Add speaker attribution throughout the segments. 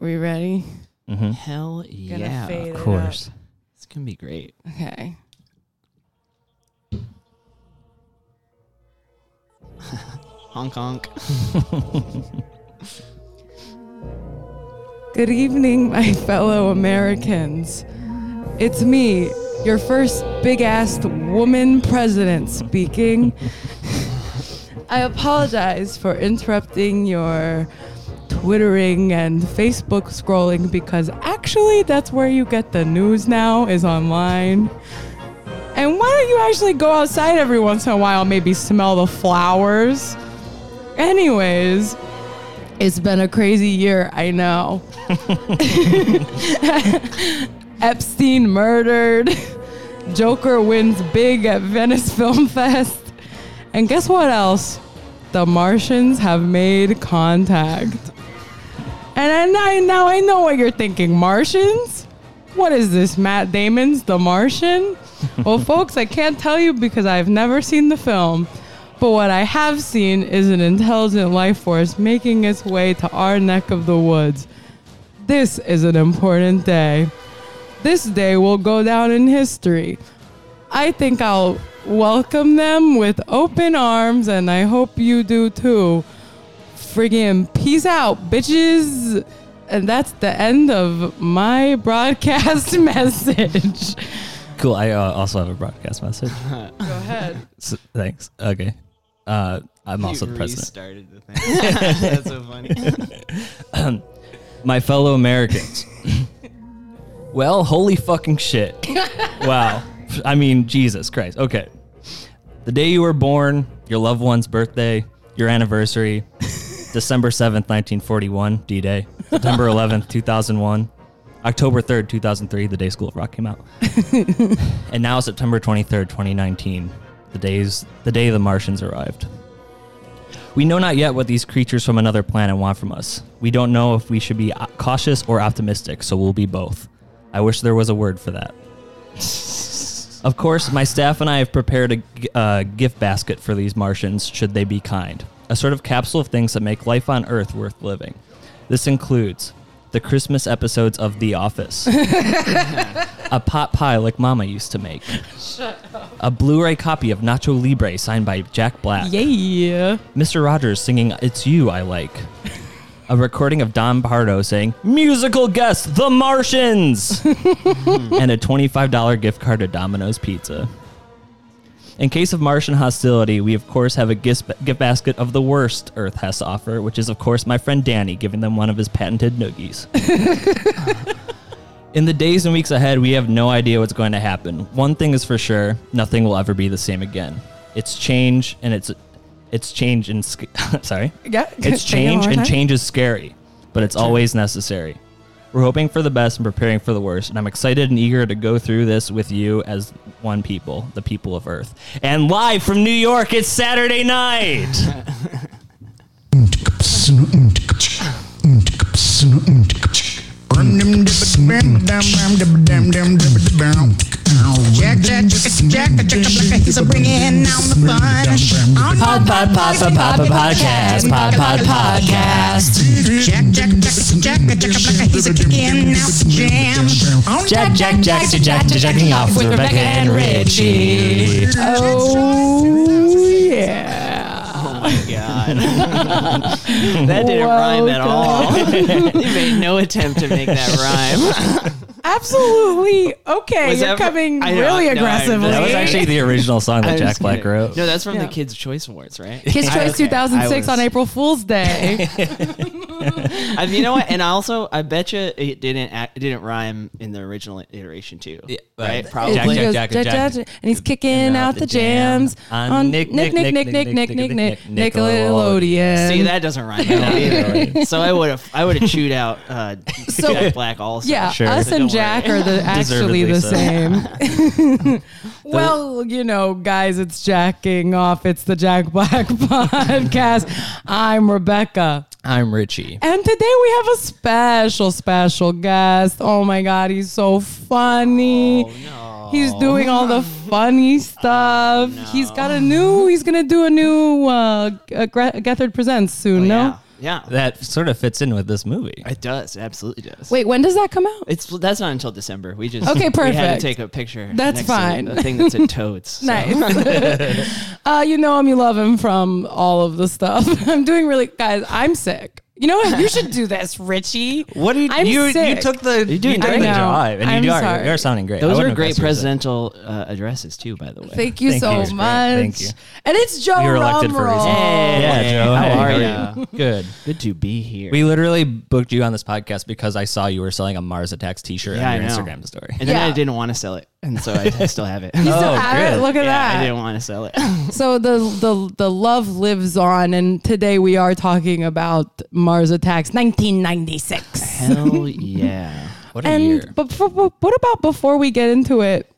Speaker 1: We ready?
Speaker 2: Mm-hmm.
Speaker 3: Hell
Speaker 1: Gonna
Speaker 3: yeah.
Speaker 1: fade it
Speaker 3: Of
Speaker 1: up.
Speaker 3: course. It's going to be great.
Speaker 1: Okay.
Speaker 3: Honk honk.
Speaker 1: Good evening, my fellow Americans. It's me, your first big assed woman president speaking. I apologize for interrupting your Twittering and Facebook scrolling because actually that's where you get the news now, is online. And why don't you actually go outside every once in a while, maybe smell the flowers? Anyways, it's been a crazy year, I know. Epstein murdered. Joker wins big at Venice Film Fest. And guess what else? The Martians have made contact. And I, I- now I know what you're thinking. Martians? What is this, Matt Damon's The Martian? well, folks, I can't tell you because I've never seen the film. But what I have seen is an intelligent life force making its way to our neck of the woods. This is an important day. This day will go down in history. I think I'll welcome them with open arms, and I hope you do too. Friggin' peace out, bitches. And that's the end of my broadcast message.
Speaker 2: Cool. I uh, also have a broadcast message.
Speaker 1: Go ahead.
Speaker 2: S thanks. Okay. Uh, I'm also the president.
Speaker 3: Started the thing. That's so funny.
Speaker 2: My fellow Americans. well, holy fucking shit. wow. I mean, Jesus Christ. Okay. The day you were born, your loved one's birthday, your anniversary, December 7th, 1941, D Day, September 11th, 2001, October 3rd, 2003, the day School of Rock came out. and now September 23rd, 2019, the days the day the Martians arrived. We know not yet what these creatures from another planet want from us. We don't know if we should be o- cautious or optimistic, so we'll be both. I wish there was a word for that. of course, my staff and I have prepared a g- uh, gift basket for these Martians, should they be kind. A sort of capsule of things that make life on Earth worth living. This includes the Christmas episodes of The Office, a pot pie like Mama used to make, a Blu ray copy of Nacho Libre signed by Jack Black.
Speaker 1: Yeah.
Speaker 2: Mr. Rogers singing It's You I Like. A recording of Don Pardo saying, Musical guest, The Martians! and a $25 gift card to Domino's Pizza. In case of Martian hostility, we of course have a gift, gift basket of the worst Earth has to offer, which is of course my friend Danny giving them one of his patented noogies. In the days and weeks ahead, we have no idea what's going to happen. One thing is for sure: nothing will ever be the same again. It's change, and it's it's change and sc- sorry,
Speaker 1: Yeah, say it
Speaker 2: it's
Speaker 1: one
Speaker 2: change
Speaker 1: more
Speaker 2: and
Speaker 1: time.
Speaker 2: change is scary, but it's always necessary. We're hoping for the best and preparing for the worst, and I'm excited and eager to go through this with you as one people, the people of Earth. And live from New York, it's Saturday night.
Speaker 4: Jack, Jack, Jack, Jack, Jack, Jack, he's a bringing down the fun. On the
Speaker 2: Pod, pod, pod, pod, pod, pod, podcast, pod, pod, podcast.
Speaker 4: Jack, Jack, Jack, Jack, Jack, Jack, he's a kicking out the jam. On
Speaker 2: Jack, Jack, Jack, Jack, Jack, jacking off with Rebecca and Richie.
Speaker 1: Oh, yeah.
Speaker 3: Oh my god. that didn't rhyme at all. you made no attempt to make that rhyme.
Speaker 1: Absolutely. Okay,
Speaker 3: Was
Speaker 1: you're
Speaker 3: that-
Speaker 1: coming
Speaker 3: I know,
Speaker 1: really
Speaker 3: no, I-
Speaker 1: aggressively.
Speaker 2: That was actually the original song
Speaker 3: I
Speaker 2: that
Speaker 3: was
Speaker 2: Jack Black
Speaker 3: kidding.
Speaker 2: wrote.
Speaker 3: No, that's from
Speaker 1: Yeah.
Speaker 3: the Kids Choice Awards, right?
Speaker 1: Kids
Speaker 3: I-
Speaker 1: Choice
Speaker 3: okay, I
Speaker 1: 2006 on
Speaker 3: was-
Speaker 1: April Fool's Day.
Speaker 3: I, you know what? And also, I bet you it didn't act, it didn't rhyme in the original iteration too.
Speaker 2: Yeah,
Speaker 3: right?
Speaker 2: but-
Speaker 3: Probably.
Speaker 2: Jack,
Speaker 1: He
Speaker 2: Jack,
Speaker 1: Oh, goes,
Speaker 2: Jack, Jack.
Speaker 1: and he's kicking out the jams on Nick, Nick, Nick, Nick, Nick, Nick, Nick, Nick,
Speaker 2: Nick-
Speaker 1: Nickelodeon.
Speaker 3: See, that doesn't rhyme at all either. so I would have I would have chewed out uh,
Speaker 1: So-
Speaker 3: Jack Black also.
Speaker 1: Yeah,
Speaker 2: Sure.
Speaker 1: us
Speaker 3: So
Speaker 1: and
Speaker 3: don't
Speaker 1: Jack
Speaker 3: worry.
Speaker 1: are the actually
Speaker 2: Deservedly
Speaker 1: the
Speaker 2: so.
Speaker 1: same. well, you know, guys, it's jacking off. It's the Jack Black podcast. I'm Rebecca.
Speaker 2: I'm Richie.
Speaker 1: And today we have a special, special guest. Oh my God, he's so
Speaker 2: Oh,
Speaker 1: funny. He's doing all the funny stuff. He's got a new, he's going to do a new uh, G- uh, Gre- Gethard Presents soon,
Speaker 3: Oh,
Speaker 1: no?
Speaker 3: yeah. Yeah.
Speaker 2: that sort of fits in with this movie.
Speaker 3: It does. It absolutely does.
Speaker 1: Wait, when does that come out?
Speaker 3: It's that's not until December. We just
Speaker 1: Okay,
Speaker 3: We had to
Speaker 1: perfect.
Speaker 3: take a picture.
Speaker 1: That's
Speaker 3: next
Speaker 1: fine.
Speaker 3: To the thing that said toads. so-
Speaker 1: Nice. uh, you know him, you love him from all of the stuff. I'm doing really, guys. I'm sick. You know what? You should do this, Richie.
Speaker 2: What do you
Speaker 1: I'm
Speaker 2: you, you
Speaker 1: sick.
Speaker 2: took the you
Speaker 3: doing
Speaker 2: took the
Speaker 1: great. I know.
Speaker 2: drive and
Speaker 1: I'm
Speaker 2: you are
Speaker 1: sorry.
Speaker 2: you are sounding great. I
Speaker 3: Those
Speaker 2: wouldn't
Speaker 3: are
Speaker 2: have
Speaker 3: great
Speaker 2: guessed you were sick.
Speaker 3: presidential uh, addresses too, by the way.
Speaker 1: Thank you
Speaker 2: Thank
Speaker 1: so
Speaker 2: you. It's great.
Speaker 1: much.
Speaker 2: Thank you.
Speaker 1: And it's Joe
Speaker 2: You were elected for a reason.
Speaker 1: Rumroll.
Speaker 2: Yeah, Joe.
Speaker 3: how are
Speaker 2: hey,
Speaker 3: ya?
Speaker 2: Good.
Speaker 3: Good to be here.
Speaker 2: We literally booked you on this podcast because I saw you were selling a Mars Attacks T-shirt
Speaker 3: Yeah, I
Speaker 2: on your
Speaker 3: know.
Speaker 2: Instagram story.
Speaker 3: and then
Speaker 1: Yeah.
Speaker 3: I didn't want to sell it, and so I still have it.
Speaker 1: You
Speaker 3: yeah,
Speaker 1: still
Speaker 2: Oh,
Speaker 1: have it?
Speaker 2: good.
Speaker 1: Look at
Speaker 3: I
Speaker 1: that.
Speaker 3: didn't want to sell it.
Speaker 1: So the, the the love lives on, and today we are talking about Mars Attacks 1996.
Speaker 3: Hell yeah!
Speaker 2: What a
Speaker 1: And
Speaker 2: year!
Speaker 1: but for, but what about before we get into it?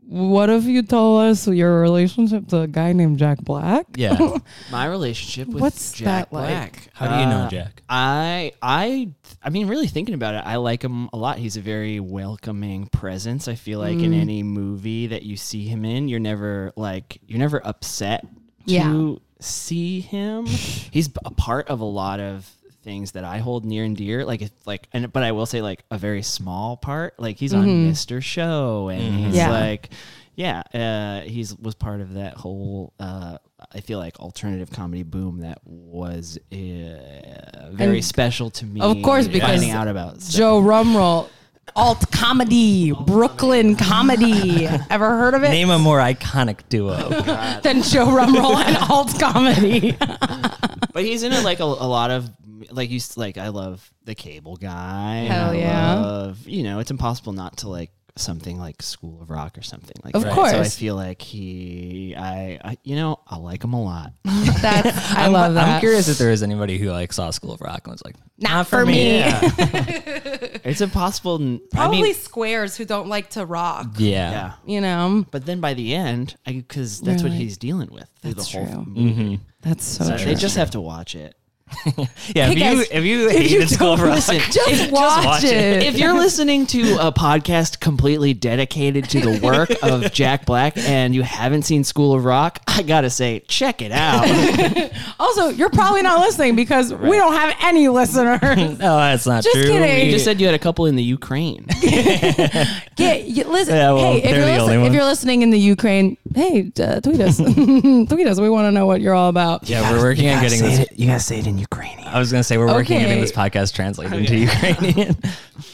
Speaker 1: What if you told us your relationship to a guy named Jack Black?
Speaker 2: Yeah.
Speaker 3: My relationship with
Speaker 1: What's
Speaker 3: Jack
Speaker 1: that like?
Speaker 3: Black.
Speaker 2: How do you know
Speaker 3: Uh,
Speaker 2: Jack?
Speaker 3: I I I mean, really thinking about it, I like him a lot. He's a very welcoming presence. I feel like in any movie that you see him in, you're never like you're never upset
Speaker 1: Yeah.
Speaker 3: to see him. He's a part of a lot of things that I hold near and dear. Like it's like and but I will say like a very small part. Like he's on Mr. Show and he's
Speaker 1: Yeah.
Speaker 3: like yeah, uh, he's was part of that whole. Uh, I feel like alternative comedy boom that was uh, very
Speaker 1: And-
Speaker 3: special to me.
Speaker 1: Of course,
Speaker 3: and
Speaker 1: because
Speaker 3: finding out about stuff.
Speaker 1: Joe Rumroll, alt comedy, Brooklyn comedy. Ever heard of it?
Speaker 2: Name a more iconic
Speaker 1: Oh,
Speaker 2: duo.
Speaker 1: than Joe Rumroll and alt comedy.
Speaker 3: but he's in it like a, a lot of like you s- like I love the cable guy.
Speaker 1: Hell
Speaker 3: I
Speaker 1: yeah.
Speaker 3: love- you know, it's impossible not to like something like School of Rock or something like
Speaker 1: Of
Speaker 3: that. So I
Speaker 1: course.
Speaker 3: feel like he, I, I you know, I like him a lot.
Speaker 1: That's I love that.
Speaker 2: I'm curious if there is anybody who like saw School of Rock and was like,
Speaker 1: Not for me.
Speaker 3: it's impossible. n-
Speaker 1: Probably
Speaker 3: I mean,
Speaker 1: squares who don't like to rock.
Speaker 2: yeah,
Speaker 3: yeah.
Speaker 1: You know,
Speaker 3: But then by the end, because that's what
Speaker 1: Really?
Speaker 3: he's dealing with through
Speaker 1: That's
Speaker 3: the whole
Speaker 1: true.
Speaker 3: movie.
Speaker 1: that's so
Speaker 3: So they just have to watch it.
Speaker 2: yeah. if
Speaker 1: Hey,
Speaker 2: you
Speaker 1: guys,
Speaker 2: if you
Speaker 1: if you
Speaker 2: hated School of
Speaker 1: don't
Speaker 2: Rock,
Speaker 1: listen, just watch it.
Speaker 3: If you're listening to a podcast completely dedicated to the work of Jack Black and you haven't seen School of Rock, I gotta say, check it out.
Speaker 1: Also, you're probably not listening because we don't have any listeners.
Speaker 2: no, Oh, that's not
Speaker 1: Just
Speaker 2: true.
Speaker 1: kidding.
Speaker 2: We-
Speaker 3: You just said you had a couple in the Ukraine.
Speaker 1: Get you, listen.
Speaker 2: Yeah, well,
Speaker 1: hey, if
Speaker 2: they're
Speaker 1: you're,
Speaker 2: the
Speaker 1: listen-
Speaker 2: only
Speaker 1: if
Speaker 2: ones.
Speaker 1: you're listening in the Ukraine, hey, uh, tweet us, tweet us. We want to know what you're all about.
Speaker 2: yeah, we're working on getting this.
Speaker 3: you gotta say it in Ukrainian.
Speaker 2: I was gonna say we're working on
Speaker 1: Okay.
Speaker 2: getting this podcast translated into Ukrainian.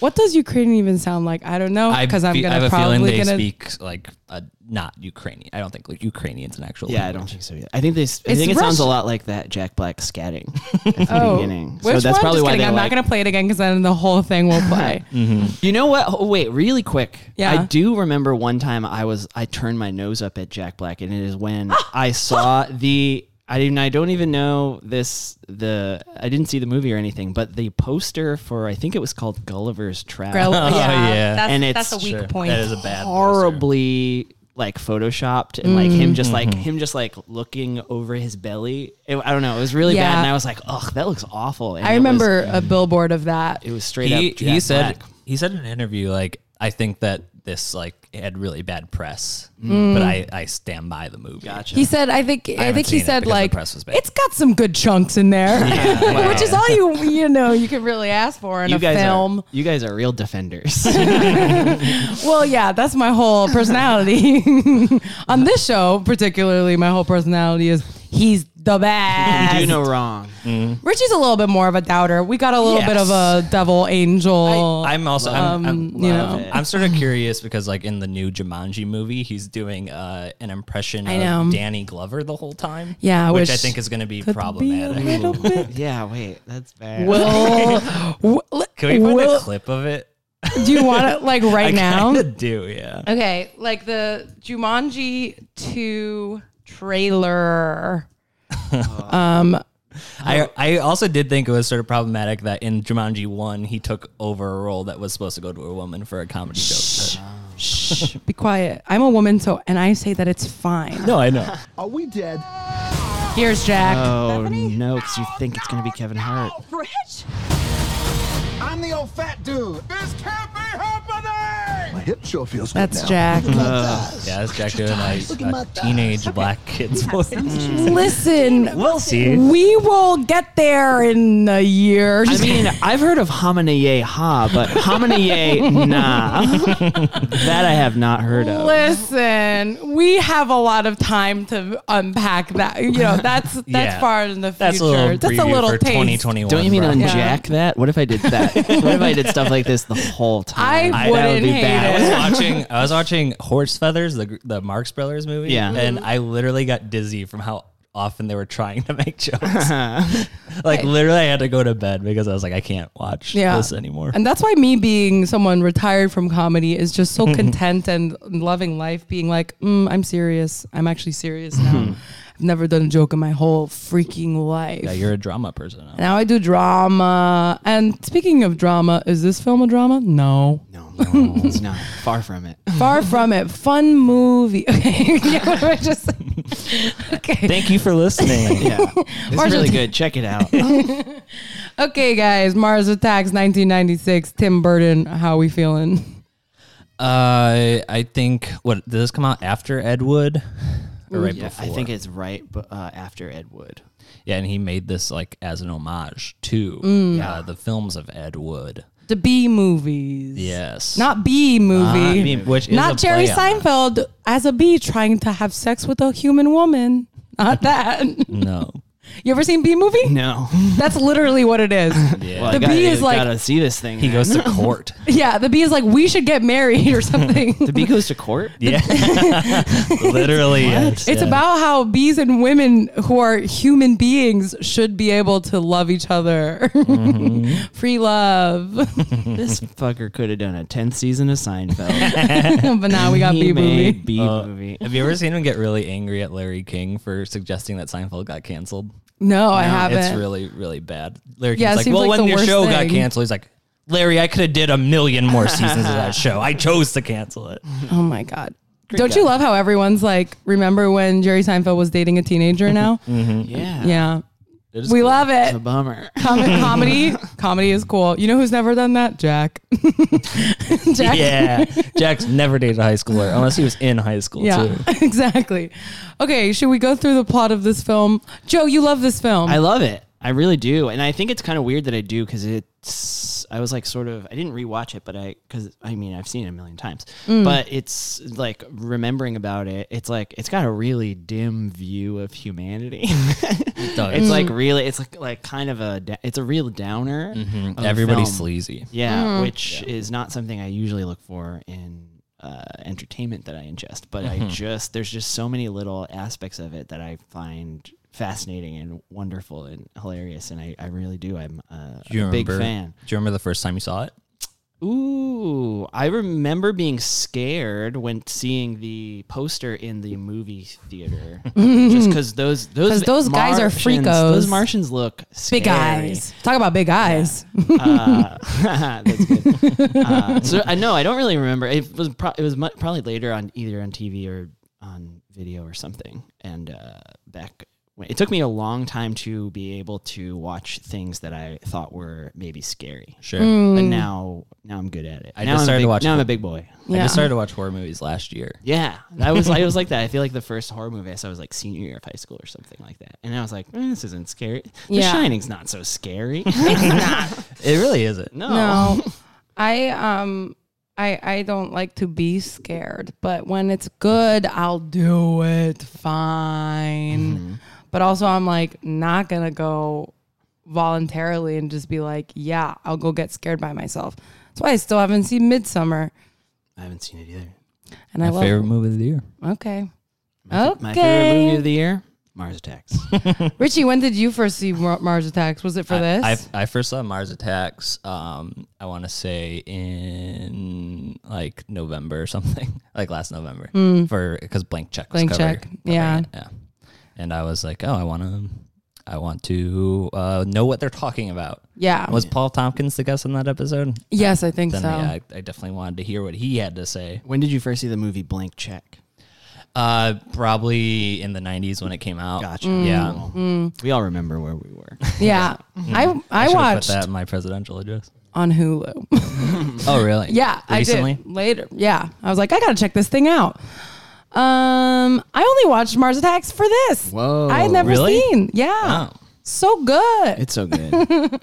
Speaker 1: What does Ukrainian even sound like? I don't know because I'm
Speaker 2: fe-
Speaker 1: gonna
Speaker 2: have a feeling
Speaker 1: probably
Speaker 2: they
Speaker 1: gonna.
Speaker 2: speak like uh, not Ukrainian. I don't think like, Ukrainian's an actual.
Speaker 3: Yeah, I don't think so. Either. I think this. I
Speaker 1: It's
Speaker 3: think it sounds a
Speaker 1: Russian.
Speaker 3: lot like that Jack Black scatting at the
Speaker 1: Oh,
Speaker 3: beginning. So
Speaker 1: which
Speaker 3: that's
Speaker 1: one?
Speaker 3: probably
Speaker 1: Just
Speaker 3: why
Speaker 1: kidding.
Speaker 3: they
Speaker 1: I'm
Speaker 3: like
Speaker 1: not gonna play it again because then the whole thing will play.
Speaker 3: You know what? Oh, wait, really quick.
Speaker 1: Yeah.
Speaker 3: I do remember one time I was I turned my nose up at Jack Black, and it is when I saw the. I didn't. I don't even know this. The I didn't see the movie or anything, but the poster for I think it was called Gulliver's Travel.
Speaker 1: Girl-
Speaker 2: Oh, yeah.
Speaker 1: That's,
Speaker 3: And
Speaker 1: that's a
Speaker 3: it's-
Speaker 1: weak
Speaker 2: Sure.
Speaker 1: point.
Speaker 2: That is a bad.
Speaker 3: horribly like photoshopped and like him just like him just like looking over his belly. It- I don't know. It was really
Speaker 1: Yeah.
Speaker 3: bad, and I was like, "Ugh, that looks awful." And
Speaker 1: I
Speaker 3: it was-
Speaker 1: remember a billboard of that.
Speaker 3: it was straight
Speaker 2: He,
Speaker 3: up.
Speaker 2: he
Speaker 3: Jack
Speaker 2: said
Speaker 3: Black.
Speaker 2: he said in an interview like I think that this like had really bad press, but
Speaker 1: Mm.
Speaker 2: I I stand by the movie.
Speaker 3: Mm. Gotcha.
Speaker 1: He said, I think, I,
Speaker 2: haven't
Speaker 1: think he
Speaker 2: seen it
Speaker 1: said
Speaker 2: because the
Speaker 1: like,
Speaker 2: press was bad.
Speaker 1: it's got some good chunks in there, which is all you you know you could really ask for in
Speaker 3: you
Speaker 1: a
Speaker 3: guys
Speaker 1: film.
Speaker 3: are you guys are real defenders.
Speaker 1: Well, yeah, that's my whole personality. On this show, particularly, my whole personality is he's the best.
Speaker 3: do no wrong.
Speaker 1: Mm. Richie's a little bit more of a doubter. We got a little bit of a
Speaker 2: Yes.
Speaker 1: devil angel.
Speaker 2: I'm also I'm, I'm,
Speaker 1: um,
Speaker 2: uh,
Speaker 1: you know.
Speaker 2: I'm- I'm sort of curious because like in the new Jumanji movie, he's doing uh, an impression
Speaker 1: I
Speaker 2: of
Speaker 1: know.
Speaker 2: Danny Glover the whole time.
Speaker 1: Yeah,
Speaker 2: which, I
Speaker 1: which
Speaker 2: think is going to be
Speaker 1: Could be a
Speaker 2: problematic.
Speaker 1: little bit.
Speaker 3: Yeah, wait, that's bad.
Speaker 1: Will, will-
Speaker 2: Can we find
Speaker 1: will-
Speaker 2: a clip of it?
Speaker 1: do you want it like right now?
Speaker 2: I kinda do yeah.
Speaker 1: Okay, like the Jumanji 2 trailer.
Speaker 2: I I also did think it was sort of problematic that in Jumanji one he took over a role that was supposed to go to a woman for a comedy joke. uh,
Speaker 1: Shh, be quiet. I'm a woman, so, and I say that it's fine.
Speaker 2: No, I know.
Speaker 5: Are we dead?
Speaker 1: Here's Jack.
Speaker 3: oh no, because you think it's gonna be Kevin Hart.
Speaker 5: I'm the old fat dude. This can't be happening! My hip Sure feels good
Speaker 1: That's
Speaker 5: now.
Speaker 1: Jack.
Speaker 2: Yeah, that's Jack doing like a teenage black kid's voice.
Speaker 1: Listen,
Speaker 2: We'll see.
Speaker 1: we will get there in a year.
Speaker 3: I mean, I've heard of hominier ha, but hominier nah. that I have not heard of.
Speaker 1: Listen, we have a lot of time to unpack that. You know, that's that's
Speaker 2: Yeah.
Speaker 1: far in the future.
Speaker 2: That's a little
Speaker 1: That's a
Speaker 2: preview
Speaker 1: little
Speaker 2: for
Speaker 1: taste.
Speaker 2: 2021.
Speaker 3: Don't you mean
Speaker 2: bro.
Speaker 1: Yeah.
Speaker 3: unjack that? What if I did that? what if I did stuff like this the whole
Speaker 1: I
Speaker 3: time?
Speaker 1: wouldn't
Speaker 3: that would be
Speaker 1: hate
Speaker 3: bad.
Speaker 1: it.
Speaker 2: I was watching I was watching Horse Feathers, the the Marx Brothers movie.
Speaker 3: Yeah.
Speaker 2: And I literally got dizzy from how often they were trying to make jokes. like literally I had to go to bed because I was like, I can't watch
Speaker 1: Yeah.
Speaker 2: this anymore.
Speaker 1: And that's why me being someone retired from comedy is just
Speaker 2: Mm-hmm.
Speaker 1: so content and loving life, being like, mm, I'm serious. I'm actually serious now. I've never done a joke in my whole freaking life.
Speaker 2: Mm-hmm. yeah, you're a drama person. Now.
Speaker 1: now I do drama. And speaking of drama, is this film a drama? No.
Speaker 3: No, no, it's not. Far from it.
Speaker 1: Far from it. Fun movie. Okay. Yeah, what am I just Okay.
Speaker 2: Thank you for listening.
Speaker 3: Yeah. It's
Speaker 1: Marshall,
Speaker 3: really
Speaker 1: t-
Speaker 3: good. Check it out.
Speaker 1: Okay, guys. Mars Attacks 1996. Tim Burton. How we feeling?
Speaker 2: uh I think what did this come out after Ed Wood? Or right
Speaker 3: Yeah,
Speaker 2: before.
Speaker 3: I think it's right bu- uh, after Ed Wood.
Speaker 2: yeah, and he made this like as an homage
Speaker 3: Mm.
Speaker 2: to uh, the films of Ed Wood.
Speaker 1: The B movies.
Speaker 2: Yes.
Speaker 1: Not B movie.
Speaker 2: I mean, which is
Speaker 1: Not
Speaker 2: a
Speaker 1: Jerry
Speaker 2: play on that.
Speaker 1: Seinfeld as a bee trying to have sex with a human woman. Not that. you
Speaker 2: No.
Speaker 1: ever seen bee movie?
Speaker 3: No.
Speaker 1: That's literally what it is.
Speaker 2: Yeah.
Speaker 3: Well, I
Speaker 1: The
Speaker 3: gotta,
Speaker 1: bee is like-
Speaker 3: gotta see this thing.
Speaker 2: he
Speaker 3: then.
Speaker 2: goes to court.
Speaker 1: Yeah, the bee is like, we should get married or something.
Speaker 3: The bee goes to court.
Speaker 2: Yeah. Literally. yes,
Speaker 1: It's
Speaker 2: yeah.
Speaker 1: about how bees and women who are human beings should be able to love each other.
Speaker 3: Mm-hmm.
Speaker 1: Free love.
Speaker 3: This fucker could have done a 10th season of Seinfeld.
Speaker 1: but now we got bee
Speaker 3: he made
Speaker 1: movie.
Speaker 3: bee
Speaker 2: Uh,
Speaker 3: movie.
Speaker 2: Have you ever seen him get really angry at Larry King for suggesting that Seinfeld got canceled?
Speaker 1: No, I haven't.
Speaker 2: It's really, really bad. Larry
Speaker 1: Yeah, it
Speaker 2: King's like,
Speaker 1: seems
Speaker 2: well,
Speaker 1: like
Speaker 2: when
Speaker 1: the
Speaker 2: your
Speaker 1: worst
Speaker 2: show got
Speaker 1: thing."
Speaker 2: canceled, he's like, Larry, I could have did a million more seasons of that show. I chose to cancel it.
Speaker 1: Oh my god. Don't you love how everyone's like, remember when Jerry Seinfeld was dating a teenager now?
Speaker 3: Yeah.
Speaker 1: Yeah.
Speaker 2: It is
Speaker 1: We
Speaker 2: cool.
Speaker 1: love
Speaker 3: It's a
Speaker 1: it.
Speaker 3: bummer.
Speaker 1: Com- comedy, comedy is cool. You know who's never done that? Jack. Jack.
Speaker 2: Yeah. Jack's never dated a high schooler unless he was in high school,
Speaker 1: Yeah,
Speaker 2: too.
Speaker 1: exactly. Okay, should we go through the plot of this film? Joe, you love this film.
Speaker 3: I love it. I really do. And I think it's kind of weird that I do because it's, I was like, sort of, I didn't rewatch it, but I, because I mean, I've seen it a million times, but it's like remembering about it, it's like, it's got a really dim view of humanity.
Speaker 2: does.
Speaker 3: It's like really, it's like, like kind of a, da- it's a real downer. of a
Speaker 2: Mm-hmm. Everybody's
Speaker 3: film.
Speaker 2: sleazy.
Speaker 3: Yeah,
Speaker 1: Mm-hmm.
Speaker 3: which is not something I usually look for in uh, entertainment that I ingest. But
Speaker 2: Mm-hmm.
Speaker 3: I just there's just so many little aspects of it that I find fascinating and wonderful and hilarious, and I, I really do. I'm uh,
Speaker 2: Do you
Speaker 3: a big
Speaker 2: remember-
Speaker 3: fan.
Speaker 2: Do you remember the first time you saw it?
Speaker 3: Ooh, I remember being scared when seeing the poster in the movie theater, just because those those
Speaker 1: 'Cause those guys are freakos.
Speaker 3: Martians- Those Martians look scary.
Speaker 1: big eyes. Talk about big eyes.
Speaker 3: Uh, that's good. Uh, so I know I don't really remember. It was pro- it was mu- probably later on either on TV or on video or something. And uh, back when, it took me a long time to be able to watch things that I thought were maybe scary.
Speaker 2: Sure.
Speaker 1: Mm,
Speaker 3: But now now I'm good at it.
Speaker 2: Mm. I
Speaker 3: now
Speaker 2: just
Speaker 3: I'm a
Speaker 2: started to
Speaker 3: big-
Speaker 2: watch
Speaker 3: Now I'm a
Speaker 2: them.
Speaker 3: big boy.
Speaker 2: I
Speaker 1: Yeah.
Speaker 2: just started to watch horror movies last year.
Speaker 3: Yeah, I was I was like that. I feel like the first horror movie I saw was like senior year of high school or something like that, and I was like, eh, "This isn't scary. The
Speaker 1: Yeah.
Speaker 3: Shining's not so scary."
Speaker 2: It really isn't.
Speaker 1: No, I um, I I don't like to be scared, but when it's good, I'll do it fine.
Speaker 2: Mm-hmm.
Speaker 1: But also, I'm like not gonna go voluntarily and just be like, yeah, I'll go get scared by myself. That's why I still haven't seen Midsummer,
Speaker 3: I haven't seen it either.
Speaker 1: and I
Speaker 2: My
Speaker 1: love.
Speaker 2: favorite movie of the year.
Speaker 1: Okay. okay.
Speaker 3: My favorite movie of the year, Mars Attacks.
Speaker 1: Richie, when did you first see Mar- Mars Attacks? Was it for this?
Speaker 2: I, I first saw Mars Attacks. Um, I want to say in like November or something, like last November, for because Blank Check. Was
Speaker 1: Mm. Blank
Speaker 2: covering-
Speaker 1: Check,
Speaker 2: covering
Speaker 1: yeah.
Speaker 2: it, yeah. And I was like, oh, I want to, I want to uh, know what they're talking about.
Speaker 1: yeah.
Speaker 2: Was Paul Tompkins the guest on that episode?
Speaker 1: yes, I think
Speaker 2: Then
Speaker 1: so.
Speaker 2: yeah, I, I definitely wanted to hear what he had to say.
Speaker 3: When did you first see the movie Blank Check?
Speaker 2: Uh, probably in the '90s when it came out.
Speaker 3: Gotcha.
Speaker 1: Mm,
Speaker 2: Yeah.
Speaker 3: Well, We all remember where we were.
Speaker 1: Yeah, I I
Speaker 2: Mm-hmm. Should've
Speaker 1: watched.
Speaker 2: put that in my presidential address.
Speaker 1: on Hulu.
Speaker 2: Oh, really?
Speaker 1: Yeah, I
Speaker 2: Recently?
Speaker 1: did. Later. Yeah. I was like, I gotta check this thing out. Um, I only watched Mars Attacks for this.
Speaker 3: Whoa,
Speaker 1: I had never
Speaker 2: really?
Speaker 1: seen. Yeah.
Speaker 2: Wow.
Speaker 1: So good.
Speaker 3: It's so good.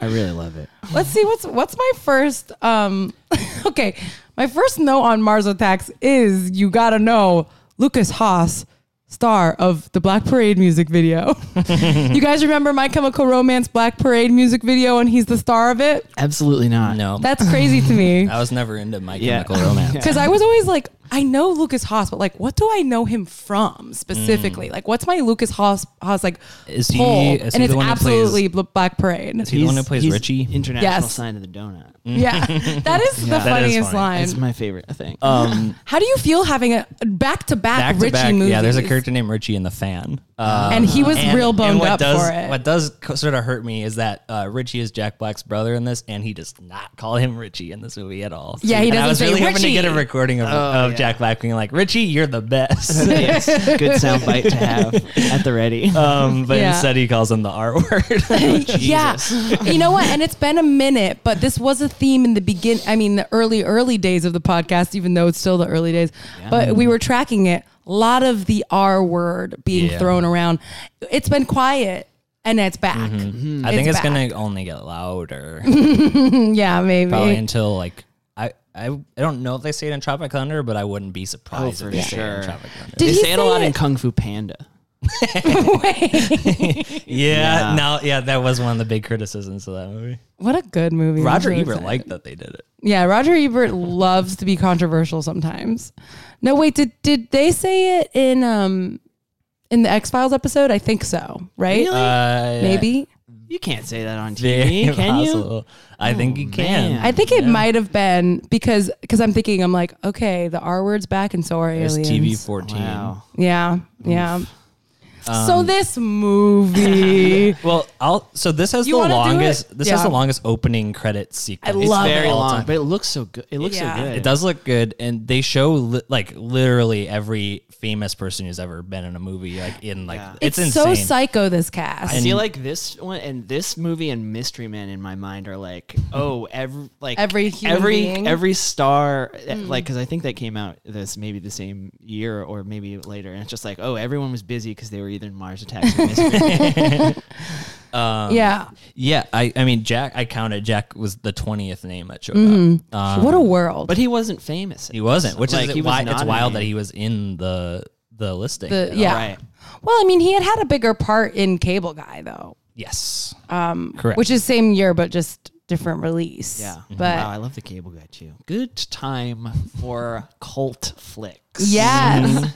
Speaker 3: I really love it.
Speaker 1: Let's see what's what's my first um okay. My first note on Mars Attacks is you gotta know Lucas Haas, star of the Black Parade music video. you guys remember My Chemical Romance Black Parade music video and he's the star of it?
Speaker 3: Absolutely not.
Speaker 2: No.
Speaker 1: That's crazy to me.
Speaker 2: I was never into My
Speaker 3: Yeah.
Speaker 2: Chemical Romance.
Speaker 1: Because I was always like, I know Lucas Haas, but like, what do I know him from specifically? Like, what's my Lucas Haas, Haas like?
Speaker 2: Mm. Is he-
Speaker 1: pull?
Speaker 2: is he
Speaker 1: and it's
Speaker 2: the one who plays-
Speaker 1: absolutely Bl- Black Parade.
Speaker 2: He's the one who plays
Speaker 3: he's
Speaker 2: Richie?
Speaker 3: International
Speaker 1: Yes.
Speaker 3: sign of the donut.
Speaker 1: yeah, that is the
Speaker 2: is
Speaker 1: funniest
Speaker 2: funny.
Speaker 1: line.
Speaker 3: It's my favorite thing.
Speaker 2: Um,
Speaker 1: How do you feel having a back to back
Speaker 2: back
Speaker 1: Richie
Speaker 2: to back.
Speaker 1: movies?
Speaker 2: Yeah, there's a character named Richie in the fan. Um,
Speaker 1: and he was
Speaker 2: and-
Speaker 1: real
Speaker 2: and
Speaker 1: boned
Speaker 2: what
Speaker 1: up
Speaker 2: does,
Speaker 1: for it.
Speaker 2: What does sort of hurt me is that uh, Richie is Jack Black's brother in this, and he does not call him Richie in this movie at all.
Speaker 1: Yeah, he
Speaker 2: And
Speaker 1: doesn't
Speaker 2: I was
Speaker 1: say
Speaker 2: really hoping to get a
Speaker 1: Richie.
Speaker 2: recording of,
Speaker 3: Oh,
Speaker 2: of Jack Black being like, "Richie, you're the best."
Speaker 3: yes. Good sound bite to have at the ready.
Speaker 2: um, but
Speaker 1: Yeah.
Speaker 2: instead, he calls him the R word.
Speaker 1: Yeah, you know what? And it's been a minute, but this was a theme in the begin. I mean, the early, early days of the podcast, even though it's still the early days. But we were tracking it. A lot of the R word being
Speaker 2: Yeah.
Speaker 1: thrown around. It's been quiet, and it's back.
Speaker 2: Mm-hmm. I think
Speaker 1: It's
Speaker 2: it's gonna only get louder.
Speaker 1: Yeah, maybe.
Speaker 2: probably until like I, I I don't know if they say it in Tropic Thunder, but I wouldn't be surprised
Speaker 3: Oh,
Speaker 2: if
Speaker 3: for
Speaker 2: they say it in
Speaker 3: sure.
Speaker 2: Tropic Thunder.
Speaker 1: Did
Speaker 3: they
Speaker 1: he
Speaker 3: say it a lot
Speaker 1: say
Speaker 3: in
Speaker 1: it?
Speaker 3: Kung Fu Panda.
Speaker 1: Wait.
Speaker 2: Yeah,
Speaker 3: Yeah.
Speaker 2: now yeah, that was one of the big criticisms of that movie.
Speaker 1: what a good movie.
Speaker 2: Roger
Speaker 1: I'm so
Speaker 2: Ebert
Speaker 1: excited.
Speaker 2: liked that they did it.
Speaker 1: Yeah, Roger Ebert loves to be controversial sometimes. No, wait, did did they say it in um in the X Files episode? I think so, right?
Speaker 2: Uh,
Speaker 1: Maybe.
Speaker 3: You can't say that on
Speaker 2: very
Speaker 3: TV, can you? Oh,
Speaker 2: possible. I think you can.
Speaker 3: man.
Speaker 1: I think it might have been because because I'm thinking I'm like, okay, the R word's back and so are
Speaker 2: It's
Speaker 1: aliens.
Speaker 2: TV fourteen.
Speaker 3: Wow.
Speaker 1: Yeah, yeah. so this movie,
Speaker 2: Well, I'll so this has
Speaker 1: You
Speaker 2: the
Speaker 1: wanna do
Speaker 2: longest.
Speaker 1: it?
Speaker 2: This has
Speaker 1: Yeah.
Speaker 2: the longest opening credit sequence.
Speaker 1: It's love
Speaker 3: it's very
Speaker 1: it.
Speaker 3: long,
Speaker 2: All-time.
Speaker 3: but it looks so good. It looks
Speaker 1: Yeah.
Speaker 3: so good.
Speaker 2: It does look good, and they show li- like literally every famous person who's ever been in a movie, like in like
Speaker 1: it's,
Speaker 2: it's,
Speaker 1: so
Speaker 2: insane.
Speaker 1: psycho. This cast.
Speaker 3: I feel like this one and this movie and Mystery Man in my mind are like oh every like
Speaker 1: Every human
Speaker 3: every
Speaker 1: being? Hmm.
Speaker 3: every star eh, like because I think that came out this maybe the same year or maybe later and it's just like oh everyone was busy because they were either in Mars Attacks or Mystery Man.
Speaker 1: yeah,
Speaker 2: Yeah, I, I mean Jack. I counted Jack was the twentieth name that showed
Speaker 1: Mm-hmm.
Speaker 2: up. Um,
Speaker 1: what a world.
Speaker 3: but he wasn't famous
Speaker 2: he wasn't, which
Speaker 3: Like,
Speaker 2: is
Speaker 3: he was
Speaker 2: why it's
Speaker 3: not
Speaker 2: wild
Speaker 3: in
Speaker 2: that
Speaker 3: it.
Speaker 2: he was in the the listing.
Speaker 1: The- yeah.
Speaker 3: right.
Speaker 1: Well, I mean, he had had a bigger part in Cable Guy though,
Speaker 2: Yes.
Speaker 1: Oh.
Speaker 2: Um, Correct.
Speaker 1: which is same year but just different release.
Speaker 3: yeah
Speaker 1: but
Speaker 3: wow I love the Cable Guy too good time for cult flicks
Speaker 1: Yes.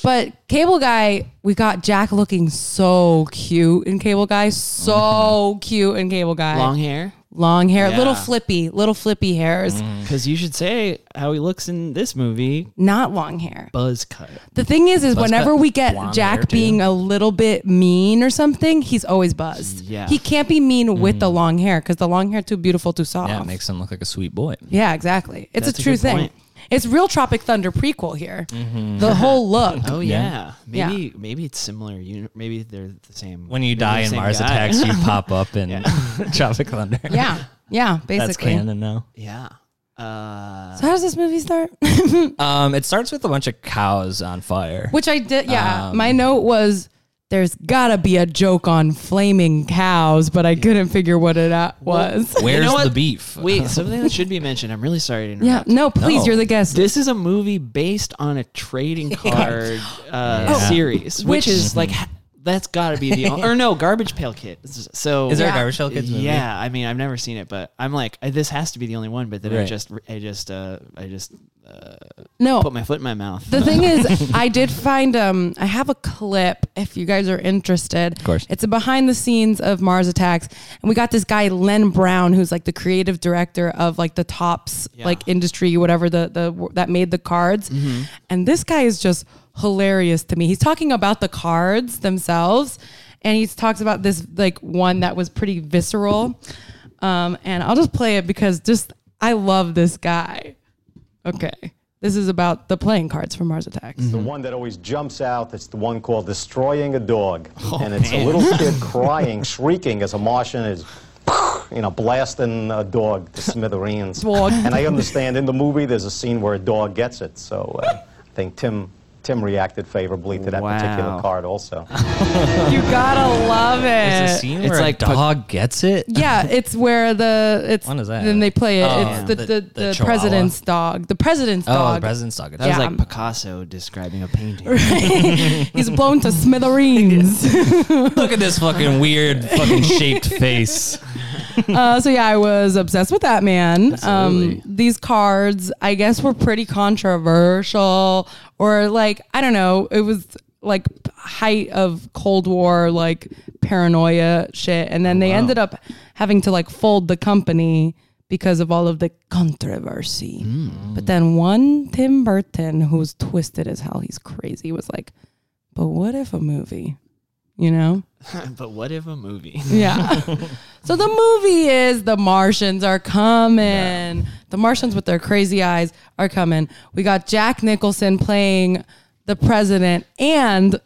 Speaker 1: but Cable Guy, we got Jack looking so cute in Cable Guy, so cute in Cable Guy.
Speaker 3: long hair
Speaker 1: Long hair,
Speaker 3: Yeah.
Speaker 1: little flippy, little flippy hairs,
Speaker 2: Mm-hmm. Mm.
Speaker 3: because you should say how he looks in this movie
Speaker 1: not long hair.
Speaker 3: buzz cut
Speaker 1: The thing is, is whenever
Speaker 2: cut
Speaker 1: we get
Speaker 2: blonde hair,
Speaker 1: Jack
Speaker 2: too.
Speaker 1: being a little bit mean or something, he's always buzzed.
Speaker 3: Yeah.
Speaker 1: He can't be mean with the long hair because the long hair too beautiful too soft.
Speaker 2: Mm-hmm. yeah, it makes him look like a sweet boy.
Speaker 1: Yeah, exactly. It's
Speaker 3: That's
Speaker 1: a
Speaker 3: a
Speaker 1: true
Speaker 3: good
Speaker 1: thing.
Speaker 3: point.
Speaker 1: It's real Tropic Thunder prequel here.
Speaker 2: Mm-hmm.
Speaker 1: The whole look.
Speaker 3: Oh yeah,
Speaker 1: Yeah.
Speaker 3: maybe maybe it's similar. You maybe they're the same.
Speaker 2: When you
Speaker 3: maybe
Speaker 2: die
Speaker 3: the
Speaker 2: in
Speaker 3: same
Speaker 2: Mars
Speaker 3: guy.
Speaker 2: Attacks, you pop up in Tropic Thunder.
Speaker 1: yeah, yeah, basically.
Speaker 2: That's canon now.
Speaker 3: yeah. Uh,
Speaker 1: So how does this movie start?
Speaker 2: Um, it starts with a bunch of cows on fire.
Speaker 1: Which I did. Yeah,
Speaker 2: Um,
Speaker 1: my note was there's gotta be a joke on flaming cows, but I couldn't figure what it out was.
Speaker 2: Where's
Speaker 3: know
Speaker 2: the
Speaker 3: what?
Speaker 2: beef?
Speaker 3: wait, something that should be mentioned. I'm really sorry to
Speaker 1: yeah,
Speaker 3: interrupt.
Speaker 1: no, please,
Speaker 2: No.
Speaker 1: you're the guest.
Speaker 3: This is a movie based on a trading card uh, series, which,
Speaker 1: Oh. Which-
Speaker 2: Mhm.
Speaker 3: is like ha- that's got to be the on- or no garbage pail kid. So
Speaker 2: Is there
Speaker 1: Yeah.
Speaker 2: a Garbage Pail Kids movie?
Speaker 3: Yeah, I mean, I've never seen it, but I'm like, I- this has to be the only one. But then I
Speaker 2: Right.
Speaker 3: just, I just, uh, I just uh,
Speaker 1: no,
Speaker 3: put my foot in my mouth.
Speaker 1: the thing is, I did find um, I have a clip if you guys are interested. Of
Speaker 2: course.
Speaker 1: it's a behind the scenes of Mars Attacks, and we got this guy Len Brown, who's like the creative director of like the tops like industry, whatever the the that made the cards, and this guy is just hilarious to me. He's talking about the cards themselves, and he talks about this like one that was pretty visceral, um, and I'll just play it because just I love this guy. Okay. This is about the playing cards from Mars Attacks.
Speaker 5: The one that always jumps out, it's the one called Destroying a Dog. and it's a little kid crying, shrieking as a Martian is you know, blasting a dog to smithereens.
Speaker 1: Dog.
Speaker 5: And I understand in the movie there's a scene where a dog gets it, so uh, I think Tim Tim reacted favorably to that
Speaker 3: Wow.
Speaker 5: particular card also.
Speaker 1: You gotta love it.
Speaker 2: There's a scene
Speaker 3: It's
Speaker 2: where
Speaker 3: like
Speaker 2: a
Speaker 3: put-
Speaker 2: dog gets it.
Speaker 1: Yeah, it's where the it's
Speaker 2: When is that?
Speaker 1: then they play it. it's the
Speaker 2: the-
Speaker 1: the,
Speaker 2: the
Speaker 1: the,
Speaker 2: Chihuahua.
Speaker 1: president's dog. The president's
Speaker 2: Oh,
Speaker 1: dog.
Speaker 2: the president's dog.
Speaker 3: That was
Speaker 1: Yeah,
Speaker 3: like
Speaker 1: I'm-
Speaker 3: Picasso describing a painting.
Speaker 1: He's blown to smithereens.
Speaker 2: Look at this fucking weird, fucking shaped face.
Speaker 1: uh, so yeah, I was obsessed with that man. Um,
Speaker 3: Absolutely.
Speaker 1: these cards, I guess, were pretty controversial, or like I don't know, it was like height of Cold War like paranoia shit, and then they ended up having to like fold the company because of all of the controversy. But then one Tim Burton, who's twisted as hell, he's crazy, was like, "But what if a movie?" You know.
Speaker 3: but what if a movie?
Speaker 1: Yeah. so the movie is The Martians are coming. The Martians with their crazy eyes are coming. We got Jack Nicholson playing the president and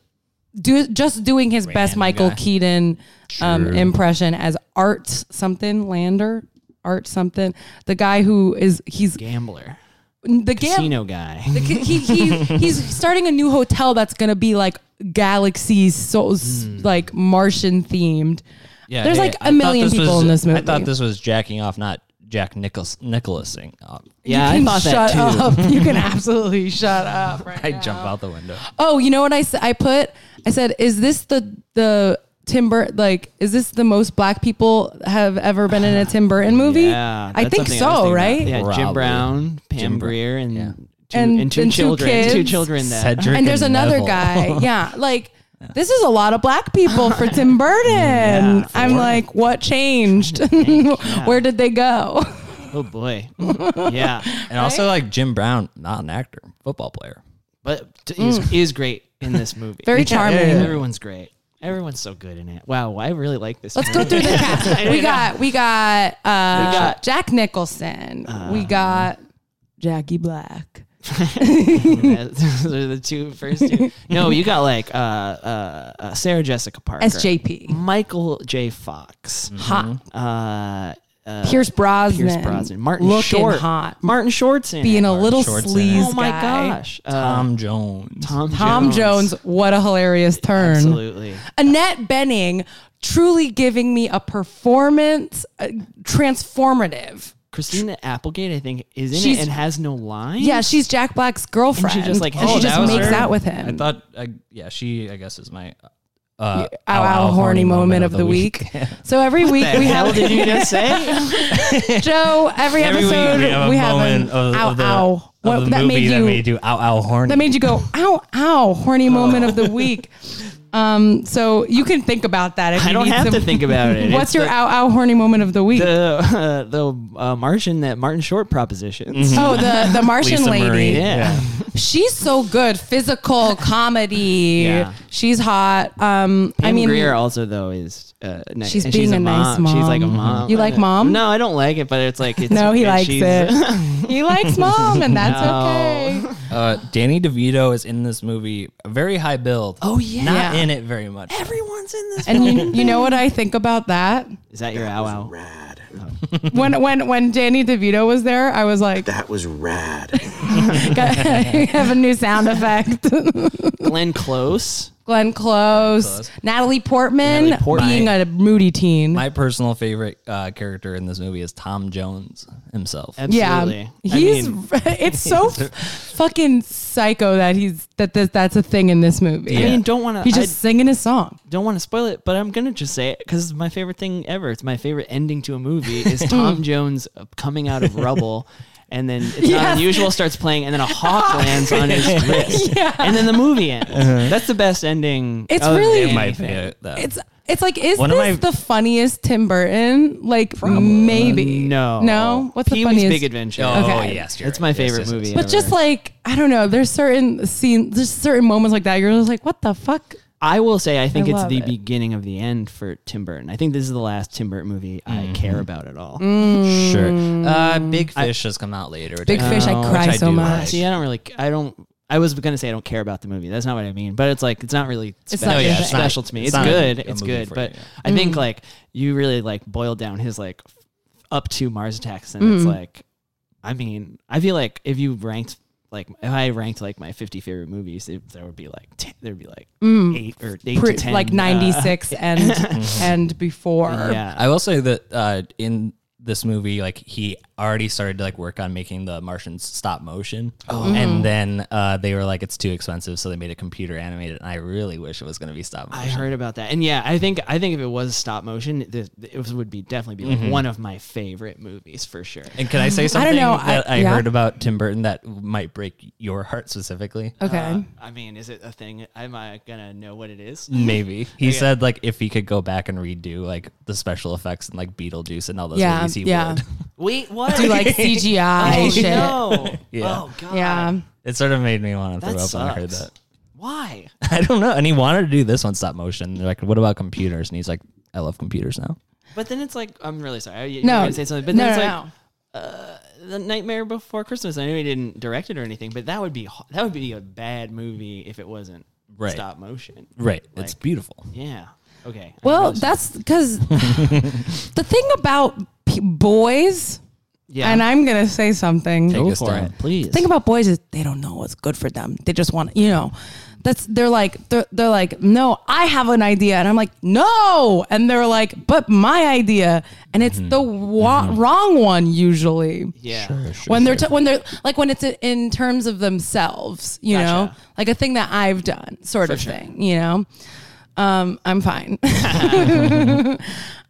Speaker 1: do, just doing his best Michael
Speaker 2: guy.
Speaker 1: Keaton um, impression as Art something Lander. Art something. The guy who is he's
Speaker 3: Gambler.
Speaker 1: the gam-
Speaker 3: Casino guy.
Speaker 1: the ki- he, he, he's starting a new hotel that's gonna be like galaxy so s- like Martian themed.
Speaker 2: Hmm. Yeah,
Speaker 1: There's
Speaker 2: hey,
Speaker 1: like a
Speaker 2: I thought
Speaker 1: million people
Speaker 2: was,
Speaker 1: in this movie.
Speaker 2: I thought this was jacking off, not Jack Nichols Nicholasing. Up.
Speaker 1: you
Speaker 3: Yeah, I
Speaker 1: can
Speaker 3: thought
Speaker 1: shut
Speaker 3: that too.
Speaker 1: up. You can absolutely shut up. Right
Speaker 2: I
Speaker 1: now.
Speaker 2: jump out the window.
Speaker 1: Oh, you know what I s- I put? I said, is this the the Tim Burton? Like, is this the most black people have ever been in a Tim Burton movie?
Speaker 3: Yeah,
Speaker 1: I
Speaker 3: that's
Speaker 1: think
Speaker 3: something was
Speaker 1: so.
Speaker 3: thinking
Speaker 1: right?
Speaker 3: about. Yeah,
Speaker 2: Probably.
Speaker 3: Jim Brown, Pam
Speaker 2: Jim Brown,
Speaker 3: Greer, and,
Speaker 2: yeah.
Speaker 3: two,
Speaker 1: And-
Speaker 3: and, two
Speaker 1: and two
Speaker 3: children, two
Speaker 1: kids.
Speaker 3: children that
Speaker 2: Cedric
Speaker 1: and there's another
Speaker 2: Neville.
Speaker 1: guy. Yeah, like this is a lot of black people for Tim Burton. I'm like, what changed? Where did they go?
Speaker 3: Oh boy, yeah,
Speaker 2: And also like Jim Brown, not an actor, football player.
Speaker 3: but t- is, is great in this movie.
Speaker 1: Mm. Very charming.
Speaker 3: Everyone's great. Everyone's so good in it. Wow, I really like this.
Speaker 1: Let's
Speaker 3: movie.
Speaker 1: go through the cast. We got we got uh, Jack Nicholson. we got Jackie Black.
Speaker 3: Those are the two first. Two. No, you got like uh, uh, uh, Sarah Jessica Parker,
Speaker 1: SJP.
Speaker 3: Michael J. Fox,
Speaker 1: Mm-hmm. Hot.
Speaker 3: uh, uh,
Speaker 1: Pierce Brosnan.
Speaker 3: Pierce Brosnan, Martin
Speaker 1: Looking
Speaker 3: Short,
Speaker 1: hot.
Speaker 3: Martin Short's in
Speaker 1: Being
Speaker 3: it.
Speaker 1: a little
Speaker 2: Short's in
Speaker 1: sleaze
Speaker 2: it.
Speaker 3: oh my
Speaker 1: guy.
Speaker 3: gosh, uh,
Speaker 2: Tom Jones.
Speaker 3: Tom,
Speaker 1: Tom Jones. What a hilarious turn.
Speaker 3: Absolutely.
Speaker 1: Annette Benning truly giving me a performance uh, transformative.
Speaker 3: Christina Applegate, I think, is in
Speaker 1: She's-
Speaker 3: it and has no line.
Speaker 1: Yeah, she's Jack Black's girlfriend.
Speaker 3: And she just, like,
Speaker 1: And she
Speaker 3: Oh,
Speaker 1: just
Speaker 2: that was
Speaker 1: makes
Speaker 2: her?
Speaker 1: out with him.
Speaker 2: I thought, I, yeah, she I guess is my uh,
Speaker 1: Ow, ow, horny, moment, of, the week. so every week
Speaker 3: What the
Speaker 1: we
Speaker 3: hell
Speaker 1: have
Speaker 3: did you just say?
Speaker 1: Joe. Every,
Speaker 2: Every week
Speaker 1: episode
Speaker 2: we have a moment
Speaker 1: an
Speaker 2: of,
Speaker 1: ow
Speaker 2: of the,
Speaker 1: ow.
Speaker 2: of
Speaker 1: What-
Speaker 2: the
Speaker 1: that
Speaker 2: movie
Speaker 1: made you
Speaker 2: that made you ow ow horny.
Speaker 1: that made you go ow ow horny moment of the week. Um, so you can think about that. If
Speaker 3: I
Speaker 1: you
Speaker 3: don't
Speaker 1: need
Speaker 3: have
Speaker 1: some-
Speaker 3: to think about it.
Speaker 1: What's
Speaker 3: It's
Speaker 1: your
Speaker 3: the-
Speaker 1: ow ow horny moment of the week?
Speaker 3: The uh, the uh, Martian that Martin Short propositions.
Speaker 1: oh, the the Martian
Speaker 2: Lisa
Speaker 1: lady.
Speaker 2: Marie.
Speaker 3: Yeah.
Speaker 1: She's so good. Physical comedy.
Speaker 3: Yeah.
Speaker 1: She's hot. Um, I
Speaker 3: Pam
Speaker 1: mean,
Speaker 3: Greer also though is uh, nice.
Speaker 1: She's
Speaker 3: and
Speaker 1: being
Speaker 3: she's
Speaker 1: a nice
Speaker 3: She's like a
Speaker 1: mom.
Speaker 3: mom. Uh,
Speaker 1: You like mom?
Speaker 3: No, I don't like it, but it's like it's,
Speaker 1: no, he
Speaker 3: and
Speaker 1: likes
Speaker 3: she's-
Speaker 1: it. he likes mom, and that's
Speaker 3: No.
Speaker 1: okay.
Speaker 2: Uh, Danny DeVito is in this movie, a very high build.
Speaker 3: Oh, yeah.
Speaker 2: not in it very much.
Speaker 3: Everyone's in this.
Speaker 1: And you, you know what I think about that?
Speaker 3: Is that your ow ow?
Speaker 1: When when when Danny DeVito was there, I was like,
Speaker 6: That was rad.
Speaker 1: have a new sound effect.
Speaker 3: Glenn Close.
Speaker 1: Glenn Close, Natalie Portman,
Speaker 3: Natalie Portman.
Speaker 1: being a moody teen.
Speaker 2: My personal favorite uh, character in this movie is Tom Jones himself.
Speaker 1: yeah,
Speaker 3: Absolutely. I
Speaker 1: he's.
Speaker 3: mean,
Speaker 1: it's so f- fucking psycho that he's that, that that's a thing in this movie.
Speaker 3: I mean, don't want to.
Speaker 1: He's just singing his song.
Speaker 3: don't want to spoil it, but I'm gonna just say it because it's my favorite thing ever. It's my favorite ending to a movie is Tom Jones uh, coming out of rubble, and then it's
Speaker 1: Yes.
Speaker 3: not unusual starts playing, and then a hawk lands on his wrist,
Speaker 1: Yeah.
Speaker 3: and then the movie ends. That's the best ending.
Speaker 1: It's
Speaker 3: of
Speaker 1: really-
Speaker 2: It might be
Speaker 3: anything.
Speaker 2: it, though.
Speaker 1: It's it's like is
Speaker 2: One of
Speaker 1: this
Speaker 2: my-
Speaker 1: the funniest Tim Burton? Like maybe
Speaker 3: No,
Speaker 1: no. What's
Speaker 3: Pee-wee's
Speaker 1: the funniest?
Speaker 3: Big Adventure?
Speaker 2: oh
Speaker 1: okay.
Speaker 2: yes, you're
Speaker 3: It's
Speaker 2: right.
Speaker 3: my
Speaker 2: Yes,
Speaker 3: favorite
Speaker 2: yes, yes.
Speaker 3: movie.
Speaker 1: But just
Speaker 3: ever.
Speaker 1: like I don't know, there's certain scenes, there's certain moments like that. You're just like, what the fuck?
Speaker 3: I will say, I think
Speaker 1: I
Speaker 3: it's
Speaker 1: love
Speaker 3: the
Speaker 1: it.
Speaker 3: beginning of the end for Tim Burton. I think this is the last Tim Burton movie I care about at
Speaker 1: Mm.
Speaker 3: all.
Speaker 2: Sure. Uh, Big Fish has come out later.
Speaker 1: Big Fish, I
Speaker 2: which
Speaker 1: cry
Speaker 2: I
Speaker 1: so
Speaker 2: do
Speaker 1: much.
Speaker 3: See, I don't really. I don't. I was gonna say I don't care about the movie. That's not what I mean. But it's like it's not really
Speaker 1: It's
Speaker 3: it's
Speaker 1: not Mm.
Speaker 3: special,
Speaker 1: No, yeah, your
Speaker 2: Oh, it's thing. not-
Speaker 3: special to me.
Speaker 2: it's
Speaker 3: It's,
Speaker 2: not
Speaker 3: good.
Speaker 2: a
Speaker 3: It's
Speaker 2: movie
Speaker 3: good.
Speaker 2: for
Speaker 3: But
Speaker 2: you, yeah.
Speaker 3: I think like you really like boiled down his like up to Mars Attacks, and
Speaker 1: Mm-hmm.
Speaker 3: it's like, I mean, I feel like if you ranked like if I ranked like my 50 favorite movies, it, there would be like ten, there'd be like eight or eight
Speaker 1: Mm. Pre-
Speaker 3: to ten,
Speaker 1: like
Speaker 3: uh,
Speaker 1: 96 and and before.
Speaker 3: yeah,
Speaker 2: I will say that uh, in this movie, like he already started to like work on making the Martians stop motion,
Speaker 3: Oh.
Speaker 1: Mm-hmm.
Speaker 2: and then uh, they were like, "It's too expensive," so they made a computer animated. And I really wish it was going to be stop
Speaker 3: I
Speaker 2: motion.
Speaker 3: heard about that, and yeah, I think I think if it was stop motion, th- th- it was, would be definitely be like
Speaker 2: Mm-hmm.
Speaker 3: one of my favorite movies for sure.
Speaker 2: and can I say something
Speaker 1: know, I-
Speaker 2: that I,
Speaker 1: yeah.
Speaker 2: heard about Tim Burton that might break your heart specifically?
Speaker 1: Okay.
Speaker 3: I mean, is it a thing? Am I gonna know what it is?
Speaker 2: Maybe he said like if he could go back and redo like the special effects and like Beetlejuice and all those
Speaker 1: Yeah,
Speaker 2: movies, he
Speaker 1: yeah.
Speaker 2: would.
Speaker 3: Wait, what?
Speaker 1: Do like CGI
Speaker 3: oh,
Speaker 1: shit.
Speaker 3: No.
Speaker 2: Yeah.
Speaker 3: Oh god.
Speaker 1: Yeah.
Speaker 2: It sort of made me want to
Speaker 3: That
Speaker 2: throw up
Speaker 3: sucks.
Speaker 2: when I heard that.
Speaker 3: Why?
Speaker 2: I don't know. And he wanted to do this on stop motion. They're like, what about computers? And he's like, I love computers now.
Speaker 3: But then it's like I'm really sorry. I- You
Speaker 1: No.
Speaker 3: no, say something. But
Speaker 1: no,
Speaker 3: then it's
Speaker 1: no,
Speaker 3: like the Nightmare Before Christmas. I know he didn't direct it or anything, but that would be h- that would be a bad movie if it wasn't
Speaker 2: Right.
Speaker 3: stop motion.
Speaker 2: Right. it's beautiful.
Speaker 3: Yeah. Okay. I'm
Speaker 1: Well,
Speaker 3: really sorry.
Speaker 1: that's because the thing about p- boys,
Speaker 3: yeah.
Speaker 1: and I'm going to say something.
Speaker 2: Take us
Speaker 3: for
Speaker 2: down.
Speaker 3: it, please.
Speaker 1: thing about boys is they don't know what's good for them. They just want, you know, that's they're like they're, they're like, "No, I have an idea." And I'm like, "No." And they're like, "But my idea." And it's the wa- wrong one usually.
Speaker 3: yeah.
Speaker 1: when they're t- when they're like when it's in terms of themselves, you know,
Speaker 3: Gotcha.
Speaker 1: like a thing that I've done, sort of thing, you know. Um, I'm fine.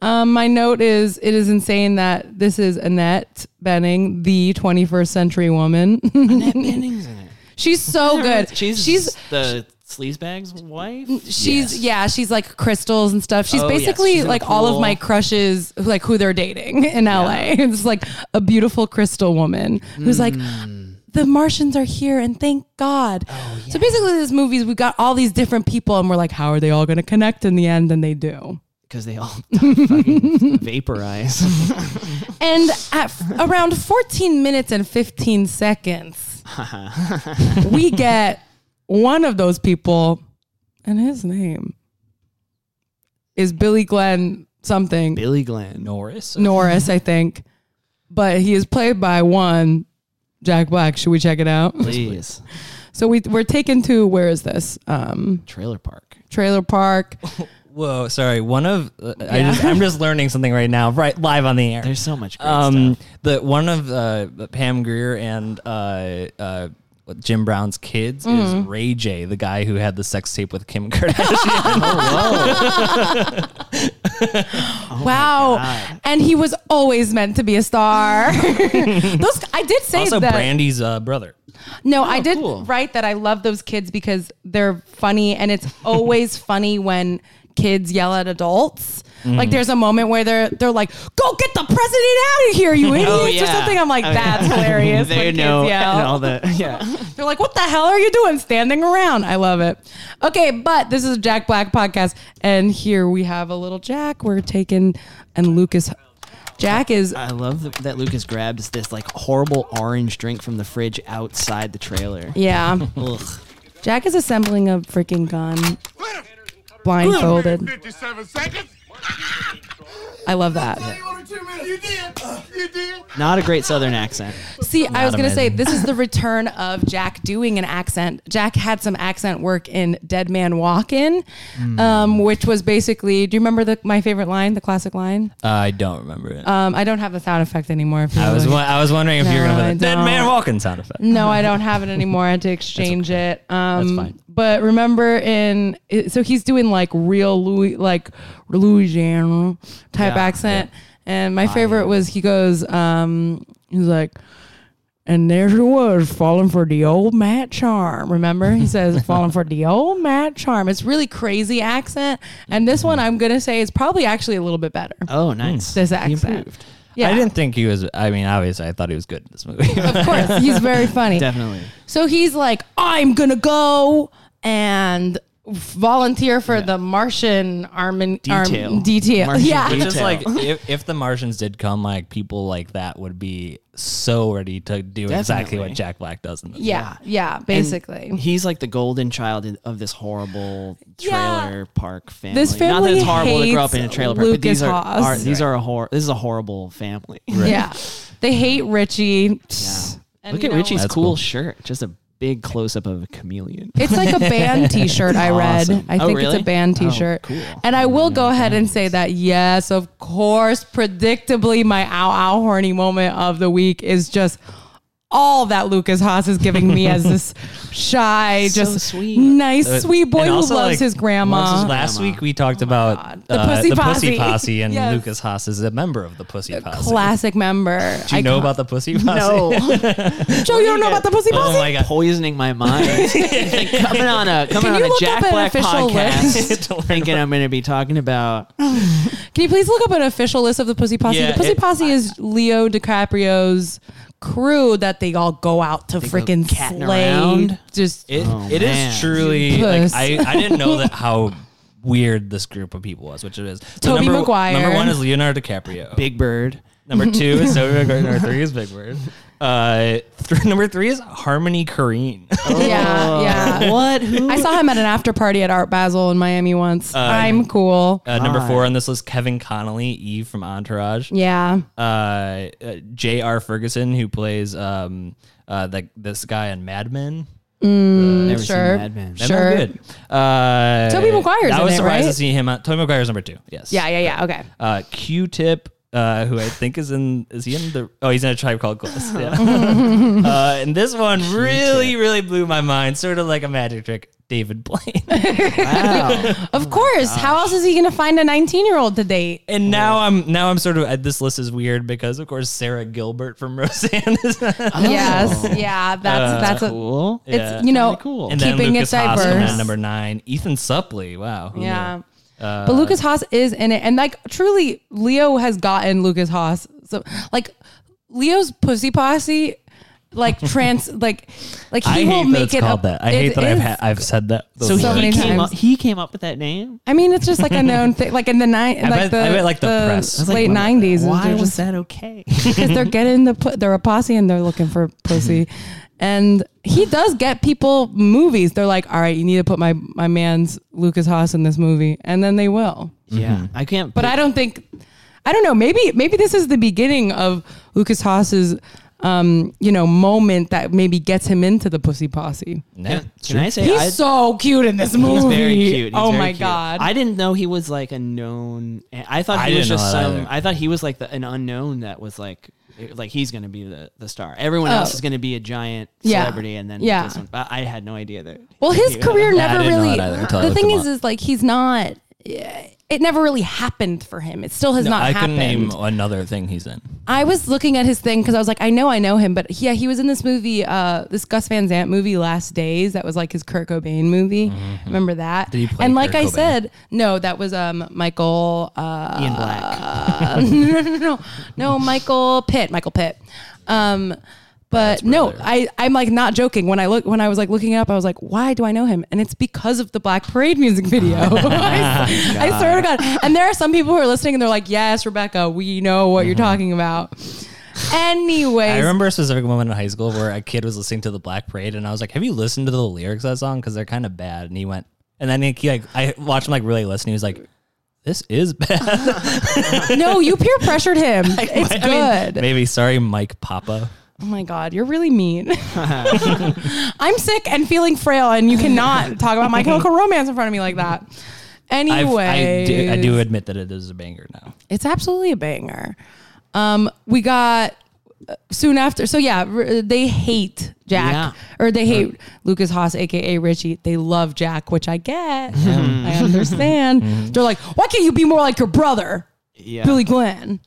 Speaker 1: um, my note is: it is insane that this is Annette Benning, the 21st century woman.
Speaker 3: Benning's in it.
Speaker 1: she's so Oh, good.
Speaker 3: She's
Speaker 1: she's
Speaker 3: the sleazebag's wife.
Speaker 1: she's yeah, she's like crystals and stuff. She's
Speaker 3: Oh, yes,
Speaker 1: basically
Speaker 3: she's in the
Speaker 1: like all of
Speaker 3: pool.
Speaker 1: my crushes, who- like who they're dating in LA. It's like a beautiful crystal woman who's like,
Speaker 3: Hmm.
Speaker 1: the Martians are here and thank God.
Speaker 3: Oh,
Speaker 1: So basically, this movie's we got all these different people and we're like, how are they all going to connect in the end? And they do.
Speaker 3: Because they all fucking vaporize.
Speaker 1: And at f- around 14 minutes and 15 seconds, we get one of those people, and his name is Billy Glenn something
Speaker 3: Billy Glenn.
Speaker 2: Norris?
Speaker 1: Norris, I think. But he is played by one Jack Black. Should we check it out?
Speaker 3: Please.
Speaker 1: So we we're taken to where is this um,
Speaker 3: Trailer Park.
Speaker 1: trailer park?
Speaker 2: Whoa, sorry. One of, uh, I just, I'm just learning something right now, right live on the air.
Speaker 3: There's so much great
Speaker 2: um,
Speaker 3: stuff.
Speaker 2: the one of uh, Pam Greer and uh, uh, Jim Brown's kids is Ray J, the guy who had the sex tape with Kim Kardashian.
Speaker 1: wow! And he was always meant to be a star. those I did say
Speaker 2: also,
Speaker 1: that.
Speaker 2: Brandy's uh, brother.
Speaker 1: No, I did
Speaker 3: Oh, cool.
Speaker 1: write that I love those kids because they're funny and it's always funny when kids yell at adults.
Speaker 3: Mm-hmm.
Speaker 1: Like there's a moment where they're they're like, "Go get the president out of here, you idiots!" or
Speaker 3: yeah.
Speaker 1: something. I'm like,
Speaker 3: Oh, yeah.
Speaker 1: "That's hilarious."
Speaker 3: They
Speaker 1: when
Speaker 3: know
Speaker 1: kids yell.
Speaker 3: and all the yeah.
Speaker 1: They're like, what the hell are you doing standing around? I love it. Okay, but this is Jack Black podcast. And here we have a little Jack. We're taking, and Lucas. Jack is,
Speaker 3: I love th- that Lucas grabs this like horrible orange drink from the fridge outside the trailer.
Speaker 1: yeah.
Speaker 3: Ugh.
Speaker 1: Jack is assembling a freaking gun blindfolded.
Speaker 4: 57 seconds?
Speaker 1: I love that.
Speaker 4: You did. You did.
Speaker 3: Not a great southern accent.
Speaker 1: See, I was going to say,
Speaker 2: amazing.
Speaker 1: this is the return of Jack doing an accent. Jack had some accent work in Dead Man Walkin',
Speaker 2: Hmm.
Speaker 1: um, which was basically, do you remember the, my favorite line, the classic line?
Speaker 2: I don't remember it.
Speaker 1: Um, I don't have the sound effect anymore. if you
Speaker 2: I was,
Speaker 1: look.
Speaker 2: wa- I was wondering if you were
Speaker 1: No,
Speaker 2: going to
Speaker 1: I
Speaker 2: put a dead
Speaker 1: don't.
Speaker 2: man walking sound effect.
Speaker 1: No, I don't have it anymore. I had to exchange it. Um,
Speaker 2: fine.
Speaker 1: But remember, in it- so he's doing like real Louis, like Louisiana type
Speaker 3: Yeah,
Speaker 1: accent. And my favorite was he goes, um, he's like, and there she was falling for the old Matt Charm. Remember, he says falling for the old Matt Charm. It's really crazy accent. And this one, I'm gonna say, is probably actually a little bit better.
Speaker 3: Oh, nice.
Speaker 1: This
Speaker 3: He
Speaker 1: accent.
Speaker 3: improved.
Speaker 1: Yeah,
Speaker 2: I didn't think he was. I mean, obviously, I thought he was good in this movie.
Speaker 1: Of course, he's very funny.
Speaker 3: Definitely.
Speaker 1: So he's like, I'm gonna go and volunteer for the Martian Armin
Speaker 3: Detail.
Speaker 1: Arm, detail.
Speaker 3: Martian
Speaker 1: yeah.
Speaker 3: detail.
Speaker 2: Which is like if, if the Martians did come, like people like that would be so ready to do exactly
Speaker 3: Definitely.
Speaker 2: what Jack Black does in this.
Speaker 1: yeah, yeah,
Speaker 3: And
Speaker 1: basically.
Speaker 3: he's like the golden child in- of this horrible
Speaker 1: Yeah.
Speaker 3: trailer park family.
Speaker 1: This
Speaker 3: Not that
Speaker 1: family
Speaker 3: it's horrible to grow up
Speaker 1: hates
Speaker 3: in a trailer park, but
Speaker 1: Lucas
Speaker 3: these are,
Speaker 1: Haas.
Speaker 3: are- these are a hor- this is a horrible family.
Speaker 1: Yeah. They hate Richie. And,
Speaker 3: Look
Speaker 1: you
Speaker 3: at
Speaker 1: know,
Speaker 3: Richie's
Speaker 2: That's
Speaker 3: cool,
Speaker 2: cool.
Speaker 3: shirt, just a big close up of a chameleon.
Speaker 1: It's like a band T-shirt. I read.
Speaker 3: Awesome.
Speaker 1: I
Speaker 3: Oh,
Speaker 1: think it's
Speaker 3: really?
Speaker 1: a band
Speaker 3: Oh,
Speaker 1: T-shirt.
Speaker 3: cool.
Speaker 1: And I will go ahead and say that yes, of course, predictably, my ow ow horny moment of the week is just all that Lucas Haas is giving me as this shy,
Speaker 3: So
Speaker 1: just
Speaker 3: sweet.
Speaker 1: nice, sweet boy
Speaker 2: And
Speaker 1: who loves
Speaker 2: also, like,
Speaker 1: his grandma. Oh
Speaker 2: Last week we talked about
Speaker 1: The
Speaker 2: uh,
Speaker 1: Pussy Posse.
Speaker 2: Posse, and
Speaker 1: Yes. Uh,
Speaker 2: Lucas Haas is a member of the Pussy Posse.
Speaker 1: Classic member.
Speaker 2: Do you know about the Pussy Posse?
Speaker 1: Joe? You don't know about the pussy posse?
Speaker 2: oh my god.
Speaker 3: Poisoning my mind. Like, coming on a coming
Speaker 1: Can
Speaker 3: on
Speaker 1: you
Speaker 3: a
Speaker 1: look
Speaker 3: Jack
Speaker 1: up an
Speaker 3: Black
Speaker 1: official
Speaker 3: podcast,
Speaker 1: list?
Speaker 3: thinking I'm going to be talking about.
Speaker 1: Can you please look up an official list of the Pussy Posse?
Speaker 2: Yeah,
Speaker 1: the Pussy
Speaker 2: it-
Speaker 1: Posse is Leo DiCaprio's crew that they all go out to
Speaker 3: go
Speaker 1: freaking
Speaker 3: catting
Speaker 1: slay.
Speaker 3: around?
Speaker 1: Just
Speaker 2: It,
Speaker 3: Oh,
Speaker 2: it is
Speaker 3: man.
Speaker 2: truly
Speaker 1: You
Speaker 2: like
Speaker 1: puss.
Speaker 2: I, I didn't know that how weird this group of people was, which it is. So
Speaker 1: Tobey
Speaker 2: number,
Speaker 1: Maguire.
Speaker 2: Number one is Leonardo DiCaprio.
Speaker 3: Big Bird.
Speaker 2: Number two is Tobey Maguire. Number three is Big Bird. Uh, th- number three is Harmony Korine.
Speaker 1: Oh, yeah, yeah.
Speaker 3: What? Who?
Speaker 1: I saw him at an after party at Art Basel in Miami once.
Speaker 3: Uh,
Speaker 1: I'm cool.
Speaker 2: Uh, number four on this list, Kevin Connolly, Eve from Entourage.
Speaker 1: yeah.
Speaker 2: Uh, uh, J.R. Ferguson, who plays um, uh, the, this guy on Mad Men.
Speaker 3: Never seen
Speaker 1: Mm, sure.
Speaker 3: Mad Men.
Speaker 2: Mad Men are
Speaker 1: Sure.
Speaker 2: good. Uh,
Speaker 1: Tobey Maguire's
Speaker 2: I
Speaker 1: in
Speaker 2: was
Speaker 1: it,
Speaker 2: surprised to
Speaker 1: right?
Speaker 2: see him. out. Tobey Maguire's number two. Yes.
Speaker 1: Yeah, yeah, yeah. Okay.
Speaker 2: Uh, Q-Tip, uh, who I think is in is he in the? Oh, he's in a tribe called Quest. Yeah. uh, and this one really, really blew my mind. Sort of like a magic trick. David Blaine.
Speaker 3: Wow.
Speaker 1: Of course. How else is he going to find a 19 year old to date?
Speaker 2: And now I'm now I'm sort of uh, this list is weird because of course Sarah Gilbert from Roseanne is
Speaker 1: Yes. Yeah. That's, that's a,
Speaker 3: Oh. Uh, cool.
Speaker 1: it's,
Speaker 2: Yeah.
Speaker 1: you know,
Speaker 3: Kinda cool.
Speaker 2: and then
Speaker 1: Keeping it
Speaker 2: Lucas Haas coming
Speaker 1: diverse.
Speaker 2: at number nine. Ethan Suplee. Wow. Who
Speaker 1: Yeah.
Speaker 2: Uh,
Speaker 1: but Lucas Haas is in it. And like truly, Leo has gotten Lucas Haas. So like Leo's pussy posse, like trans like like
Speaker 2: knew?
Speaker 1: he
Speaker 2: I
Speaker 1: will
Speaker 2: hate that
Speaker 1: make
Speaker 2: it's
Speaker 1: it
Speaker 2: called
Speaker 1: up-
Speaker 2: that. I
Speaker 1: it
Speaker 2: hate that I've
Speaker 1: is.
Speaker 2: ha- I've said that.
Speaker 3: So,
Speaker 1: So
Speaker 3: he
Speaker 1: many
Speaker 3: came
Speaker 1: times.
Speaker 3: up. He came up with that name.
Speaker 1: I mean, it's just like a known thing. Like in the night,
Speaker 2: I
Speaker 1: like
Speaker 2: bet-
Speaker 1: the
Speaker 2: I bet, like, the press. I was like,
Speaker 1: late
Speaker 2: why-
Speaker 1: nineties.
Speaker 3: Why
Speaker 1: They're
Speaker 3: was
Speaker 1: just
Speaker 3: that okay?
Speaker 1: because they're getting the pu- they're a posse and they're looking for pussy, and he does get people movies. They're like, all right, you need to put my my man's Lucas Haas in this movie, and then they will.
Speaker 3: yeah, I can't.
Speaker 1: But I don't think I don't know. Maybe maybe this is the beginning of Lucas Haas's um, you know, moment that maybe gets him into the pussy posse.
Speaker 2: Yeah.
Speaker 3: Can I say
Speaker 1: He's
Speaker 3: I,
Speaker 1: so cute in this
Speaker 3: He's
Speaker 1: movie.
Speaker 3: very cute. He's
Speaker 1: oh
Speaker 3: very
Speaker 1: my
Speaker 3: cute.
Speaker 1: god.
Speaker 3: I didn't know he was like a known. I thought
Speaker 2: I
Speaker 3: he was
Speaker 2: didn't know
Speaker 3: just
Speaker 2: that
Speaker 3: some.
Speaker 2: either.
Speaker 3: I thought he was like the, an unknown that was like, like he's gonna be the, the star. Everyone else
Speaker 1: Oh.
Speaker 3: is gonna be a giant
Speaker 1: Yeah.
Speaker 3: celebrity, and then
Speaker 1: Yeah.
Speaker 3: this one. But I had no idea that.
Speaker 1: well, his career never
Speaker 2: didn't know
Speaker 1: really
Speaker 2: that either until I
Speaker 1: The
Speaker 2: looked
Speaker 1: thing
Speaker 2: him
Speaker 1: is is like he's not it never really happened for him. It still has
Speaker 2: No,
Speaker 1: not
Speaker 2: I
Speaker 1: happened.
Speaker 2: couldn't name another thing he's in.
Speaker 1: I was looking at his thing because I was like, I know I know him, but yeah, he was in this movie, uh, this Gus Van Sant movie, Last Days. That was like his Kurt Cobain movie. Remember that?
Speaker 2: Mm-hmm, he play
Speaker 1: and like
Speaker 2: Kurt
Speaker 1: I
Speaker 2: Cobain?
Speaker 1: said, no, that was um, Michael. Uh,
Speaker 3: Ian Black.
Speaker 1: no, no, no, no, Michael Pitt, Michael Pitt. Um, but no, I, I'm like not joking. When I look, when I was like looking it up, I was like, why do I know him? And it's because of the Black Parade music video. I, I swear to God. And there are some people who are listening and they're like, yes, Rebecca, we know what you're talking about. Anyways,
Speaker 2: Mm-hmm. I remember a specific moment in high school where a kid was listening to the Black Parade, and I was like, "Have you listened to the lyrics of that song? Because they're kind of bad." And he went, and then he like, I watched him like really listen. He was like, "This is bad."
Speaker 1: no, you peer pressured him. It's
Speaker 2: I mean,
Speaker 1: good.
Speaker 2: maybe sorry, Mike Papa.
Speaker 1: oh my God, you're really mean. I'm sick and feeling frail, and you cannot talk about my chemical romance in front of me like that.
Speaker 2: I've-
Speaker 1: Anyway,
Speaker 2: I do, I do admit that it is a banger now.
Speaker 1: It's absolutely a banger. Um, we got uh, soon after. So yeah, r- they hate Jack
Speaker 3: Yeah.
Speaker 1: or they hate Lucas Haas, aka Richie. They love Jack, which I get.
Speaker 2: Hmm.
Speaker 1: I understand. They're like, why can't you be more like your brother,
Speaker 3: Yeah.
Speaker 1: Billy Glenn?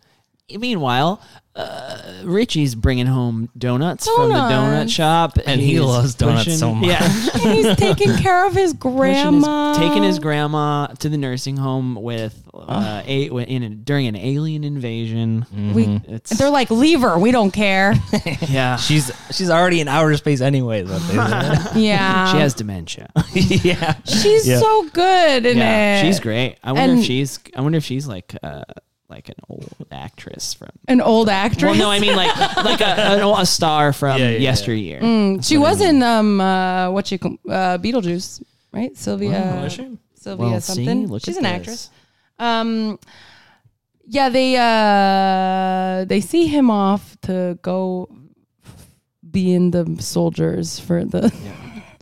Speaker 3: meanwhile, uh, Richie's bringing home donuts, from the donut
Speaker 1: Donuts.
Speaker 3: shop, and
Speaker 2: he
Speaker 3: he's
Speaker 2: loves donuts
Speaker 3: pushing-
Speaker 2: so much.
Speaker 3: Yeah.
Speaker 1: And he's taking care of his
Speaker 3: pushing his-
Speaker 1: grandma.
Speaker 3: taking his grandma to the nursing home with uh, a, in a, during an alien invasion.
Speaker 1: We,
Speaker 3: It's
Speaker 1: they're like, leave her. We don't care.
Speaker 3: yeah, she,
Speaker 2: She's she's already in outer space anyway.
Speaker 1: Yeah.
Speaker 3: has dementia.
Speaker 2: yeah.
Speaker 1: She's so good in it.
Speaker 3: she's great. I wonder
Speaker 1: And-
Speaker 3: if she's I wonder if she's like uh, like an old actress from.
Speaker 1: An old actress.
Speaker 3: Well, no, I mean like like a, an old- a star from
Speaker 2: Yeah, yeah, yeah.
Speaker 3: yesteryear.
Speaker 1: she was in um uh what she uh Beetlejuice, right? Sylvia. Sylvia
Speaker 3: Well, see,
Speaker 1: something.
Speaker 3: look
Speaker 1: she's an
Speaker 3: at this.
Speaker 1: actress. Um yeah, they uh they see him off to go be in the soldiers for the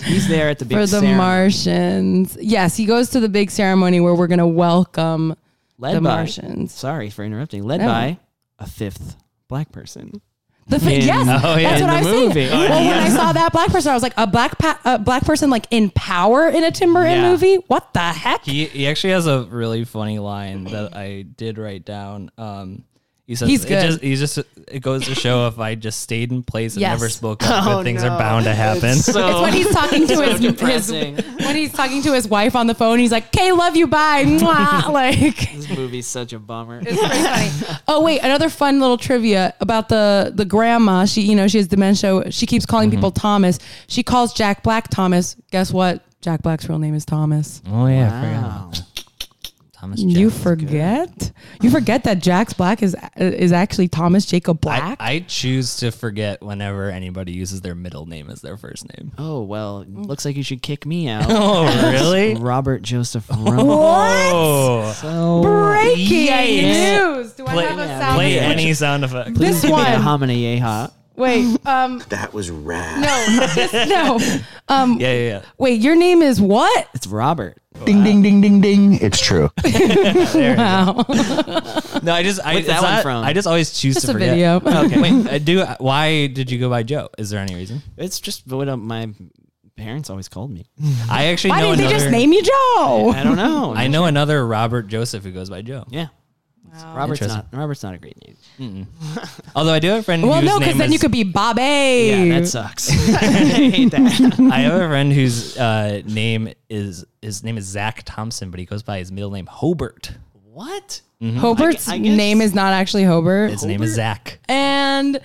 Speaker 3: He's there at the big
Speaker 1: for the
Speaker 3: ceremony.
Speaker 1: Martians. Yes, he goes to the big ceremony where we're going to welcome
Speaker 3: led
Speaker 1: the
Speaker 3: by,
Speaker 1: Martians.
Speaker 3: Sorry for interrupting. Led
Speaker 1: No.
Speaker 3: by a fifth black person.
Speaker 1: The fa-
Speaker 3: In-
Speaker 1: yes,
Speaker 3: Oh, yeah,
Speaker 1: that's
Speaker 3: in
Speaker 1: what
Speaker 3: the
Speaker 1: I was saying.
Speaker 3: movie.
Speaker 1: Well, when I saw that black person, I was like, a black pa- a black person like in power in a Tim Burton
Speaker 3: Yeah.
Speaker 1: movie. What the heck?
Speaker 2: He he actually has a really funny line that I did write down. Um he says
Speaker 1: He's good.
Speaker 2: It just, he just it goes to show if I just stayed in place and
Speaker 1: Yes. Oh,
Speaker 2: never spoke up, good things are bound to happen.
Speaker 1: it's when he's talking to his, his
Speaker 3: depressing.
Speaker 1: when he's talking to his wife on the phone. He's like, "Okay, love you, bye." Mwah. Like,
Speaker 3: this movie's such a bummer.
Speaker 1: It's pretty funny. Oh wait, another fun little trivia about the the grandma. She you know she has dementia. She keeps
Speaker 2: Mm-hmm.
Speaker 1: calling people Thomas. She calls Jack Black Thomas. Guess what? Jack Black's real name is Thomas.
Speaker 2: oh yeah, I forgot.
Speaker 3: Wow.
Speaker 2: Thomas
Speaker 1: you
Speaker 2: Jefferson.
Speaker 1: forget? You forget that Jack Black is is actually Thomas Jacob
Speaker 2: I,
Speaker 1: Black.
Speaker 2: I choose to forget whenever anybody uses their middle name as their first name.
Speaker 3: Oh well,
Speaker 1: Mm.
Speaker 3: looks like you should kick me out.
Speaker 2: Oh really?
Speaker 3: Robert Joseph Rumble.
Speaker 1: what?
Speaker 2: Oh.
Speaker 3: so
Speaker 1: Breaking
Speaker 2: Yikes.
Speaker 1: news. Do
Speaker 2: Play,
Speaker 1: I have a sound?
Speaker 2: play
Speaker 1: effect?
Speaker 2: any sound effect.
Speaker 1: This
Speaker 3: give me a
Speaker 2: Uh-huh.
Speaker 1: one.
Speaker 3: hominy yeha.
Speaker 1: Wait. Um.
Speaker 4: That was rad.
Speaker 1: No. this- no. Um.
Speaker 2: Yeah, yeah, yeah.
Speaker 1: Wait. Your name is what?
Speaker 3: It's Robert.
Speaker 4: Ding, ding, ding, ding, ding. It's true.
Speaker 1: Wow.
Speaker 2: No, I just I,
Speaker 3: What's that one
Speaker 2: it's not-
Speaker 3: from?
Speaker 2: I just always choose
Speaker 1: Just
Speaker 2: to
Speaker 1: a
Speaker 2: forget.
Speaker 1: video.
Speaker 2: Okay. Wait, I do why did you go by Joe? Is there any reason?
Speaker 3: It's just what uh, my parents always called me.
Speaker 2: I actually
Speaker 1: Why
Speaker 2: know
Speaker 1: didn't
Speaker 2: another,
Speaker 1: they just name you Joe?
Speaker 3: I don't know.
Speaker 2: I know another Robert Joseph who goes by Joe.
Speaker 3: Yeah. Robert's not.
Speaker 2: Interesting.
Speaker 3: Robert's not a great name.
Speaker 2: Although I do have a friend.
Speaker 1: Well,
Speaker 2: whose
Speaker 1: no, because
Speaker 2: name
Speaker 1: then
Speaker 2: is-
Speaker 1: you could be Bobby.
Speaker 3: Yeah, that sucks. I hate that.
Speaker 2: I have a friend whose uh, name is his name is Zach Thompson, but he goes by his middle name Hobart.
Speaker 3: What?
Speaker 1: Hobart's
Speaker 3: I gu- I guess-
Speaker 1: name is not actually Hobart.
Speaker 2: His name is Zach.
Speaker 1: And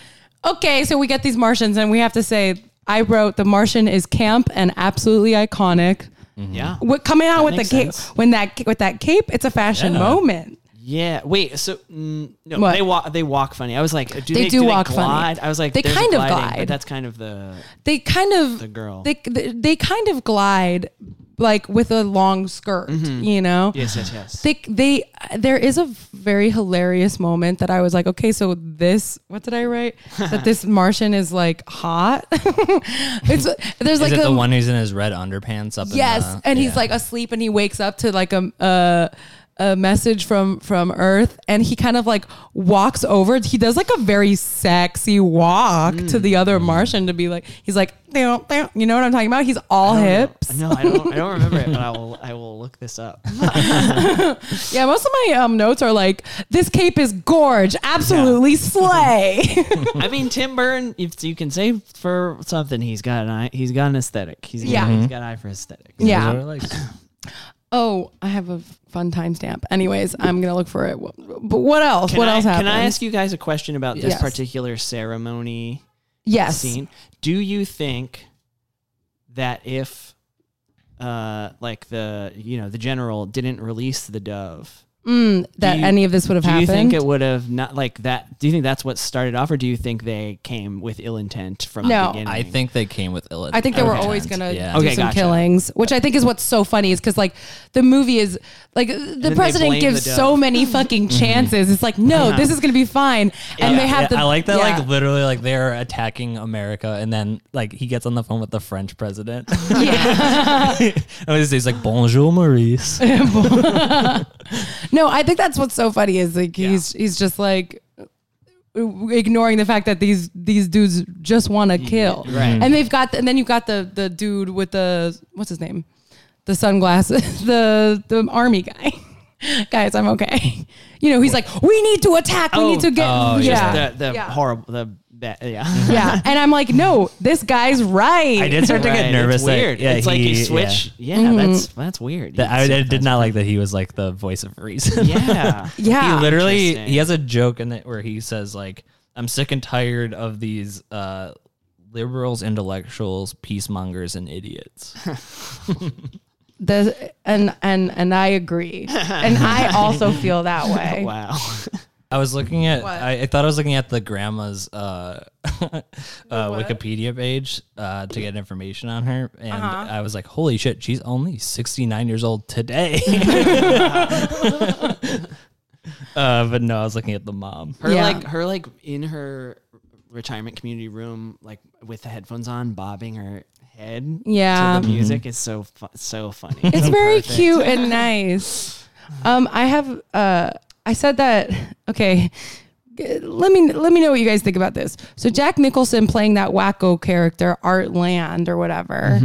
Speaker 1: okay, so we get these Martians, and we have to say, I wrote the Martian is camp and absolutely iconic.
Speaker 3: Yeah.
Speaker 1: What coming out with the
Speaker 3: Mm-hmm. makes
Speaker 1: cape
Speaker 3: sense.
Speaker 1: when that with that cape, it's a fashion moment.
Speaker 3: Yeah. Wait. So mm, no,
Speaker 1: What?
Speaker 3: they walk. They walk funny. I was like, do
Speaker 1: They
Speaker 3: they,
Speaker 1: do walk funny.
Speaker 3: glide? I was like,
Speaker 1: They
Speaker 3: there's
Speaker 1: kind of
Speaker 3: gliding, but
Speaker 1: glide.
Speaker 3: that's kind of the
Speaker 1: They kind of
Speaker 3: The girl.
Speaker 1: They they kind of glide like with a long skirt,
Speaker 3: Mm-hmm.
Speaker 1: you know.
Speaker 3: yes, yes, yes.
Speaker 1: they they there is a very hilarious moment that I was like, okay, so this what did I write? that this Martian is like hot. it's there's like
Speaker 2: is it
Speaker 1: a
Speaker 2: the one who's in his red underpants up?
Speaker 1: yes,
Speaker 2: in the,
Speaker 1: and he's like asleep and he wakes up to like a. a a message from from Earth, and he kind of like walks over. He does like a very sexy walk to the other
Speaker 3: Mm.
Speaker 1: Martian to be like, he's like, "Meow, meow." you know what I'm talking about? He's all hips.
Speaker 3: No, I don't. I don't remember it, but I will. I will look this up.
Speaker 1: Yeah, most of my um, notes are like, this cape is gorge, absolutely slay.
Speaker 3: I mean, Tim Burton. If you can say for something, he's got an eye. He's got an aesthetic. He's
Speaker 1: Yeah.
Speaker 3: got, he's got an eye for aesthetics.
Speaker 1: yeah. Oh, I have a fun timestamp. Anyways, I'm gonna look for it. Wh- But what else?
Speaker 3: Can
Speaker 1: what
Speaker 3: I,
Speaker 1: else happened?
Speaker 3: Can I ask you guys a question about this
Speaker 1: Yes.
Speaker 3: particular ceremony
Speaker 1: Yes.
Speaker 3: scene? Do you think that if, uh, like the you know the general didn't release the dove,
Speaker 1: That
Speaker 3: Do you-
Speaker 1: any of this would have
Speaker 3: Do you
Speaker 1: happened?
Speaker 3: think it would have not like that? Do you think that's what started off, or do you think they came with ill intent from
Speaker 1: No.
Speaker 3: the beginning?
Speaker 2: I think they came with ill.
Speaker 1: I think they were
Speaker 2: intent.
Speaker 1: always gonna
Speaker 2: Yeah.
Speaker 1: do
Speaker 3: Okay,
Speaker 1: some
Speaker 3: gotcha.
Speaker 1: killings, which I think is what's so funny is because like the movie is like the
Speaker 3: they
Speaker 1: president
Speaker 3: blame
Speaker 1: gives
Speaker 3: the dove.
Speaker 1: so many fucking chances. It's like no, this is gonna be fine, and they have
Speaker 2: Yeah,
Speaker 1: the.
Speaker 2: I like that. Like
Speaker 1: yeah.
Speaker 2: literally, like they're attacking America, and then like he gets on the phone with the French president. and he's- he's like, "Bonjour, Maurice."
Speaker 1: No, I think that's what's so funny is like he's he's just like ignoring the fact that these these dudes just want to kill, right? And they've got and then you've got the the dude with the what's his name, the sunglasses, the the army guy. guys, I'm okay. You know, he's like, we need to attack. We need to get. yeah.
Speaker 6: Oh,
Speaker 3: Oh. Just the the
Speaker 1: Yeah.
Speaker 3: horrible the bad, yeah.
Speaker 1: yeah. And I'm like, no, this guy's right.
Speaker 6: I did start to
Speaker 3: Right,
Speaker 6: get nervous.
Speaker 3: It's
Speaker 6: that-
Speaker 3: weird.
Speaker 6: yeah,
Speaker 3: it's like
Speaker 6: he-
Speaker 3: you
Speaker 6: yeah.
Speaker 3: switch. Yeah,
Speaker 1: Mm-hmm.
Speaker 3: that's that's weird.
Speaker 6: That-
Speaker 3: You
Speaker 6: I, I
Speaker 3: switch-
Speaker 6: did not like that he was like the voice of reason.
Speaker 3: Yeah.
Speaker 1: Yeah.
Speaker 6: he literally
Speaker 3: Interesting.
Speaker 6: he has a joke in it where he says like i'm sick and tired of these uh liberals intellectuals peacemongers and idiots
Speaker 1: the, and and and I agree. And I also feel that way.
Speaker 3: wow.
Speaker 6: i was looking at
Speaker 1: What?
Speaker 6: I, I thought i was looking at the grandma's uh, uh wikipedia page uh to get information on her and i was like holy shit she's only 69 years old today uh but no i was looking at the mom
Speaker 3: Her
Speaker 1: Yeah.
Speaker 3: like her like in her retirement community room, like with the headphones on, bobbing her head.
Speaker 1: Yeah.
Speaker 3: To the
Speaker 6: Mm-hmm.
Speaker 3: music is so fu- so funny.
Speaker 1: It's very cute and nice. Um, I have uh, I said that okay. G- Let me let me know what you guys think about this. So Jack Nicholson playing that wacko character Art Land or whatever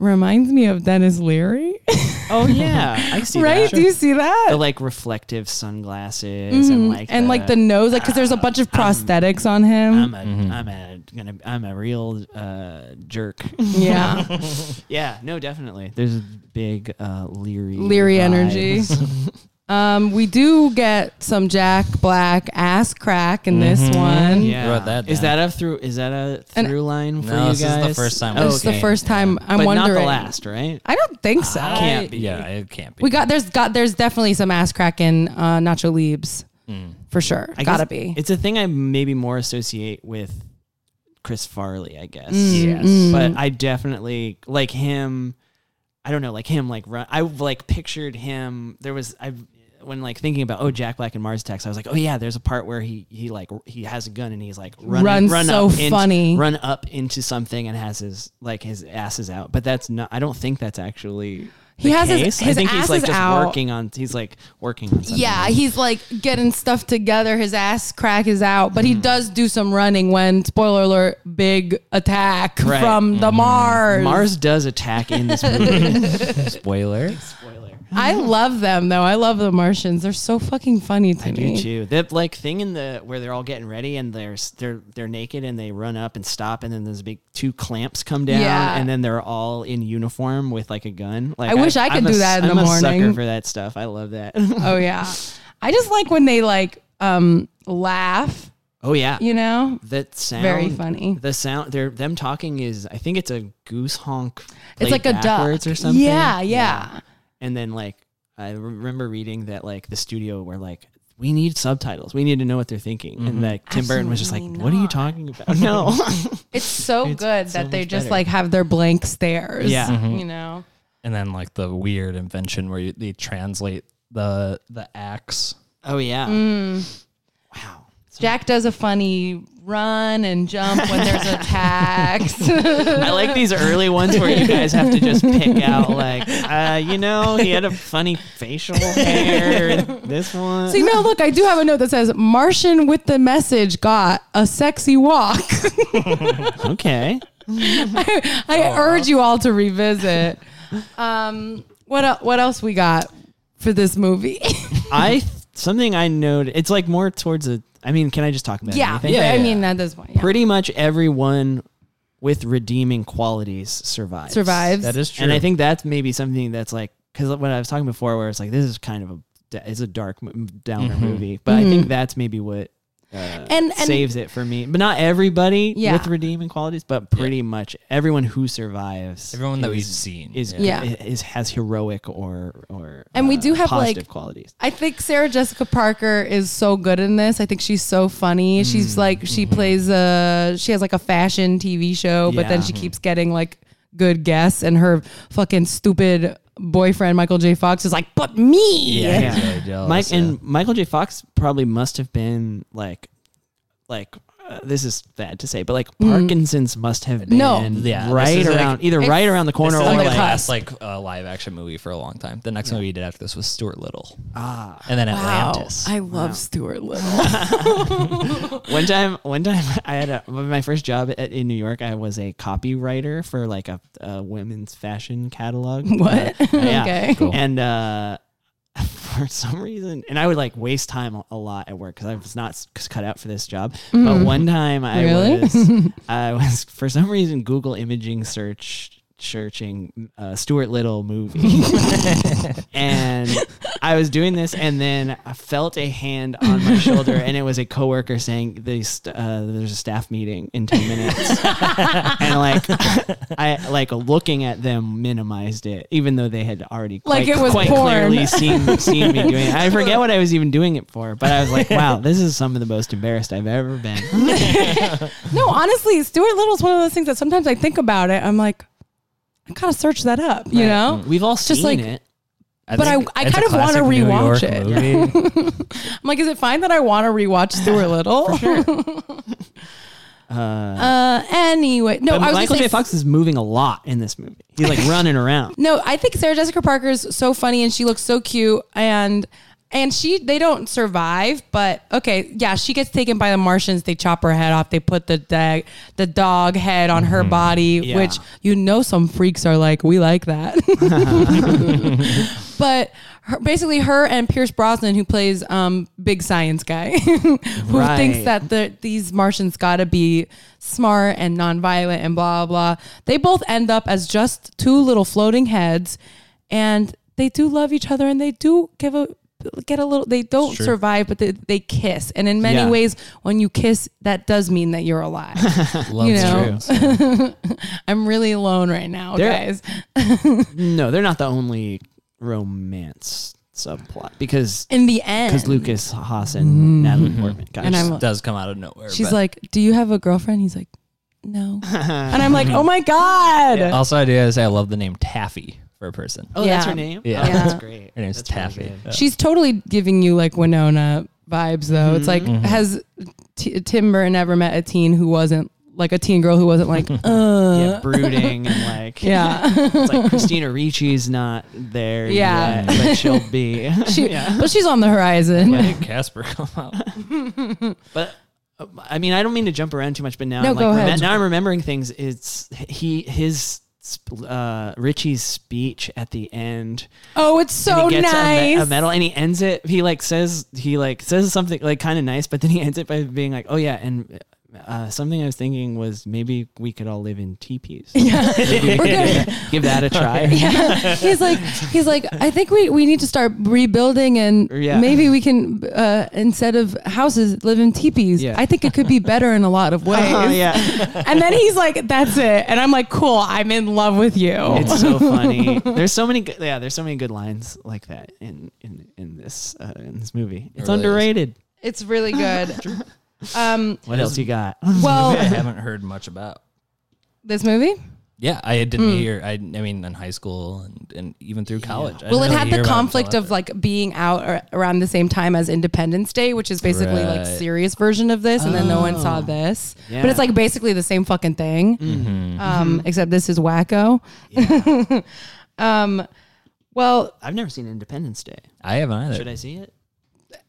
Speaker 1: reminds me of Dennis Leary,
Speaker 3: oh Mm-hmm. yeah, I see
Speaker 1: right?
Speaker 3: that.
Speaker 1: Do you see that? Mm-hmm.
Speaker 3: the like reflective sunglasses and like
Speaker 1: and like the nose, like because there's a bunch of prosthetics on
Speaker 3: I'm
Speaker 1: him.
Speaker 3: a
Speaker 6: Mm-hmm.
Speaker 3: am a gonna I'm a real uh, jerk.
Speaker 1: yeah,
Speaker 3: yeah, no, definitely. There's a big uh, leery
Speaker 1: Leary
Speaker 3: vibes.
Speaker 1: energy. Um, we do get some Jack Black ass crack in this one.
Speaker 3: Mm-hmm. Yeah,
Speaker 6: Wrote that
Speaker 3: is
Speaker 6: down.
Speaker 3: that a through? Is that a
Speaker 1: And-
Speaker 3: through line for
Speaker 6: No,
Speaker 3: you
Speaker 6: this is the
Speaker 3: guys?
Speaker 6: first time
Speaker 1: This is the
Speaker 6: Okay.
Speaker 1: first time I'm
Speaker 3: but
Speaker 1: wondering.
Speaker 3: not the last, right?
Speaker 1: I don't think so.
Speaker 3: Can't be.
Speaker 6: yeah it can't be
Speaker 1: We got there's got there's definitely some ass crack in uh, Nacho Leaves for sure.
Speaker 3: Hmm. I
Speaker 1: Gotta
Speaker 3: guess
Speaker 1: be.
Speaker 3: It's a thing I maybe more associate with Chris Farley, I guess.
Speaker 1: Mm.
Speaker 6: yes
Speaker 3: But I definitely like him. I don't know, like him, like run. I like pictured him. There was I when like thinking about oh Jack Black and Mars Attacks. I was like oh yeah, there's a part where he he like he has a gun and he's like running,
Speaker 1: Runs
Speaker 3: run
Speaker 1: so
Speaker 3: up into-
Speaker 1: funny.
Speaker 3: run up into something and has his like his ass is out. But that's not. I don't think that's actually.
Speaker 1: He
Speaker 3: the
Speaker 1: has his-
Speaker 3: case. I
Speaker 1: his
Speaker 3: think
Speaker 1: ass
Speaker 3: he's like
Speaker 1: is
Speaker 3: just
Speaker 1: out.
Speaker 3: working on. He's like working on something.
Speaker 1: yeah, he's like getting stuff together. His ass crack is out, but he
Speaker 3: Hmm.
Speaker 1: does do some running when spoiler alert, big attack
Speaker 3: Right. Hmm.
Speaker 1: from the Mars.
Speaker 3: Mars does attack in this movie.
Speaker 6: spoiler
Speaker 1: I love them though. I love the Martians. They're so fucking funny to
Speaker 3: I
Speaker 1: me.
Speaker 3: do too. That like thing in the where they're all getting ready and they're s- they're they're naked and they run up and stop and then there's big two clamps come down
Speaker 1: Yeah.
Speaker 3: and then they're all in uniform with like a gun. Like
Speaker 1: I wish I could
Speaker 3: I'm a
Speaker 1: do
Speaker 3: s-
Speaker 1: that in
Speaker 3: I'm
Speaker 1: the
Speaker 3: a
Speaker 1: morning.
Speaker 3: Sucker for that stuff. I love that.
Speaker 1: Oh yeah. I just like when they like um laugh,
Speaker 3: oh yeah.
Speaker 1: you know?
Speaker 3: that sound
Speaker 1: Very funny.
Speaker 3: The sound they're them talking is I think it's a goose honk.
Speaker 1: It's
Speaker 3: played
Speaker 1: like a duck
Speaker 3: backwards or something.
Speaker 1: Yeah, yeah.
Speaker 3: and then like I remember reading that like the studio were like we need subtitles. We need to know what they're thinking. And like Tim Burton was just like,
Speaker 1: Absolutely
Speaker 3: "What are you
Speaker 1: not.
Speaker 3: talking about?" No.
Speaker 1: It's so good that they
Speaker 3: much
Speaker 1: just
Speaker 3: better.
Speaker 1: like have their blank stares.
Speaker 3: Yeah.
Speaker 6: Mm-hmm.
Speaker 1: You know?
Speaker 6: and then like the weird invention where you, they translate the the axe.
Speaker 3: oh yeah.
Speaker 1: Mm.
Speaker 3: Wow.
Speaker 1: Jack does a funny run and jump when there's attacks.
Speaker 3: I like these early ones where you guys have to just pick out like, uh, you know, he had a funny facial hair. This one.
Speaker 1: See, now look, I do have a note that says Martian with the message got a sexy walk.
Speaker 3: Okay.
Speaker 1: I, urge you all to revisit. Um, what, el- what else we got for this movie?
Speaker 3: I something I noted. It's like more towards a. I mean, can I just talk about?
Speaker 1: yeah,
Speaker 3: anything?
Speaker 1: I mean, at this point, yeah.
Speaker 3: Pretty much everyone with redeeming qualities survives.
Speaker 1: survives.
Speaker 6: That is true.
Speaker 3: And I think that's maybe something that's like because what I was talking before, where it's like this is kind of a it's a dark mo- downer
Speaker 6: Mm-hmm.
Speaker 3: movie, but I think that's maybe what
Speaker 1: Mm-hmm. and, and
Speaker 3: saves it for me. But not everybody
Speaker 1: Yeah.
Speaker 3: with redeeming qualities, but pretty much everyone who survives,
Speaker 6: everyone that we've
Speaker 3: is,
Speaker 6: seen
Speaker 3: is,
Speaker 1: Yeah.
Speaker 3: is has heroic or or uh,
Speaker 1: And we do have, like-
Speaker 3: positive qualities.
Speaker 1: I think Sarah Jessica Parker is so good in this. I think she's so funny.
Speaker 3: Mm.
Speaker 1: She's like she
Speaker 3: Mm-hmm.
Speaker 1: plays a she has like a fashion TV show, but then
Speaker 3: Yeah.
Speaker 1: she keeps getting like good guests, and her fucking stupid boyfriend Michael J. Fox is like, but me.
Speaker 6: yeah, he's really jealous,
Speaker 3: Mike
Speaker 6: yeah.
Speaker 3: and Michael J. Fox probably must have been like like. uh, This is bad to say, but like Parkinson's must have been
Speaker 1: Mm. No.
Speaker 6: Yeah, this
Speaker 3: right
Speaker 6: is, like-
Speaker 3: around either
Speaker 1: It's-
Speaker 3: right around the corner
Speaker 6: this
Speaker 3: or
Speaker 6: is
Speaker 1: on
Speaker 6: like
Speaker 1: the
Speaker 6: the
Speaker 3: like
Speaker 6: last like uh, live action movie for a long time. The next movie he did after this was Stuart Little. Ah, and then
Speaker 1: Wow.
Speaker 6: Atlantis.
Speaker 1: I love Stuart Little.
Speaker 3: one time one time i had a, my first job at, in new york i was a copywriter for like a, a women's fashion catalog
Speaker 1: What?
Speaker 3: Uh, yeah.
Speaker 1: Okay. Cool.
Speaker 3: and uh for some reason, and I would like waste time a- a lot at work because I was not s- cut out for this job. But one time I
Speaker 1: Mm. Really?
Speaker 3: was, I was for some reason Google imaging search searching uh, Stuart Little movie, and I was doing this, and then I felt a hand on my shoulder, and it was a coworker saying, "There's uh, there's a staff meeting in ten minutes." and like I like looking at them minimized it, even though they had already
Speaker 1: Like
Speaker 3: quite-
Speaker 1: it was
Speaker 3: quite
Speaker 1: porn.
Speaker 3: clearly seen seen me doing. It. I forget what I was even doing it for, but I was like, wow, this is some of the most embarrassed I've ever been.
Speaker 1: No, honestly, Stuart Little's one of those things that sometimes I think about it. I'm like, I gotta search that up, you know?
Speaker 3: We've all
Speaker 1: Just
Speaker 3: seen
Speaker 1: like-
Speaker 3: it.
Speaker 1: But I- I kind of wanna rewatch it.
Speaker 6: it.
Speaker 1: I'm like, is it fine that I want to rewatch Stuart Little? uh, anyway, no,
Speaker 3: But
Speaker 1: I was
Speaker 3: Michael
Speaker 1: gonna say,
Speaker 3: J. Fox is moving a lot in this movie. He's like running around.
Speaker 1: No, I think Sarah Jessica Parker's so funny and she looks so cute and and she they don't survive, but okay, yeah, she gets taken by the Martians. They chop her head off. They put the dag, the dog head on her body,
Speaker 3: Yeah.
Speaker 1: which you know some freaks are like, we like that. but her, basically, her and Pierce Brosnan, who plays um, big science guy, who
Speaker 3: Right.
Speaker 1: thinks that the, these Martians gotta be smart and nonviolent and blah blah. blah. They both end up as just two little floating heads, and they do love each other, and they do give a get a little. They don't survive, but they, they kiss, and in many
Speaker 3: Yeah.
Speaker 1: ways, when you kiss, that does mean that you're alive. you know, I'm really alone right now,
Speaker 3: There-
Speaker 1: guys.
Speaker 3: No, they're not the only romance subplot because
Speaker 1: In the end,
Speaker 3: because Lucas Haas and Natalie Portman. Gosh,
Speaker 1: Mm-hmm. and I'm
Speaker 6: Does come out of nowhere.
Speaker 1: She's
Speaker 6: but-
Speaker 1: like, "Do you have a girlfriend?" He's like, "No." and I'm like, "Oh my god!"
Speaker 6: Also, I do gotta say I love the name Taffy for a person.
Speaker 3: oh, that's
Speaker 1: Yeah.
Speaker 3: her name.
Speaker 6: Yeah.
Speaker 3: Oh,
Speaker 1: Yeah.
Speaker 3: that's great.
Speaker 6: Her name's Taffy.
Speaker 1: She's totally giving you like Winona vibes, though. It's like,
Speaker 3: Mm-hmm.
Speaker 1: has T- Tim Burton ever met a teen who wasn't like a teen girl who wasn't like, uh,
Speaker 3: yeah, brooding and like
Speaker 1: yeah.
Speaker 3: It's like Christina Ricci's not there
Speaker 1: Yeah.
Speaker 3: yeah. yet, but she'll be.
Speaker 1: She, but she's on the horizon.
Speaker 6: Did Casper come out?
Speaker 3: but uh, I mean, I don't mean to jump around too much, but now
Speaker 1: No,
Speaker 3: I'm like,
Speaker 1: go ahead.
Speaker 3: remem- now I'm remembering things. It's he his sp- uh, Richie's speech at the end.
Speaker 1: Oh, it's
Speaker 3: And
Speaker 1: so
Speaker 3: he gets a me-
Speaker 1: nice.
Speaker 3: a, medal, and he ends it. He like says he like says something like kind of nice, but then he ends it by being like, "Oh yeah," and uh, something I was thinking was maybe we could all live in teepees.
Speaker 1: We're gonna-
Speaker 3: Give that a try.
Speaker 1: he's like, he's like, I think we, we need to start rebuilding and
Speaker 3: Yeah.
Speaker 1: maybe we can, uh, instead of houses, live in teepees.
Speaker 3: Yeah.
Speaker 1: I think it could be better in a lot of ways.
Speaker 3: Oh, yeah.
Speaker 1: And then he's like, "That's it." And I'm like, "Cool, I'm in love with you."
Speaker 3: It's so funny. There's so many. Good, yeah, there's so many good lines like that in in in this uh, in this movie. It's
Speaker 6: really is.
Speaker 3: underrated.
Speaker 1: It's really good. um,
Speaker 3: What else you got?
Speaker 6: I
Speaker 1: well,
Speaker 6: haven't heard much about.
Speaker 1: this movie.
Speaker 6: Yeah, I didn't
Speaker 1: Hmm.
Speaker 6: hear. I, I mean, in high school and, and even through college. I
Speaker 1: Well, it
Speaker 6: didn't
Speaker 1: had
Speaker 6: really hear
Speaker 1: the
Speaker 6: about
Speaker 1: conflict
Speaker 6: until
Speaker 1: of like being out ar- around the same time as Independence Day, which is basically like
Speaker 6: Right. Oh.
Speaker 1: serious version of this, and then no one saw this. But
Speaker 3: Yeah.
Speaker 1: it's like basically the same fucking thing,
Speaker 6: Mm-hmm.
Speaker 1: um, except this is wacko. um, well,
Speaker 3: I've never seen Independence Day.
Speaker 6: after. I haven't either.
Speaker 3: Should I see it?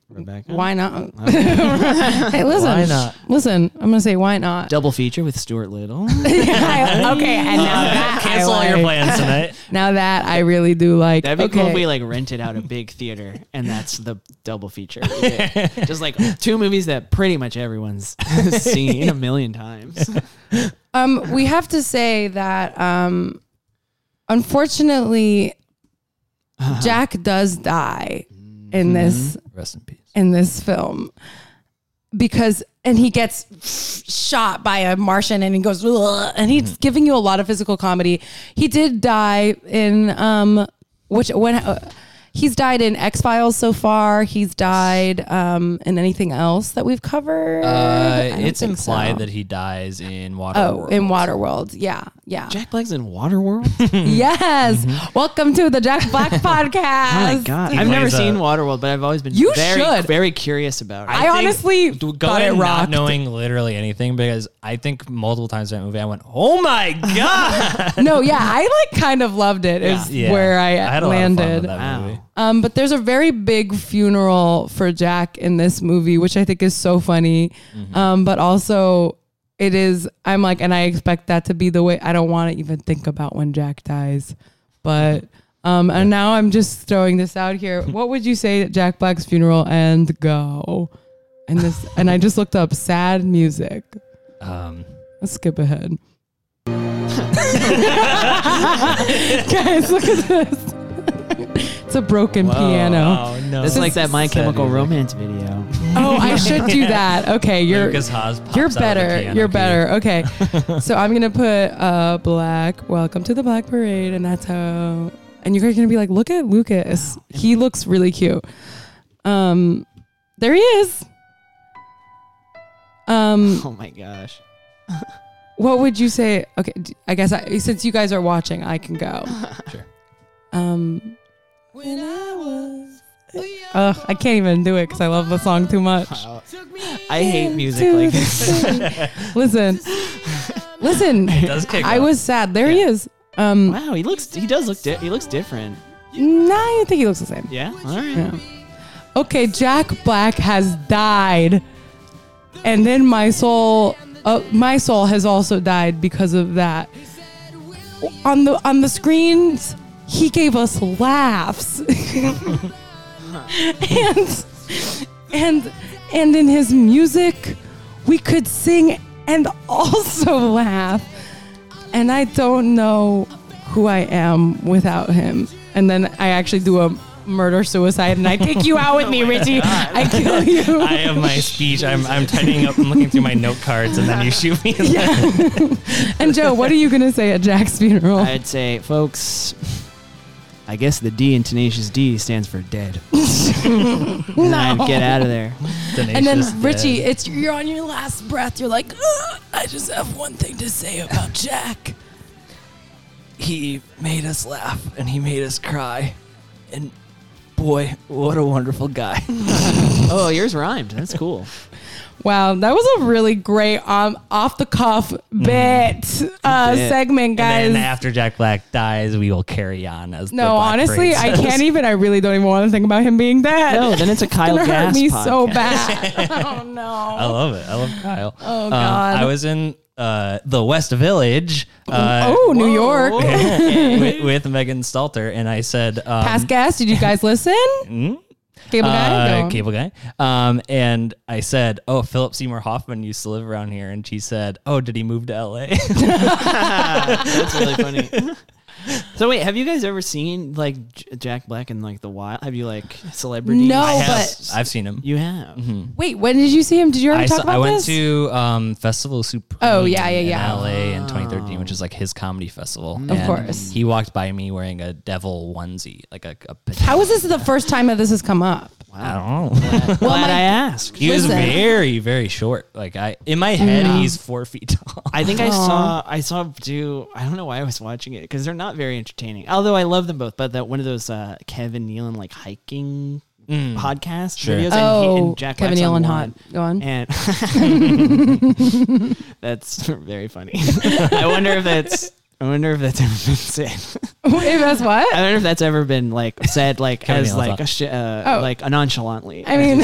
Speaker 3: Rebecca.
Speaker 1: why not? hey, listen, why not? listen. I'm gonna say why not.
Speaker 3: Double feature with Stuart Little.
Speaker 1: I- okay, and now that I
Speaker 6: Cancel all your
Speaker 1: like.
Speaker 6: plans tonight.
Speaker 1: Now that I really do like.
Speaker 3: That'd be
Speaker 1: okay.
Speaker 3: cool if we like rented out a big theater and that's the double feature. we did. Just like two movies that pretty much everyone's seen a million times.
Speaker 1: um, we have to say that um, unfortunately,
Speaker 6: Uh-huh.
Speaker 1: Jack does die
Speaker 6: Mm-hmm.
Speaker 1: in this
Speaker 6: Rest in peace.
Speaker 1: in this film because and he gets shot by a Martian and he goes "Ugh," and
Speaker 6: Mm-hmm.
Speaker 1: he's giving you a lot of physical comedy. He did die in um which when uh, he's died in X Files so far. He's died um in anything else that we've covered. I
Speaker 6: Uh,
Speaker 1: don't
Speaker 6: it's
Speaker 1: think
Speaker 6: implied
Speaker 1: so.
Speaker 6: that he dies in water.
Speaker 1: Oh, in Waterworld. Yeah. Yeah.
Speaker 3: Jack Black's in Waterworld.
Speaker 1: yes.
Speaker 6: Mm-hmm.
Speaker 1: Welcome to the Jack Black podcast.
Speaker 3: Oh my god! I've never
Speaker 6: plays a-
Speaker 3: seen Waterworld, but I've always been
Speaker 1: You
Speaker 3: very,
Speaker 1: should.
Speaker 3: very curious about it.
Speaker 1: I, honestly
Speaker 6: D- go
Speaker 1: got it
Speaker 6: in
Speaker 1: rocked.
Speaker 6: not knowing literally anything because I think multiple times in that movie I went, "Oh my god!"
Speaker 1: no, yeah, I like kind of loved it. Is
Speaker 6: Yeah.
Speaker 1: where I,
Speaker 6: had a lot of fun with
Speaker 1: landed.
Speaker 6: that
Speaker 3: Wow.
Speaker 6: movie.
Speaker 1: Um, but there's a very big funeral for Jack in this movie, which I think is so funny.
Speaker 6: Mm-hmm.
Speaker 1: Um, but also, it is. I'm like, and I expect that to be the way. I don't want to even think about when Jack dies, but Um, and now I'm just throwing this out here. What would you say at Jack Black's funeral and go? And this, and I just looked up sad music.
Speaker 2: Um,
Speaker 1: Let's skip ahead. Guys, look at this. it's a broken piano.
Speaker 2: oh no,
Speaker 3: It's like that My
Speaker 2: Sad
Speaker 3: Chemical
Speaker 2: music.
Speaker 3: Romance video.
Speaker 1: Oh, I should do that. Okay, you're
Speaker 2: Lucas Haas pops
Speaker 1: you're
Speaker 2: out of the
Speaker 1: better.
Speaker 2: piano
Speaker 1: You're
Speaker 2: key.
Speaker 1: better. Okay, so I'm gonna put uh black. Welcome to the Black Parade, and that's how. And you guys are gonna be like, look at Lucas. He looks really cute. Um, there he is. Um,
Speaker 3: Oh my gosh.
Speaker 1: what would you say? Okay, d- I guess I, since you guys are watching, I can go.
Speaker 2: Sure.
Speaker 1: Um, when I was. Ugh, I can't even do it because I love the song too much.
Speaker 3: I hate music like this.
Speaker 1: Listen, listen.
Speaker 2: Does kick
Speaker 1: I
Speaker 2: off.
Speaker 1: was sad. There he is. Um,
Speaker 3: Wow, he looks. He does look. Di- he looks different.
Speaker 1: nah, I think he looks the same.
Speaker 3: Yeah. All right.
Speaker 1: Okay, Jack Black has died, and then my soul, uh, my soul has also died because of that. On the on the screens, he gave us laughs, and and and in his music, we could sing and also laugh. And I don't know who I am without him. And then I actually do a murder suicide and I take you out with me, Richie. I kill you.
Speaker 2: I have my speech. I'm I'm tidying up. I'm looking through my note cards, and then you shoot me.
Speaker 1: and Joe, what are you gonna say at Jack's funeral?
Speaker 3: I'd say, folks. I guess the D in Tenacious D stands for dead. And I'd get out of there.
Speaker 1: and then Richie, it's you're on your last breath. You're like, "Ugh, I just have one thing to say about Jack.
Speaker 7: he made us laugh and he made us cry. And boy, what a wonderful guy.
Speaker 3: Oh, yours rhymed. That's cool.
Speaker 1: Wow, that was a really great um off the cuff bit uh,
Speaker 3: Bit.
Speaker 1: segment, guys.
Speaker 2: Mm. And then after Jack Black dies, we will carry on as the
Speaker 1: no,
Speaker 2: Black
Speaker 1: honestly,
Speaker 2: Parade
Speaker 1: I
Speaker 2: says.
Speaker 1: can't even. I really don't even want to think about him being dead.
Speaker 3: No, Oh, then it's a Kyle
Speaker 1: gonna hurt
Speaker 3: Gass
Speaker 1: me
Speaker 3: podcast.
Speaker 1: so bad. oh no.
Speaker 2: I love it. I love Kyle.
Speaker 1: Oh,
Speaker 2: Um,
Speaker 1: God.
Speaker 2: I was in uh, the West Village. Uh,
Speaker 1: oh, New York.
Speaker 2: with, with Megan Stalter, and I said, um, mm-hmm.
Speaker 1: Past gas. Did you guys listen? Cable guy.
Speaker 2: uh,
Speaker 1: No.
Speaker 2: cable guy. Um, and I said, "Oh, Philip Seymour Hoffman used to live around here," and she said, "Oh, did he move to L.A.?"
Speaker 3: That's really funny. so wait, have you guys ever seen like J- Jack Black and like the Wild? Have you like celebrity?
Speaker 1: No,
Speaker 2: I
Speaker 1: Oh,
Speaker 2: have,
Speaker 1: but-
Speaker 2: I've seen him.
Speaker 3: you have.
Speaker 1: Wait, when did you see him? Did you already
Speaker 2: I,
Speaker 1: talk
Speaker 2: saw,
Speaker 1: about
Speaker 2: I went
Speaker 1: this?
Speaker 2: to um, Festival Supreme.
Speaker 1: Oh, yeah, yeah, yeah.
Speaker 2: In L.A. in 2013, which is like his comedy festival. Of
Speaker 1: course.
Speaker 2: he walked by me wearing a devil onesie, like a. a
Speaker 1: How is this the first time that this has come up?
Speaker 2: I don't know.
Speaker 3: Glad I asked.
Speaker 2: He was
Speaker 1: Listen. Mm-hmm.
Speaker 2: very, very short. Like I, in my head, he's four feet tall.
Speaker 3: I think I saw I saw do I don't know why I was watching it because they're not very entertaining. Although I love them both, but that one of those uh, Kevin Nealon like hiking podcast videos and, he,
Speaker 1: Oh,
Speaker 3: and Jack
Speaker 1: Kevin
Speaker 3: Black's on
Speaker 1: Nealon
Speaker 3: one.
Speaker 1: hot. Go on.
Speaker 3: and that's very funny. I wonder if that's I wonder if that's ever been said.
Speaker 1: Wait, that's
Speaker 3: I
Speaker 1: what?
Speaker 3: wonder if that's ever been like said like
Speaker 2: Kevin
Speaker 3: as
Speaker 2: Nealon's
Speaker 3: like
Speaker 2: hot.
Speaker 3: a sh- uh,
Speaker 1: Oh.
Speaker 3: like a nonchalantly.
Speaker 1: I mean,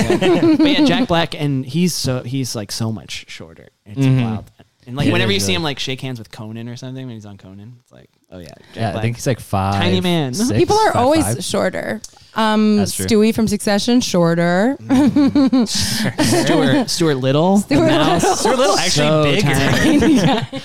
Speaker 3: but yeah, Jack Black, and he's so he's like so much shorter. It's wild. And like
Speaker 2: Mm-hmm. Yeah,
Speaker 3: whenever you
Speaker 2: he's
Speaker 3: see
Speaker 2: really-
Speaker 3: him like shake hands with Conan or something when he's on Conan, it's like, oh yeah, Jack
Speaker 2: Yeah, I
Speaker 3: Black.
Speaker 2: think he's like five.
Speaker 3: Tiny man.
Speaker 2: six,
Speaker 1: people are
Speaker 2: five,
Speaker 1: always
Speaker 2: five.
Speaker 1: shorter. Um,
Speaker 2: That's true.
Speaker 1: Stewie from Succession, shorter.
Speaker 3: Stuart, Stuart Little.
Speaker 1: They were
Speaker 2: Stuart Little actually
Speaker 3: So
Speaker 2: big.
Speaker 3: tiny.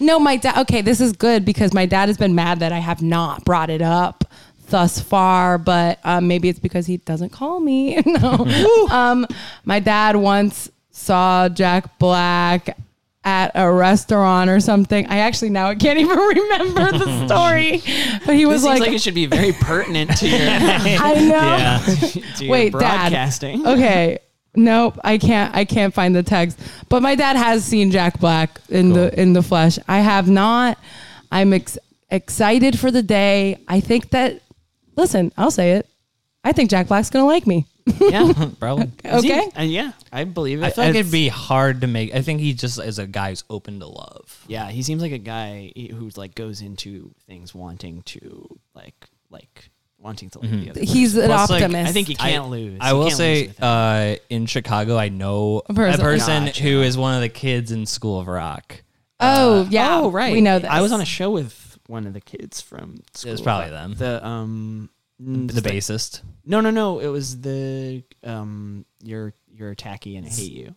Speaker 1: No, my dad. Okay, this is good because my dad has been mad that I have not brought it up thus far, but um, maybe it's because he doesn't call me. no, um, my dad once saw Jack Black at a restaurant or something. I actually now I can't even remember the story, but he
Speaker 3: This
Speaker 1: was
Speaker 3: seems
Speaker 1: like,
Speaker 3: like it should be very pertinent to your,
Speaker 1: "I know."
Speaker 3: to your
Speaker 1: Wait, Dad.
Speaker 3: broadcasting.
Speaker 1: Okay. Nope, I can't. I can't find the text. But my dad has seen Jack Black in the in the flesh. I have not. I'm ex- excited for the day. I think that. Listen, I'll say it. I think Jack Black's gonna like me.
Speaker 3: Yeah.
Speaker 2: Probably.
Speaker 3: Is he-
Speaker 1: Okay.
Speaker 3: uh, yeah, I believe it.
Speaker 2: I feel like it'd
Speaker 3: It's-
Speaker 2: be hard to make. I think he just is a guy who's open to love.
Speaker 3: Yeah, he seems like a guy who like goes into things wanting to like like wanting to like the other. person.
Speaker 1: He's an
Speaker 2: Plus, like,
Speaker 1: optimist.
Speaker 3: I think he can't lose.
Speaker 2: Mm-hmm. I
Speaker 3: He
Speaker 2: will
Speaker 3: can't lose
Speaker 2: say,
Speaker 3: with him.
Speaker 2: uh, in Chicago, I know a person,
Speaker 1: person-
Speaker 2: who is one of the kids in School of Rock.
Speaker 1: oh yeah.
Speaker 3: oh right,
Speaker 1: We know that.
Speaker 3: I was on a show with one of the kids from school.
Speaker 2: It was probably them.
Speaker 3: the um
Speaker 2: The, bassist.
Speaker 3: No, no, no. It was the um you're you're tacky and I hate you.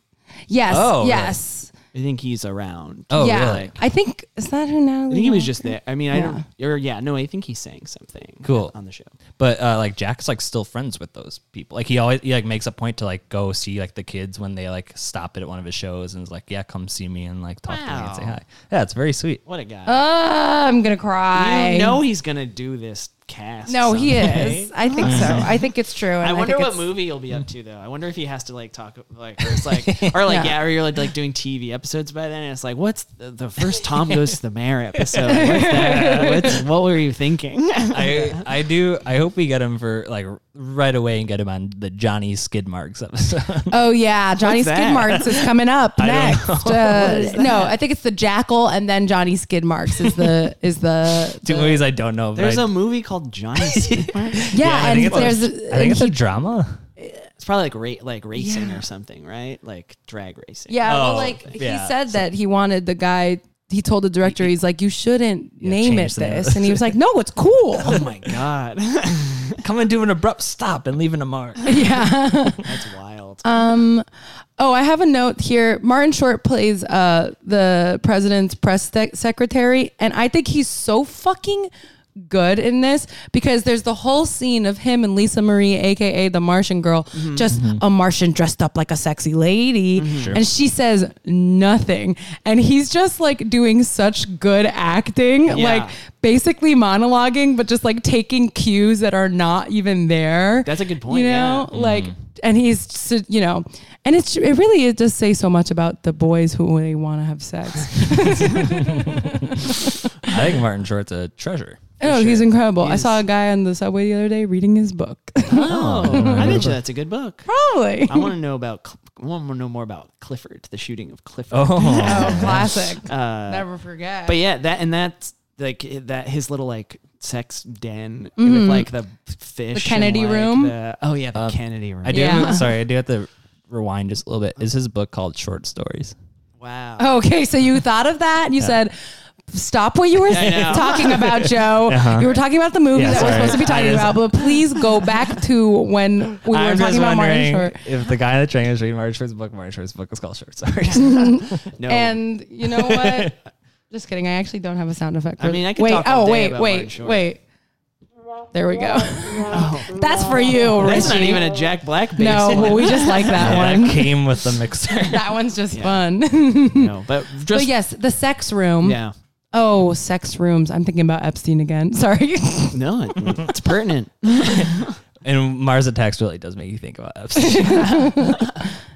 Speaker 1: Yes.
Speaker 2: Oh, really?
Speaker 1: yes.
Speaker 3: I think he's around.
Speaker 2: Oh,
Speaker 1: yeah.
Speaker 2: really?
Speaker 1: I think is that who Natalie?
Speaker 3: I think he was
Speaker 1: Walker-
Speaker 3: just there. I mean, I
Speaker 1: Yeah.
Speaker 3: don't or yeah, no, I think he sang something
Speaker 2: Cool.
Speaker 3: on the show.
Speaker 2: But uh, like Jack's like still friends with those people. Like he always he like makes a point to like go see like the kids when they like stop it at one of his shows and is like, yeah, come see me and like talk to me and say
Speaker 3: Wow.
Speaker 2: hi. Yeah, it's very sweet.
Speaker 3: What a guy.
Speaker 1: Ah, I'm gonna cry.
Speaker 3: you know he's going to do this cast.
Speaker 1: No, he
Speaker 3: someday.
Speaker 1: is. I think so. I think it's true. and
Speaker 3: I wonder
Speaker 1: think
Speaker 3: what
Speaker 1: it's-
Speaker 3: movie he'll be up to though. I wonder if he has to like talk like or it's like or like yeah, or you're like, like doing TV episodes by then. And it's like, what's the, the first Tom goes to the mayor episode? What's that? What's, what were you thinking?
Speaker 2: I I do I hope we get him for like right away and get him on the Johnny Skidmarks episode.
Speaker 1: Oh yeah, Johnny
Speaker 3: that?
Speaker 1: Skidmarks is coming up next.
Speaker 2: know.
Speaker 1: Uh, no, I think it's the Jackal, and then Johnny Skidmarks is the is the,
Speaker 2: Two
Speaker 1: the-
Speaker 2: movies I don't know. but
Speaker 3: There's
Speaker 2: I,
Speaker 3: a movie called Johnny. Skidmark.
Speaker 1: yeah,
Speaker 2: I
Speaker 1: and
Speaker 2: think it's
Speaker 1: there's
Speaker 2: a, I think it's a drama.
Speaker 3: It's probably like ra- like racing or something, right? Like drag racing.
Speaker 1: yeah. well,
Speaker 2: Oh,
Speaker 1: like he
Speaker 2: yeah.
Speaker 1: said that he wanted the guy. He told the director, he's like, you shouldn't name it
Speaker 2: change the name of
Speaker 1: this, and he was like, no, it's cool.
Speaker 3: Oh my god,
Speaker 2: Come and do an abrupt stop and leaving a mark.
Speaker 3: that's wild.
Speaker 1: Uh-huh. Oh, I have a note here. Martin Short plays uh, the president's press sec- secretary, and I think he's so fucking good in this because there's the whole scene of him and Lisa Marie, aka the Martian girl, just a Martian dressed up like a sexy lady, and she says nothing, and he's just like doing such good acting, like basically monologuing, but just like taking cues that are not even there.
Speaker 3: That's a good point,
Speaker 1: You know,
Speaker 3: yeah.
Speaker 1: like, and he's so- you know, and it's it really it does say so much about the boys who they want to have sex.
Speaker 2: I think Martin Short's a treasure.
Speaker 1: oh, he's incredible. I saw a guy on the subway the other day reading his book.
Speaker 3: oh, I bet you that's a good book.
Speaker 1: Probably.
Speaker 3: I want to know about. Cl- I want to know more about Clifford, the shooting of Clifford.
Speaker 2: Oh,
Speaker 1: Oh, classic.
Speaker 3: Uh,
Speaker 1: Never forget.
Speaker 3: But yeah, that and that's like it- that his little like sex den with like the fish,
Speaker 1: The Mm-hmm. Kennedy
Speaker 3: and, like,
Speaker 1: room?
Speaker 3: the- oh yeah, the Kennedy room.
Speaker 2: Uh, I do.
Speaker 1: Yeah.
Speaker 2: sorry, I do have to rewind just a little bit. Is his book called Short Stories?
Speaker 3: wow.
Speaker 1: Okay, so you thought of that and you said, stop what you were talking about, Joe. You were talking about the movie
Speaker 2: Yeah,
Speaker 1: that we're
Speaker 2: sorry.
Speaker 1: supposed to be talking
Speaker 2: I just-
Speaker 1: about, but please go back to when we were talking
Speaker 2: I'm just
Speaker 1: about Martin
Speaker 2: wondering
Speaker 1: Short.
Speaker 2: if the guy on the train is reading Martin Short's book, Martin Short's book is called Short Stories.
Speaker 3: No,
Speaker 1: And you know what? Just kidding. I actually don't have a sound effect.
Speaker 3: I mean, I could
Speaker 1: wait.
Speaker 3: talk all
Speaker 1: oh,
Speaker 3: day
Speaker 1: wait,
Speaker 3: about Martin
Speaker 1: wait,
Speaker 3: Short.
Speaker 1: wait. There we go. That's for you, Richie.
Speaker 3: that's not even a Jack Black. Based
Speaker 1: no, but
Speaker 3: one.
Speaker 1: we just like that
Speaker 2: I
Speaker 1: one.
Speaker 2: came with the mixer.
Speaker 1: That one's just fun.
Speaker 3: no, but just
Speaker 1: but yes, the sex room.
Speaker 3: yeah.
Speaker 1: Oh, sex rooms. I'm thinking about Epstein again. Sorry.
Speaker 3: No, it- it's pertinent.
Speaker 2: And Mars Attacks really does make you think about Epstein.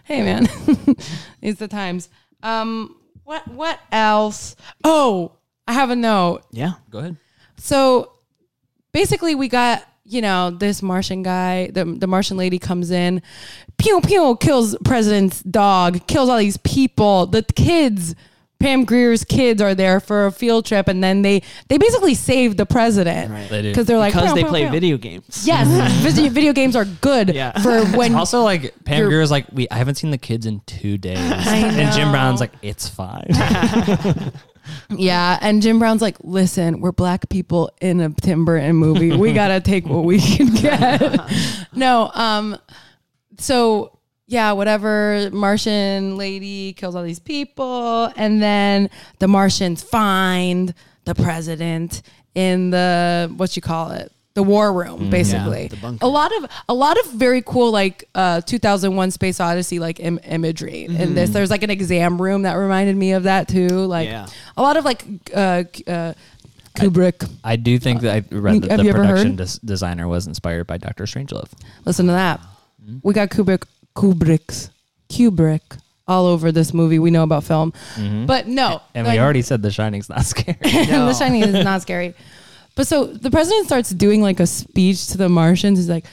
Speaker 1: hey man it's the times um what what else oh i have a note
Speaker 3: Yeah.
Speaker 2: Go ahead.
Speaker 1: so basically we got you know this martian guy the, the martian lady comes in pew pew kills president's dog kills all these people the kids pam greer's kids are there for a field trip and then they they basically save the president
Speaker 2: They do.
Speaker 1: because they're like
Speaker 3: Because
Speaker 1: pew,
Speaker 3: they
Speaker 1: pew,
Speaker 3: play
Speaker 1: pew.
Speaker 3: video games.
Speaker 1: yes video, video games are good
Speaker 3: Yeah.
Speaker 1: for when
Speaker 2: Also, like Pam
Speaker 1: You're-
Speaker 2: Greer's like, we I haven't seen the kids in two days, and Jim Brown's like, it's fine.
Speaker 1: Yeah, and Jim Brown's like, listen, we're black people in a Tim Burton movie. We gotta take what we can get. no, um, so yeah, whatever. Martian lady kills all these people, and then the Martians find the president in the what you call it, the war room, basically. a lot of a lot of very cool like uh, 2001 Space Odyssey like Im- imagery
Speaker 2: Mm-hmm.
Speaker 1: in this. There's like an exam room that reminded me of that too. Like
Speaker 3: Yeah.
Speaker 1: a lot of like uh, c- uh, Kubrick.
Speaker 2: I do think that I read that
Speaker 1: Uh, Have
Speaker 2: the
Speaker 1: you ever
Speaker 2: production
Speaker 1: heard?
Speaker 2: des- designer was inspired by Doctor Strangelove.
Speaker 1: Listen to that.
Speaker 2: Mm-hmm.
Speaker 1: We got Kubrick, Kubrick's, Kubrick all over this movie. We know about film, but no,
Speaker 2: Mm-hmm. And
Speaker 1: like-
Speaker 2: we already said The Shining's not scary.
Speaker 1: the Shining is not scary. But so the president starts doing like a speech to the Martians. He's like,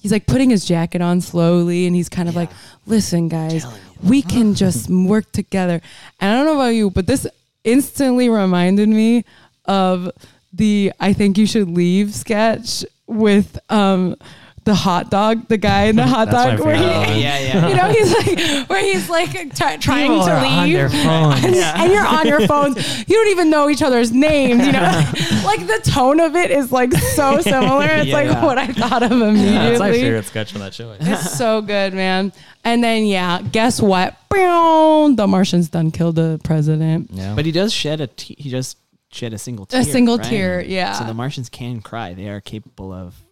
Speaker 1: he's like putting his jacket on slowly, and he's kind of like, "Listen, guys, we can just work together." And I don't know about you, but this instantly reminded me of the "I think you should leave" sketch with um the hot dog, the guy in the hot
Speaker 2: That's
Speaker 1: dog,
Speaker 2: my
Speaker 1: where he,
Speaker 2: favorite one.
Speaker 3: Yeah, yeah.
Speaker 1: you know, he's like, where he's like try trying
Speaker 2: People
Speaker 1: to
Speaker 2: are
Speaker 1: leave,
Speaker 2: on their phones.
Speaker 1: and, and you're on your phones. You don't even know each other's names. You know, like the tone of it is like so similar. It's
Speaker 3: Yeah,
Speaker 1: like
Speaker 3: yeah.
Speaker 1: what I thought of immediately.
Speaker 2: That's my favorite sketch from that show.
Speaker 1: It's so good, man. And then yeah, guess what? Boom! The Martians done killed the president.
Speaker 3: But he does shed a te- he does shed a single tear.
Speaker 1: A single
Speaker 3: right?
Speaker 1: tear, yeah.
Speaker 3: So the Martians can cry. They are capable of f-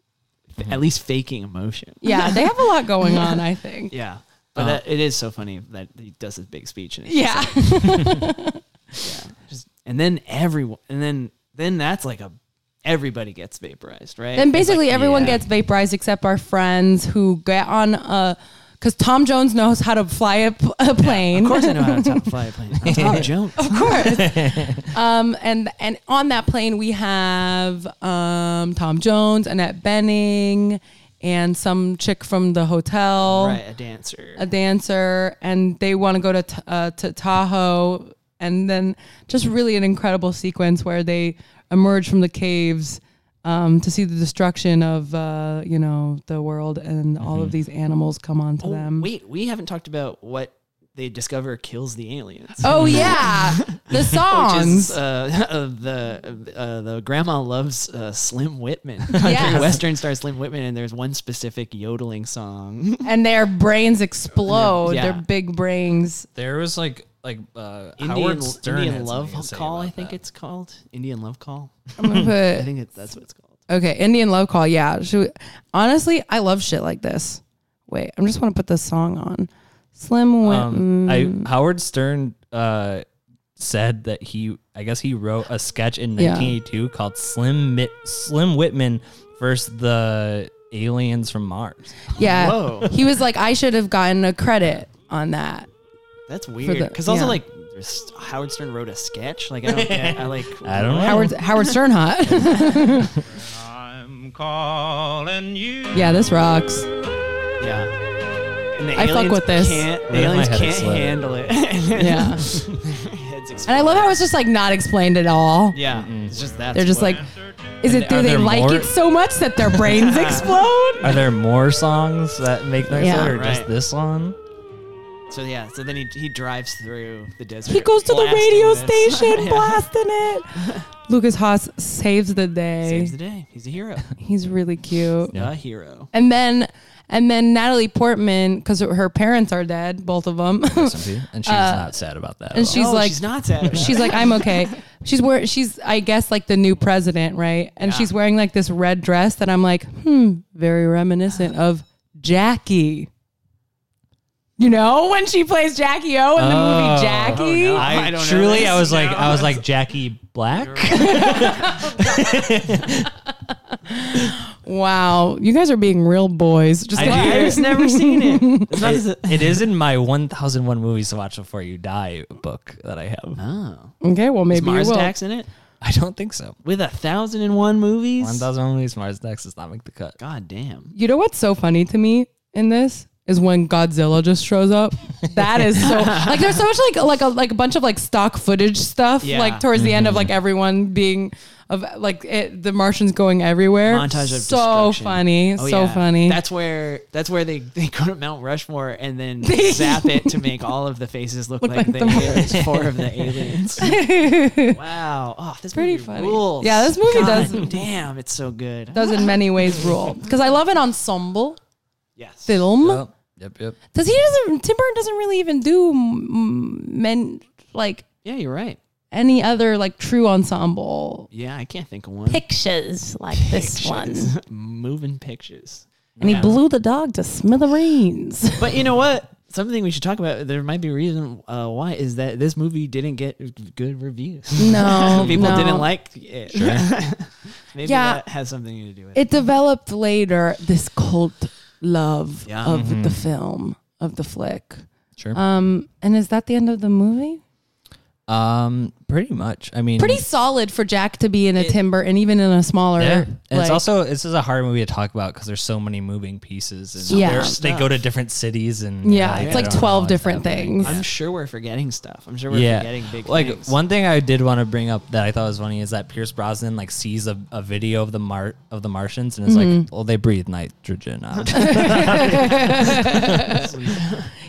Speaker 2: Mm-hmm.
Speaker 3: at least faking emotion.
Speaker 1: Yeah, they have a lot going on. I think.
Speaker 3: Yeah. But that,
Speaker 2: Uh,
Speaker 3: it is so funny that he does his big speech and it's just
Speaker 1: Yeah.
Speaker 3: just- and then everyone and then then that's like a everybody gets vaporized, right?
Speaker 1: Then
Speaker 3: It's like,
Speaker 1: basically everyone
Speaker 3: yeah.
Speaker 1: gets vaporized except our friends who get on a. Because Tom Jones knows how to fly a, p- a plane.
Speaker 3: Of course I know how to top fly a plane. I'm Tom Jones.
Speaker 1: Of course. um, and and on that plane we have um, Tom Jones, Annette Benning, and some chick from the hotel,
Speaker 3: Right, a dancer.
Speaker 1: a dancer, and they want to go to t- uh, to Tahoe, and then just really an incredible sequence where they emerge from the caves. Um, to see the destruction of uh, you know the world and all of these animals come onto
Speaker 3: Mm-hmm. Oh,
Speaker 1: them.
Speaker 3: Wait, we haven't talked about what they discover kills the aliens.
Speaker 1: Oh yeah, the
Speaker 3: Which
Speaker 1: songs.
Speaker 3: is, uh, uh, the uh, the grandma loves uh, Slim Whitman, country
Speaker 1: Yes.
Speaker 3: western star Slim Whitman, and there's one specific yodeling song.
Speaker 1: and their brains explode.
Speaker 3: Yeah.
Speaker 1: Their big brains.
Speaker 2: There was like like uh,
Speaker 3: Indian, Indian Love Call, I think it's called. Indian Love Call.
Speaker 1: I'm gonna
Speaker 3: I
Speaker 1: put
Speaker 3: think it's, that's what it's called.
Speaker 1: okay. Indian love call. Yeah. Should we, honestly, I love shit like this. Wait, I am just want to put this song on. Slim Whitman.
Speaker 2: Um, I
Speaker 1: Mm.
Speaker 2: Howard Stern uh, said that he, I guess he wrote a sketch in
Speaker 1: Yeah.
Speaker 2: 1982 called Slim Mit- Slim Whitman versus the aliens from Mars.
Speaker 1: yeah.
Speaker 3: Whoa.
Speaker 1: He was like, I should have gotten a credit on that.
Speaker 3: That's weird.
Speaker 1: the-
Speaker 3: Because also
Speaker 1: yeah.
Speaker 3: like there's, Howard Stern wrote a sketch. Like I don't. get- I like.
Speaker 2: I don't know.
Speaker 1: Howard Howard Stern hot.
Speaker 8: I'm calling you.
Speaker 1: yeah, this rocks.
Speaker 3: Yeah. And the
Speaker 1: I fuck
Speaker 3: aliens
Speaker 1: with this.
Speaker 3: Can't, the
Speaker 2: Right in my
Speaker 3: aliens
Speaker 2: head,
Speaker 3: can't
Speaker 2: it's lit.
Speaker 3: handle it. and then
Speaker 1: Yeah.
Speaker 3: their heads
Speaker 1: And I love how it's just like not explained at all.
Speaker 3: Yeah, it's just that.
Speaker 1: They're just like, is it
Speaker 2: are
Speaker 1: do they
Speaker 2: there
Speaker 1: like
Speaker 2: more?
Speaker 1: it so much that their brains explode?
Speaker 2: Are there more songs that make that
Speaker 1: Yeah.
Speaker 2: sound or just
Speaker 3: Right.
Speaker 2: this one?
Speaker 3: So yeah, so then he, he drives through the desert.
Speaker 1: He goes to the
Speaker 3: blasting
Speaker 1: radio
Speaker 3: this.
Speaker 1: station
Speaker 3: Yeah.
Speaker 1: blasting it. Lucas Haas saves the day.
Speaker 3: Saves the day. He's a hero.
Speaker 1: He's really cute.
Speaker 3: A hero.
Speaker 1: And then and then Natalie Portman because her parents are dead, both of them.
Speaker 2: And she's not sad about that.
Speaker 1: Uh, and she's
Speaker 3: Oh,
Speaker 1: like
Speaker 3: she's not sad.
Speaker 1: she's like I'm okay. She's wear she's I guess like the new president, right? And she's wearing like this red dress that I'm like, hmm, very reminiscent of Jackie. You know when she plays Jackie O in the
Speaker 3: Oh.
Speaker 1: movie Jackie.
Speaker 2: I,
Speaker 3: I don't know
Speaker 2: truly,
Speaker 3: this.
Speaker 2: I was like, I was like Jackie Black.
Speaker 1: Wow, you guys are being real boys. Just like,
Speaker 3: I've just never seen it. It's not as a-
Speaker 2: it is in my 1001 movies to watch before you die book that I have.
Speaker 3: oh,
Speaker 1: okay, well maybe
Speaker 3: Mars
Speaker 1: you will.
Speaker 3: Attacks in it
Speaker 2: I don't think so.
Speaker 3: with a thousand and one movies.
Speaker 2: 1001 movies Mars Attacks does not make the cut.
Speaker 3: God damn.
Speaker 1: You know what's so funny to me in this is when Godzilla just shows up. That is so like there's so much like like a like a bunch of like stock footage stuff
Speaker 3: Yeah. Mm-hmm.
Speaker 1: like towards the end of like everyone being of like it, the Martians going everywhere.
Speaker 3: Montage of
Speaker 1: so
Speaker 3: destruction.
Speaker 1: funny,
Speaker 3: Oh,
Speaker 1: so
Speaker 3: yeah.
Speaker 1: funny.
Speaker 3: That's where that's where they, they go to Mount Rushmore and then zap it to make all of the faces look, like,
Speaker 1: like
Speaker 3: the
Speaker 1: the
Speaker 3: aliens, four of the aliens. wow, oh, this
Speaker 1: Pretty
Speaker 3: movie
Speaker 1: funny.
Speaker 3: rules.
Speaker 1: Yeah, this movie
Speaker 3: God
Speaker 1: does-
Speaker 3: Damn, it's so good.
Speaker 1: does in many ways rule because I love an ensemble
Speaker 3: Yes,
Speaker 1: film.
Speaker 2: Yep, yep, yep.
Speaker 1: Does he doesn't Tim Burton doesn't really even do mm, men like
Speaker 3: yeah, you're right.
Speaker 1: any other like true ensemble
Speaker 3: Yeah, I can't think of one.
Speaker 1: pictures like this one.
Speaker 3: Moving pictures.
Speaker 1: And he blew the dog to smithereens.
Speaker 3: But you know what? Something we should talk about. There might be a reason uh, why is that this movie didn't get good reviews.
Speaker 1: No,
Speaker 3: People
Speaker 1: no.
Speaker 3: didn't like it. Maybe
Speaker 1: Yeah.
Speaker 3: that has something to do with it.
Speaker 1: It developed later this cult love
Speaker 3: Yeah.
Speaker 1: of the film of the flick.
Speaker 2: Sure.
Speaker 1: Um, and is that the end of the movie?
Speaker 2: Um, Pretty much. I mean,
Speaker 1: Pretty solid for Jack to be in a timber and even in a smaller.
Speaker 2: Yeah. And
Speaker 1: like-
Speaker 2: it's also this is a hard movie to talk about because there's so many moving pieces and
Speaker 1: Yeah.
Speaker 2: there's- they go to different cities and
Speaker 1: yeah,
Speaker 2: I
Speaker 1: it's like
Speaker 2: don't know
Speaker 1: twelve
Speaker 2: what's
Speaker 1: different
Speaker 2: happening.
Speaker 1: things.
Speaker 3: I'm sure we're forgetting stuff. I'm sure we're
Speaker 2: yeah,
Speaker 3: forgetting big
Speaker 2: like
Speaker 3: things.
Speaker 2: one thing I did want to bring up that I thought was funny is that Pierce Brosnan like sees a, a video of the Mar- of the Martians and is
Speaker 1: Mm-hmm.
Speaker 2: like, well, they breathe nitrogen out.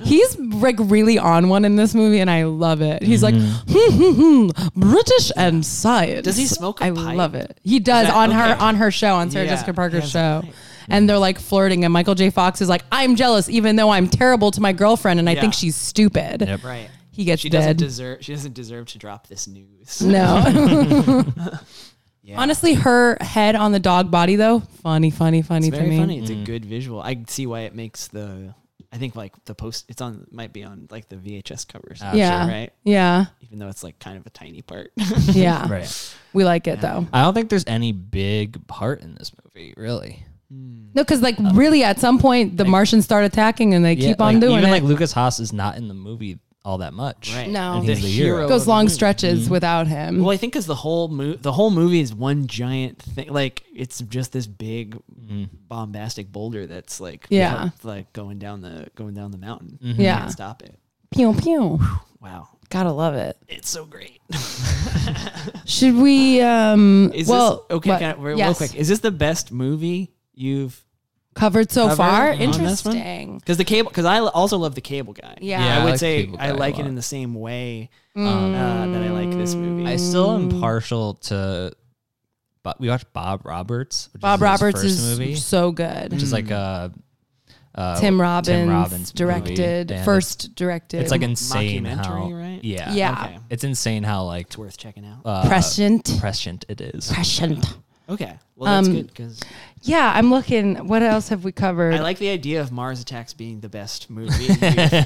Speaker 1: He's like really on one in this movie, and I love it. He's like,
Speaker 2: Mm-hmm.
Speaker 1: hmm, hmm, hmm, British and science.
Speaker 3: Does he smoke a
Speaker 1: I
Speaker 3: pipe?
Speaker 1: love it. He does
Speaker 3: that-
Speaker 1: on her
Speaker 3: okay.
Speaker 1: on her show on Sarah
Speaker 3: Yeah,
Speaker 1: Jessica
Speaker 3: he
Speaker 1: Parker's
Speaker 3: has a
Speaker 1: show,
Speaker 3: pipe.
Speaker 1: and they're like flirting, and Michael J. Fox is like, I'm jealous, even though I'm terrible to my girlfriend, and I
Speaker 3: Yeah.
Speaker 1: think she's stupid.
Speaker 2: Yep.
Speaker 3: right?
Speaker 1: He gets
Speaker 3: She
Speaker 1: dead.
Speaker 3: doesn't deserve. She doesn't deserve to drop this news.
Speaker 1: no. Honestly, her head on the dog body though, funny, funny, funny
Speaker 3: It's
Speaker 1: to
Speaker 3: very
Speaker 1: me.
Speaker 3: funny. It's a good visual. I see why it makes the. I think like the post. It's on. Might be on like the VHS cover. Or something,
Speaker 1: Yeah.
Speaker 3: Right.
Speaker 1: Yeah.
Speaker 3: Even though it's like kind of a tiny part.
Speaker 1: Yeah.
Speaker 2: right.
Speaker 1: We like it though.
Speaker 2: I don't think there's any big part in this movie really.
Speaker 1: No, because like really, at some point, the Martians start attacking, and they keep on
Speaker 2: like,
Speaker 1: doing
Speaker 2: even
Speaker 1: it.
Speaker 2: like Lucas Haas is not in the movie all that much.
Speaker 3: right.
Speaker 1: No.
Speaker 2: And he's the hero.
Speaker 1: goes
Speaker 3: of the
Speaker 1: long
Speaker 3: movie.
Speaker 1: stretches
Speaker 2: Mm-hmm.
Speaker 1: without him.
Speaker 3: Well, I think because the whole mo- the whole movie is one giant thing. Like it's just this big,
Speaker 2: Mm-hmm.
Speaker 3: bombastic boulder that's like
Speaker 1: Yeah.
Speaker 3: go- like going down the going down the mountain.
Speaker 1: Yeah.
Speaker 3: Can't stop it.
Speaker 1: pew pew.
Speaker 3: Wow,
Speaker 1: Gotta love it.
Speaker 3: it's so great.
Speaker 1: Should we? um
Speaker 3: Is
Speaker 1: Well,
Speaker 3: this, okay,
Speaker 1: what-
Speaker 3: can I, real, real
Speaker 1: yes.
Speaker 3: quick. Is this the best movie you've?
Speaker 1: Covered so
Speaker 3: Covered
Speaker 1: far.
Speaker 3: on this one?
Speaker 1: Interesting.
Speaker 3: Because the cable, because I also love the Cable Guy.
Speaker 1: Yeah. Mm.
Speaker 2: Yeah,
Speaker 3: I
Speaker 2: I
Speaker 3: would
Speaker 2: like
Speaker 3: say
Speaker 2: Cable
Speaker 3: I
Speaker 2: Guy a
Speaker 3: like it
Speaker 2: lot.
Speaker 3: in the same way uh, that I like this movie.
Speaker 2: I still am partial to. But we watched Bob Roberts. Which
Speaker 1: Bob
Speaker 2: his
Speaker 1: Roberts
Speaker 2: first
Speaker 1: is
Speaker 2: movie,
Speaker 1: so good.
Speaker 2: which is like a uh,
Speaker 1: Tim Robbins,
Speaker 2: Robbins movie,
Speaker 1: directed
Speaker 2: and
Speaker 1: first directed.
Speaker 2: It's like insane how
Speaker 3: Mockumentary, right?
Speaker 2: yeah
Speaker 1: yeah,
Speaker 3: okay.
Speaker 2: It's insane how like
Speaker 3: it's worth checking out.
Speaker 2: uh,
Speaker 1: prescient,
Speaker 2: prescient it is.
Speaker 1: prescient.
Speaker 3: okay, well that's
Speaker 1: um,
Speaker 3: good because
Speaker 1: Yeah, I'm looking. What else have we covered?
Speaker 3: I like the idea of Mars Attacks being the best movie.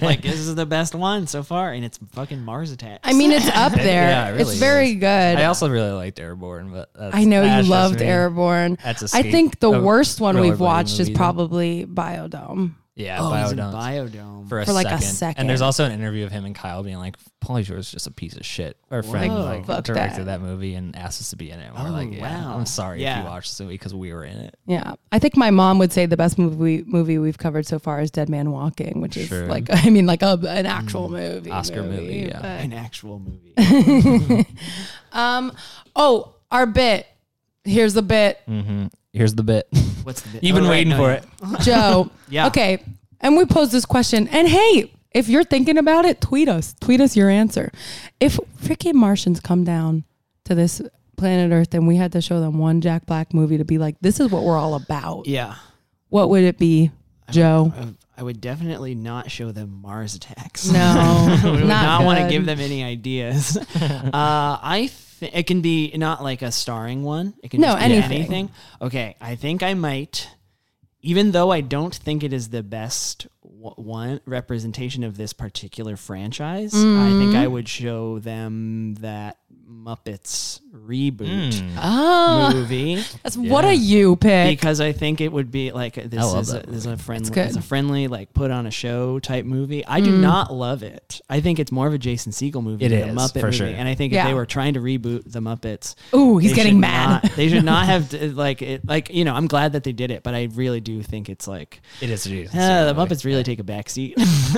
Speaker 3: like this is the best one so far, and it's fucking Mars Attacks.
Speaker 1: I mean, it's up there.
Speaker 2: Yeah, it really
Speaker 1: it's very
Speaker 2: is.
Speaker 1: good.
Speaker 2: I also really liked Airborne, but that's,
Speaker 1: I know
Speaker 2: that's
Speaker 1: you
Speaker 2: just
Speaker 1: loved
Speaker 2: me.
Speaker 1: Airborne.
Speaker 2: That's a
Speaker 1: I
Speaker 2: skate-
Speaker 1: think the
Speaker 2: a
Speaker 1: worst one
Speaker 2: roller
Speaker 1: we've
Speaker 2: blade
Speaker 1: watched is
Speaker 2: movie, though.
Speaker 1: probably Biodome.
Speaker 2: Yeah,
Speaker 3: oh, he's in
Speaker 2: Biodome.
Speaker 3: Biodome.
Speaker 2: for a
Speaker 1: For, like, a
Speaker 2: second.
Speaker 1: second.
Speaker 2: And there's also an interview of him and Kyle being like, Pauly Shore's just a piece of shit. Our friend
Speaker 3: Whoa.
Speaker 2: like
Speaker 1: Fuck
Speaker 2: directed
Speaker 1: that.
Speaker 2: that. movie and asked us to be in it. And we're
Speaker 3: Oh,
Speaker 2: like, yeah,
Speaker 3: wow.
Speaker 2: I'm sorry
Speaker 3: Yeah.
Speaker 2: if you watched this movie because we were in it.
Speaker 1: Yeah, I think my mom would say the best movie movie we've covered so far is Dead Man Walking, which is
Speaker 2: Sure. Mm.
Speaker 1: like I mean like a, an actual movie,
Speaker 2: Oscar movie, yeah.
Speaker 1: but-
Speaker 3: an actual movie.
Speaker 1: oh, our bit. Here's the bit,
Speaker 2: Here's the bit.
Speaker 3: What's the bit?
Speaker 2: You've
Speaker 3: Oh,
Speaker 2: been
Speaker 3: right,
Speaker 2: waiting
Speaker 3: no,
Speaker 2: for
Speaker 3: yeah.
Speaker 2: it.
Speaker 1: Joe.
Speaker 3: Yeah.
Speaker 1: Okay, and we posed this question, and hey, if you're thinking about it, tweet us. Tweet us your answer. If freaking Martians come down to this planet Earth and we had to show them one Jack Black movie to be like, this is what we're all about.
Speaker 3: Yeah,
Speaker 1: What would it be, Joe?
Speaker 3: I, I would definitely not show them Mars Attacks.
Speaker 1: No,
Speaker 3: I would not, want to
Speaker 1: good.
Speaker 3: give them any ideas. uh, I th- it can be not like a starring one. It can
Speaker 1: No,
Speaker 3: just be
Speaker 1: anything.
Speaker 3: anything. Okay, I think I might, even though I don't think it is the best w- one representation of this particular franchise. I think
Speaker 1: Mm.
Speaker 3: I would show them that Muppets reboot
Speaker 1: Ah,
Speaker 3: movie
Speaker 1: that's what a you pick.
Speaker 3: because I think it would be like this
Speaker 2: love
Speaker 3: is a,
Speaker 2: that
Speaker 3: this is a friendly,
Speaker 1: good.
Speaker 3: it's a friendly like put on a show type movie. I do not love it. I think it's more of a Jason Siegel movie
Speaker 2: Mm. It
Speaker 3: than a
Speaker 2: is,
Speaker 3: Muppet
Speaker 2: for
Speaker 3: movie.
Speaker 2: sure.
Speaker 3: And I think if
Speaker 1: Yeah.
Speaker 3: they were trying to reboot the Muppets,
Speaker 1: Ooh, he's
Speaker 3: they
Speaker 1: getting
Speaker 3: should
Speaker 1: mad.
Speaker 3: not- they should not have d- like it, like you know. I'm glad that they did it, but I really do think it's like
Speaker 2: It is. It is
Speaker 3: eh, the Muppets really take a backseat.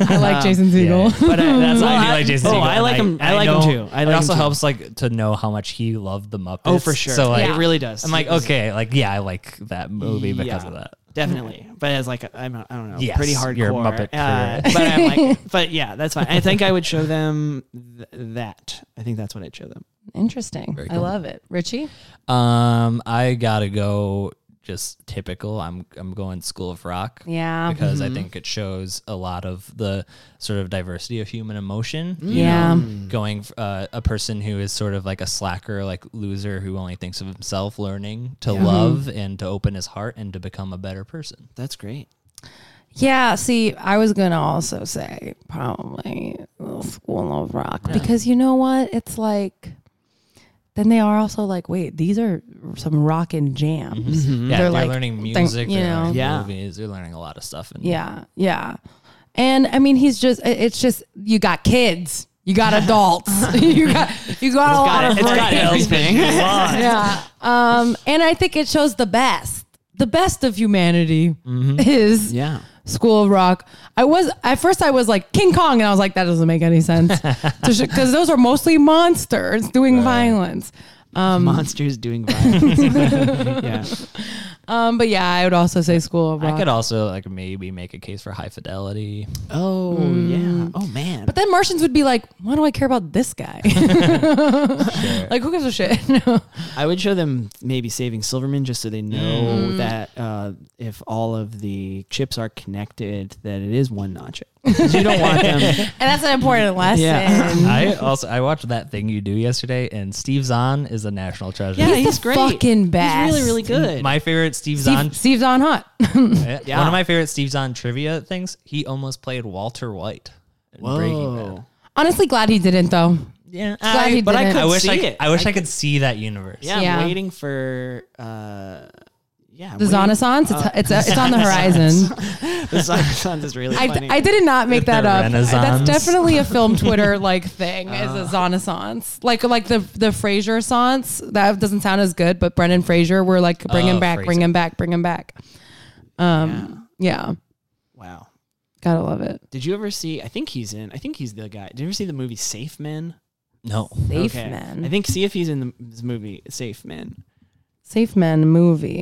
Speaker 1: I like Jason Segel.
Speaker 2: But I, that's
Speaker 3: Well,
Speaker 2: I do
Speaker 3: I-
Speaker 2: like Jason.
Speaker 3: oh,
Speaker 2: Segel,
Speaker 3: I
Speaker 2: and
Speaker 3: like him- I like him
Speaker 2: know-
Speaker 3: too. I like
Speaker 2: it also
Speaker 3: him too.
Speaker 2: helps like to know how much he loved the Muppets.
Speaker 3: oh, for sure.
Speaker 2: So like,
Speaker 3: it really does.
Speaker 2: I'm like,
Speaker 3: It was-
Speaker 2: okay, like yeah, I like that movie because
Speaker 3: Yeah.
Speaker 2: of that.
Speaker 3: Definitely, but as like I'm I don't know,
Speaker 2: Yes,
Speaker 3: pretty hardcore.
Speaker 2: you're a Muppet
Speaker 3: Uh, but I'm like, but yeah, that's fine. I think I would show them th- that. I think that's what I'd show them.
Speaker 1: Interesting. I love it. Richie?
Speaker 2: Um, I gotta go. Just typical. I'm I'm going School of Rock.
Speaker 1: Yeah.
Speaker 2: because
Speaker 3: Mm-hmm.
Speaker 2: I think it shows a lot of the sort of diversity of human emotion.
Speaker 3: Mm.
Speaker 2: you
Speaker 1: Yeah.
Speaker 2: know, going uh, a person who is sort of like a slacker, like loser, who only thinks of himself, learning to love
Speaker 1: Mm-hmm.
Speaker 2: and to open his heart and to become a better person.
Speaker 3: That's great.
Speaker 1: Yeah, see, I was going to also say probably School of Rock because you know what? It's like, then they are also like, wait, these are some rockin' jams.
Speaker 3: Mm-hmm.
Speaker 2: Yeah,
Speaker 1: They're
Speaker 2: they're,
Speaker 1: like-
Speaker 2: learning
Speaker 1: think-
Speaker 2: music.
Speaker 1: you
Speaker 2: they're
Speaker 1: know.
Speaker 2: learning
Speaker 3: Yeah.
Speaker 2: movies. They're learning a lot of stuff. And
Speaker 1: Yeah, yeah. And Oh, I mean, he's just, it- it's just, you got kids, you got adults, you got, You got a lot
Speaker 3: got
Speaker 1: of
Speaker 3: it. It's got
Speaker 1: range.
Speaker 3: everything.
Speaker 1: yeah. Um, and I think it shows the best, the best of humanity
Speaker 3: Mm-hmm.
Speaker 1: is
Speaker 3: yeah.
Speaker 1: School of Rock. I was at first I was like King Kong, and I was like that doesn't make any sense because those are mostly monsters doing violence.
Speaker 3: Um, Monsters doing violence. yeah.
Speaker 1: Um, but yeah, I would also say School of Rock.
Speaker 2: I could also like maybe make a case for high fidelity.
Speaker 3: Oh
Speaker 2: Hmm.
Speaker 3: yeah. Oh man.
Speaker 1: but then Martians would be like, why do I care about this guy? Like who gives a shit?
Speaker 3: I would show them maybe saving Silverman just so they know
Speaker 2: Hmm.
Speaker 3: that uh, if all of the chips are connected, that it is one nacho. 'Cause you don't want them.
Speaker 1: And that's an important lesson.
Speaker 3: Yeah.
Speaker 2: I also I watched that thing you do yesterday, and Steve Zahn is a national treasure.
Speaker 1: Yeah, he's the fucking best.
Speaker 3: He's really, really good.
Speaker 2: My favorite Steve Zahn. eh,
Speaker 1: Steve, Steve's on hot.
Speaker 2: One of my favorite Steve Zahn trivia things. He almost played Walter White. in Breaking Bad.
Speaker 3: Whoa.
Speaker 1: Honestly, glad he didn't though.
Speaker 2: Yeah,
Speaker 1: Glad he
Speaker 2: but I,
Speaker 1: didn't.
Speaker 2: I wish
Speaker 3: see
Speaker 2: I,
Speaker 3: it.
Speaker 2: I wish
Speaker 3: I
Speaker 2: I, could see that universe.
Speaker 3: Yeah,
Speaker 1: Yeah.
Speaker 3: I'm waiting for. Uh, yeah,
Speaker 1: The
Speaker 3: waiting-
Speaker 1: Renaissance,
Speaker 2: Oh.
Speaker 1: it's, it's, it's on the horizon.
Speaker 3: The Renaissance is really
Speaker 1: I,
Speaker 3: funny.
Speaker 1: I did not make
Speaker 2: The
Speaker 1: that up. That's
Speaker 2: Renaissance.
Speaker 1: definitely a film Twitter like thing. Is a Zonissance like like the the Fraser sance that doesn't sound as good, but Brendan Fraser were like bring him
Speaker 2: Oh,
Speaker 1: back, bring
Speaker 2: Fraser.
Speaker 1: him back, bring him back. Um, yeah.
Speaker 3: wow.
Speaker 1: gotta love it.
Speaker 3: Did you ever see? I think he's in. I think he's the guy. Did you ever see the movie Safe Men?
Speaker 2: No,
Speaker 1: Safe
Speaker 3: Okay.
Speaker 1: Men,
Speaker 3: I think see if he's in the, this movie Safe Men.
Speaker 1: Safe Men movie,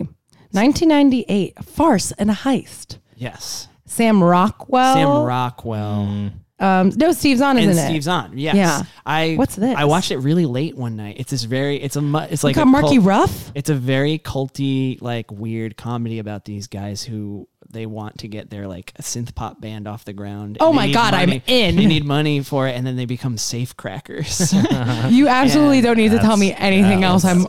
Speaker 1: 1998, a farce and a heist.
Speaker 3: Yes.
Speaker 1: Sam Rockwell.
Speaker 3: Sam Rockwell.
Speaker 1: Um, no, Steve Zahn is
Speaker 3: and
Speaker 1: in
Speaker 3: Steve
Speaker 1: Oh. it.
Speaker 3: Zahn. Yes.
Speaker 1: Yeah.
Speaker 3: I
Speaker 1: What's this?
Speaker 3: I watched it really late one night. It's this very. It's a. mu- It's like
Speaker 1: Got
Speaker 3: a
Speaker 1: Marky
Speaker 3: cult-
Speaker 1: Ruff.
Speaker 3: It's a very culty, like weird comedy about these guys who they want to get their like synth pop band off the ground. and
Speaker 1: Oh
Speaker 3: they
Speaker 1: my
Speaker 3: need
Speaker 1: God, I'm
Speaker 3: money-
Speaker 1: in.
Speaker 3: They need money for it, and then they become safe crackers.
Speaker 1: You absolutely
Speaker 3: Yeah,
Speaker 1: don't need to tell me anything else. I'm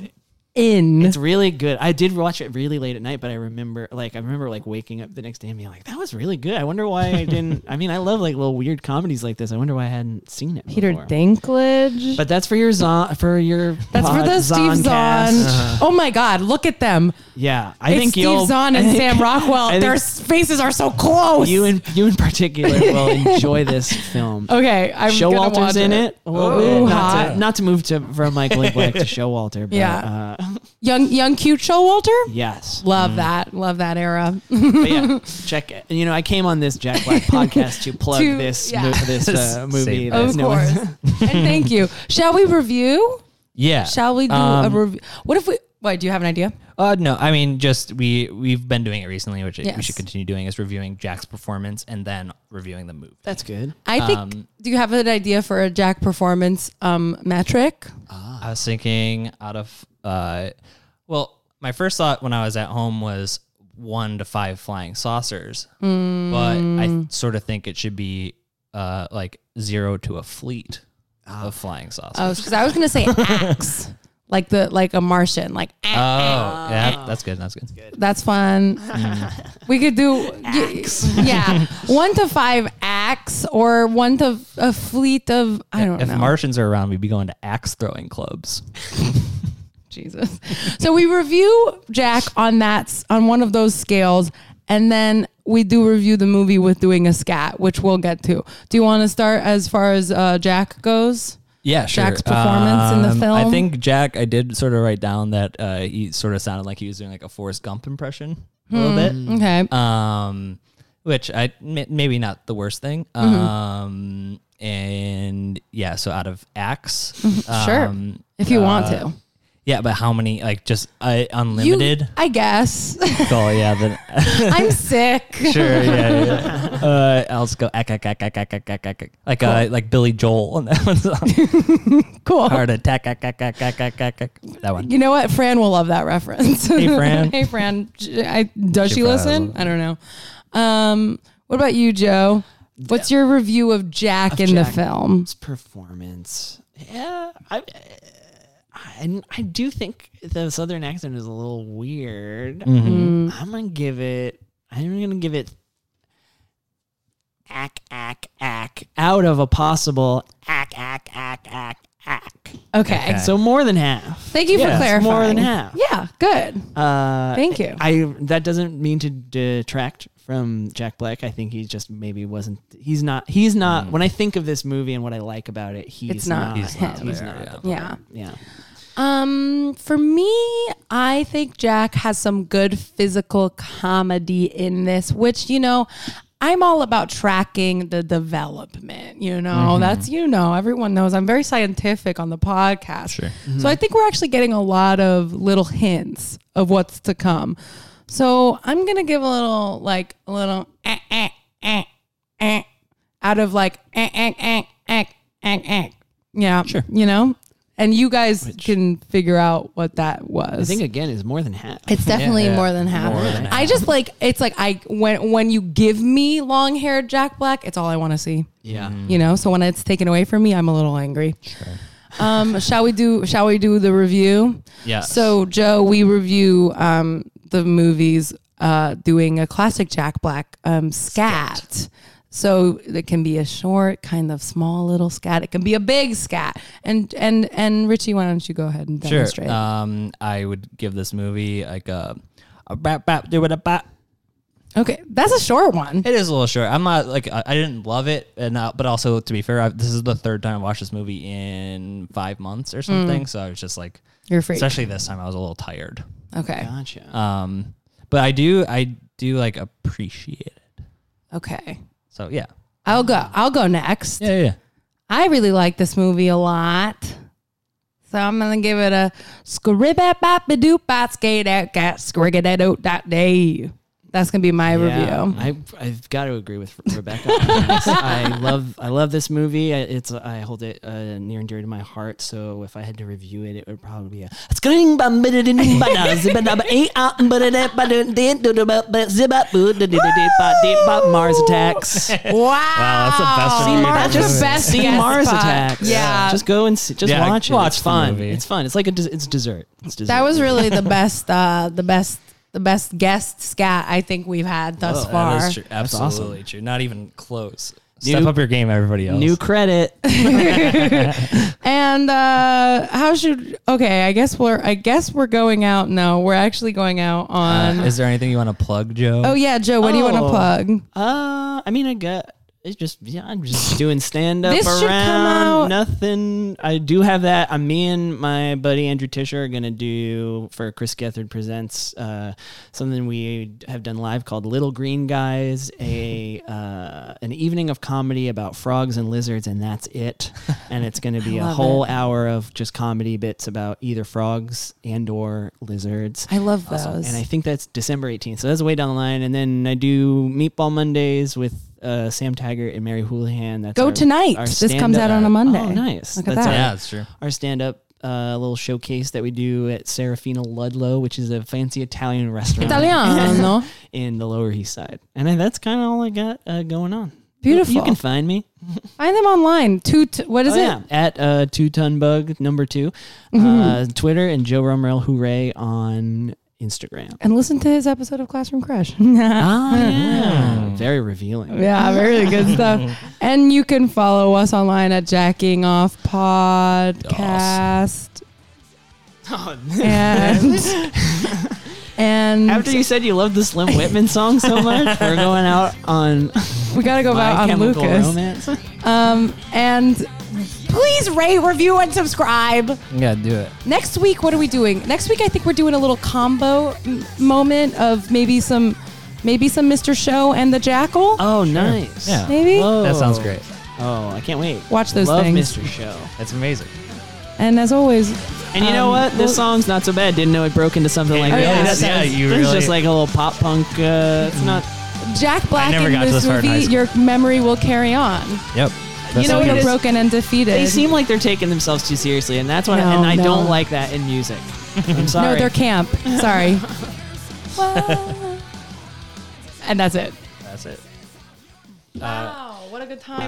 Speaker 1: in.
Speaker 3: it's really good. I did watch it really late at night, but I remember like I remember like waking up the next day and being like, that was really good. I wonder why I didn't. I mean, I love like little weird comedies like this. I wonder why I hadn't seen it.
Speaker 1: Peter
Speaker 3: before.
Speaker 1: Dinklage.
Speaker 3: But that's for your Zon, for your
Speaker 1: That's for
Speaker 3: pod-
Speaker 1: the Steve Zahn.
Speaker 3: Zoncast.
Speaker 1: Oh my God, look at them.
Speaker 3: Yeah, Uh-huh. I
Speaker 1: it's
Speaker 3: think you'll
Speaker 1: Steve Zahn and
Speaker 3: I think-
Speaker 1: Sam Rockwell.
Speaker 3: I
Speaker 1: Their
Speaker 3: think
Speaker 1: s- faces are so close.
Speaker 3: you in you in particular will enjoy this film.
Speaker 1: okay, I'm gonna watch
Speaker 3: Showalter's in it. a little
Speaker 1: Ooh,
Speaker 3: bit. Not,
Speaker 1: hot.
Speaker 3: to, not to move to from Michael Black to Showalter, but
Speaker 1: Yeah.
Speaker 3: uh,
Speaker 1: Young, young, cute Showalter.
Speaker 3: yes,
Speaker 1: Love that. Love that era.
Speaker 3: but yeah, check it. You know, I came on this Jack Black podcast to plug
Speaker 1: To-
Speaker 3: this
Speaker 1: yeah.
Speaker 3: mo- this uh, movie.
Speaker 2: Save
Speaker 3: that
Speaker 1: of
Speaker 3: no one-
Speaker 1: course. and thank you. Shall we review?
Speaker 2: yeah.
Speaker 1: Shall we do
Speaker 2: Um,
Speaker 1: a review? What if we? Wait, do you have an idea?
Speaker 2: Uh, no, I mean just we we've been doing it recently, which we
Speaker 1: Yes.
Speaker 2: should continue doing is reviewing Jack's performance and then reviewing the movie.
Speaker 3: that's good.
Speaker 1: I think.
Speaker 3: um,
Speaker 1: do you have an idea for a Jack performance um, metric?
Speaker 2: I was thinking out of uh, well, my first thought when I was at home was one to five flying saucers, but
Speaker 1: Hmm.
Speaker 2: I th- sort of think it should be uh like zero to a fleet of flying saucers.
Speaker 1: Oh, because I was gonna say axe, like the like a Martian, like
Speaker 2: Oh, yeah,
Speaker 1: Ah.
Speaker 2: that's good. That's good.
Speaker 1: That's fun. we could do axe. yeah, one to five axe or one to a fleet of I don't
Speaker 2: If
Speaker 1: know.
Speaker 2: Martians are around, we'd be going to axe throwing clubs.
Speaker 1: Jesus. So we review Jack on that s- on one of those scales, and then we do review the movie with doing a scat, which we'll get to. Do you want to start as far as uh, Jack goes?
Speaker 2: Yeah, sure. Um,
Speaker 1: Jack's performance in the film?
Speaker 2: I think Jack, I did sort of write down that uh, he sort of sounded like he was doing like a Forrest Gump impression a little
Speaker 1: Okay.
Speaker 2: bit, um, which I m- maybe not the worst thing.
Speaker 1: Mm-hmm.
Speaker 2: Um, and yeah, so out of acts,
Speaker 1: Mm-hmm. sure.
Speaker 2: um,
Speaker 1: if you want to.
Speaker 2: yeah, but how many? Like just uh,
Speaker 1: You-
Speaker 2: unlimited.
Speaker 1: I guess.
Speaker 2: oh yeah, then
Speaker 1: I'm sick.
Speaker 2: sure, yeah, yeah. Uh, I'll just go ack, ack, ack, ack, ack, ack, ack, ack, like uh, like Billy Joel on that one song.
Speaker 1: Cool.
Speaker 2: Hard attack, ack, ack, ack, ack, ack, ack, ack. That one.
Speaker 1: You know what? Fran will love that reference. Hey,
Speaker 2: Fran.
Speaker 1: hey, Fran. J- I, does she,
Speaker 2: probably
Speaker 1: listen?
Speaker 2: loves
Speaker 1: I don't know. Um, what about you, Joe? What's your review of Jack in the
Speaker 3: Jack.
Speaker 1: film?
Speaker 3: His performance. Yeah, I, I, I do think the southern accent is a little weird. I'm gonna give it. I'm gonna give it. Ack ack ack out of a possible ack ack ack ack ack. Jack.
Speaker 1: Okay.
Speaker 3: So more than half.
Speaker 1: Thank you for
Speaker 3: Yes,
Speaker 1: clarifying.
Speaker 3: More than half.
Speaker 1: Yeah, good.
Speaker 3: Uh,
Speaker 1: Thank you.
Speaker 3: I that doesn't mean to detract from Jack Black. I think he just maybe wasn't. He's not. He's not. When I think of this movie and what I like about it, he's
Speaker 1: It's not
Speaker 3: Mm. He's
Speaker 1: him.
Speaker 3: not.
Speaker 1: He's
Speaker 3: there,
Speaker 1: yeah.
Speaker 3: Yeah.
Speaker 1: Um, for me, I think Jack has some good physical comedy in this, which, you know, I'm all about tracking the development. You know, that's, you know, everyone knows I'm very scientific on the podcast. So I think we're actually getting a lot of little hints of what's to come. So I'm going to give a little, like, a little eh, eh, eh, eh, out of like, eh, eh, eh, eh, eh, eh. Yeah. Sure. You know? And you guys can figure out what that was.
Speaker 3: I think again is more than half.
Speaker 1: It's definitely more than half. I just like it's like I when when you give me long haired Jack Black, it's all I want to see.
Speaker 3: Yeah.
Speaker 2: Mm-hmm.
Speaker 1: You know, so when it's taken away from me, I'm a little angry. Um, shall we do shall we do the review?
Speaker 6: Yeah.
Speaker 1: So Joe, we review um the movies uh doing a classic Jack Black um scat. So it can be a short, kind of small little scat. It can be a big scat. And and and Richie, why don't you go ahead and demonstrate?
Speaker 2: uh,
Speaker 6: Um, I would give this movie like a, a bap bap do it a bap.
Speaker 1: okay, that's a short one.
Speaker 6: It is a little short. I'm not like I, I didn't love it, and uh, but also to be fair, I, this is the third time I watched this movie in five months or something. So I was just like,
Speaker 1: Mm. You're a freak.
Speaker 6: especially this time, I was a little tired.
Speaker 1: Okay.
Speaker 3: Gotcha.
Speaker 6: Um, but I do, I do like appreciate it.
Speaker 1: Okay.
Speaker 6: So yeah,
Speaker 1: I'll go. I'll go next.
Speaker 6: yeah, yeah.
Speaker 1: I really like this movie a lot. So I'm gonna give it a scribbit bop a doop bop skate out cat scriggity doop dot day. That's gonna be my
Speaker 3: Yeah.
Speaker 6: um,
Speaker 1: review.
Speaker 3: I I've got to agree with Rebecca. on this. I love I love this movie. I, it's I hold it uh, near and dear to my heart. So if I had to review it, it would probably be a screen bum bada ding ding bada ziba daba eh, ah, um, bada da, bada ding do do ba, ba, ziba boo da di da di ba di ba, Mars attacks.
Speaker 6: Oh,
Speaker 1: Wow. wow, that's the best. That's the best.
Speaker 3: See
Speaker 1: guest
Speaker 3: Mars
Speaker 1: spot.
Speaker 3: attacks.
Speaker 1: Yeah.
Speaker 3: Just go and see, just
Speaker 6: Yeah,
Speaker 3: watch it.
Speaker 6: watch
Speaker 3: it's
Speaker 6: the
Speaker 3: fun.
Speaker 6: movie.
Speaker 3: It's fun. It's like a des- it's dessert. It's dessert.
Speaker 1: that was really the best. Uh, the best. The best guest scat I think we've had thus
Speaker 2: Oh,
Speaker 1: far.
Speaker 6: That is true.
Speaker 3: awesome.
Speaker 6: Absolutely true. Not even close.
Speaker 3: New-
Speaker 6: Step up your game, everybody else.
Speaker 3: new credit.
Speaker 1: And uh, how should okay? I guess we're I guess we're going out. No, we're actually going out on.
Speaker 2: Uh,
Speaker 6: Is there anything you want to plug, Joe?
Speaker 1: Um, oh yeah, Joe. What do you want to
Speaker 3: Oh.
Speaker 1: plug?
Speaker 3: Uh, I mean, I got it's just yeah, I'm just doing stand up
Speaker 1: This
Speaker 3: around
Speaker 1: should come out-
Speaker 3: nothing. I do have that. Uh, me and my buddy Andrew Tisher are gonna do for Chris Gethard presents uh, something we have done live called Little Green Guys, a uh, an evening of comedy about frogs and lizards, and that's it. And it's gonna be a
Speaker 1: love
Speaker 3: whole hour of just comedy bits about either frogs and or lizards.
Speaker 1: I love those.
Speaker 3: And I think that's December 18th. So that's way down the line. And then I do Meatball Mondays with uh, Sam Taggart and Mary Houlihan. That's
Speaker 1: Go
Speaker 3: our-
Speaker 1: tonight.
Speaker 3: our
Speaker 1: This comes
Speaker 3: stand-up-
Speaker 1: out on a Monday.
Speaker 3: Oh, nice.
Speaker 1: Look at
Speaker 3: that's
Speaker 1: that.
Speaker 3: Our,
Speaker 6: yeah, that's true.
Speaker 3: our stand up uh, little showcase that we do at Serafina Ludlow, which is a fancy Italian restaurant
Speaker 1: Italiano.
Speaker 3: in the Lower East Side. And I, that's kind of all I got uh, going on.
Speaker 1: Beautiful.
Speaker 3: You can find me.
Speaker 1: Find them online. Two. T- what is
Speaker 3: Oh,
Speaker 1: it? Mm-hmm.
Speaker 3: yeah. At uh, Two Ton Bug number 2 uh, Twitter, and Joe Rumrell Hooray on Instagram.
Speaker 1: And listen to his episode of Classroom Crush.
Speaker 3: Ah, yeah. Very revealing.
Speaker 1: Hmm. yeah, very good stuff. And you can follow us online at Jacking Off Podcast.
Speaker 3: Oh,
Speaker 1: And and
Speaker 3: After you said you loved the Slim Whitman song so much, we're going out on
Speaker 1: we gotta go
Speaker 3: My
Speaker 1: out on
Speaker 3: Chemical
Speaker 1: Lucas.
Speaker 3: Romance.
Speaker 1: Um, and please rate, review, and subscribe.
Speaker 6: Yeah, do it.
Speaker 1: Next week, what are we doing? Next week, I think we're doing a little combo m- moment of maybe some, maybe some Mr. Show and the Jackal.
Speaker 3: Oh, nice.
Speaker 6: Yeah.
Speaker 1: Maybe?
Speaker 6: That sounds great.
Speaker 3: Oh, I can't wait.
Speaker 1: Watch those
Speaker 3: Love
Speaker 1: things.
Speaker 3: Mr. Show.
Speaker 6: That's amazing.
Speaker 1: And as always,
Speaker 3: And you know
Speaker 1: Um,
Speaker 3: what? This
Speaker 1: well- Oh,
Speaker 3: song's not so bad. Didn't know it broke into something like
Speaker 6: It
Speaker 1: really
Speaker 3: this.
Speaker 1: is.
Speaker 6: Yeah, you
Speaker 3: This is
Speaker 6: really-
Speaker 3: just like a little pop punk. Uh, it's not.
Speaker 1: Jack Black
Speaker 6: never
Speaker 1: in
Speaker 6: got to
Speaker 1: this
Speaker 6: this part in
Speaker 1: movie,
Speaker 6: high school.
Speaker 1: your memory will carry on.
Speaker 6: Yep.
Speaker 1: you know,
Speaker 3: what
Speaker 1: you're
Speaker 3: it is.
Speaker 1: broken and defeated.
Speaker 3: They seem like they're taking themselves too seriously, and that's what. I,
Speaker 1: No,
Speaker 3: and I
Speaker 1: no.
Speaker 3: don't like that in music. I'm
Speaker 1: no,
Speaker 3: sorry.
Speaker 1: they're camp. Sorry. and that's it.
Speaker 6: That's it. Uh,
Speaker 1: Wow, what a good time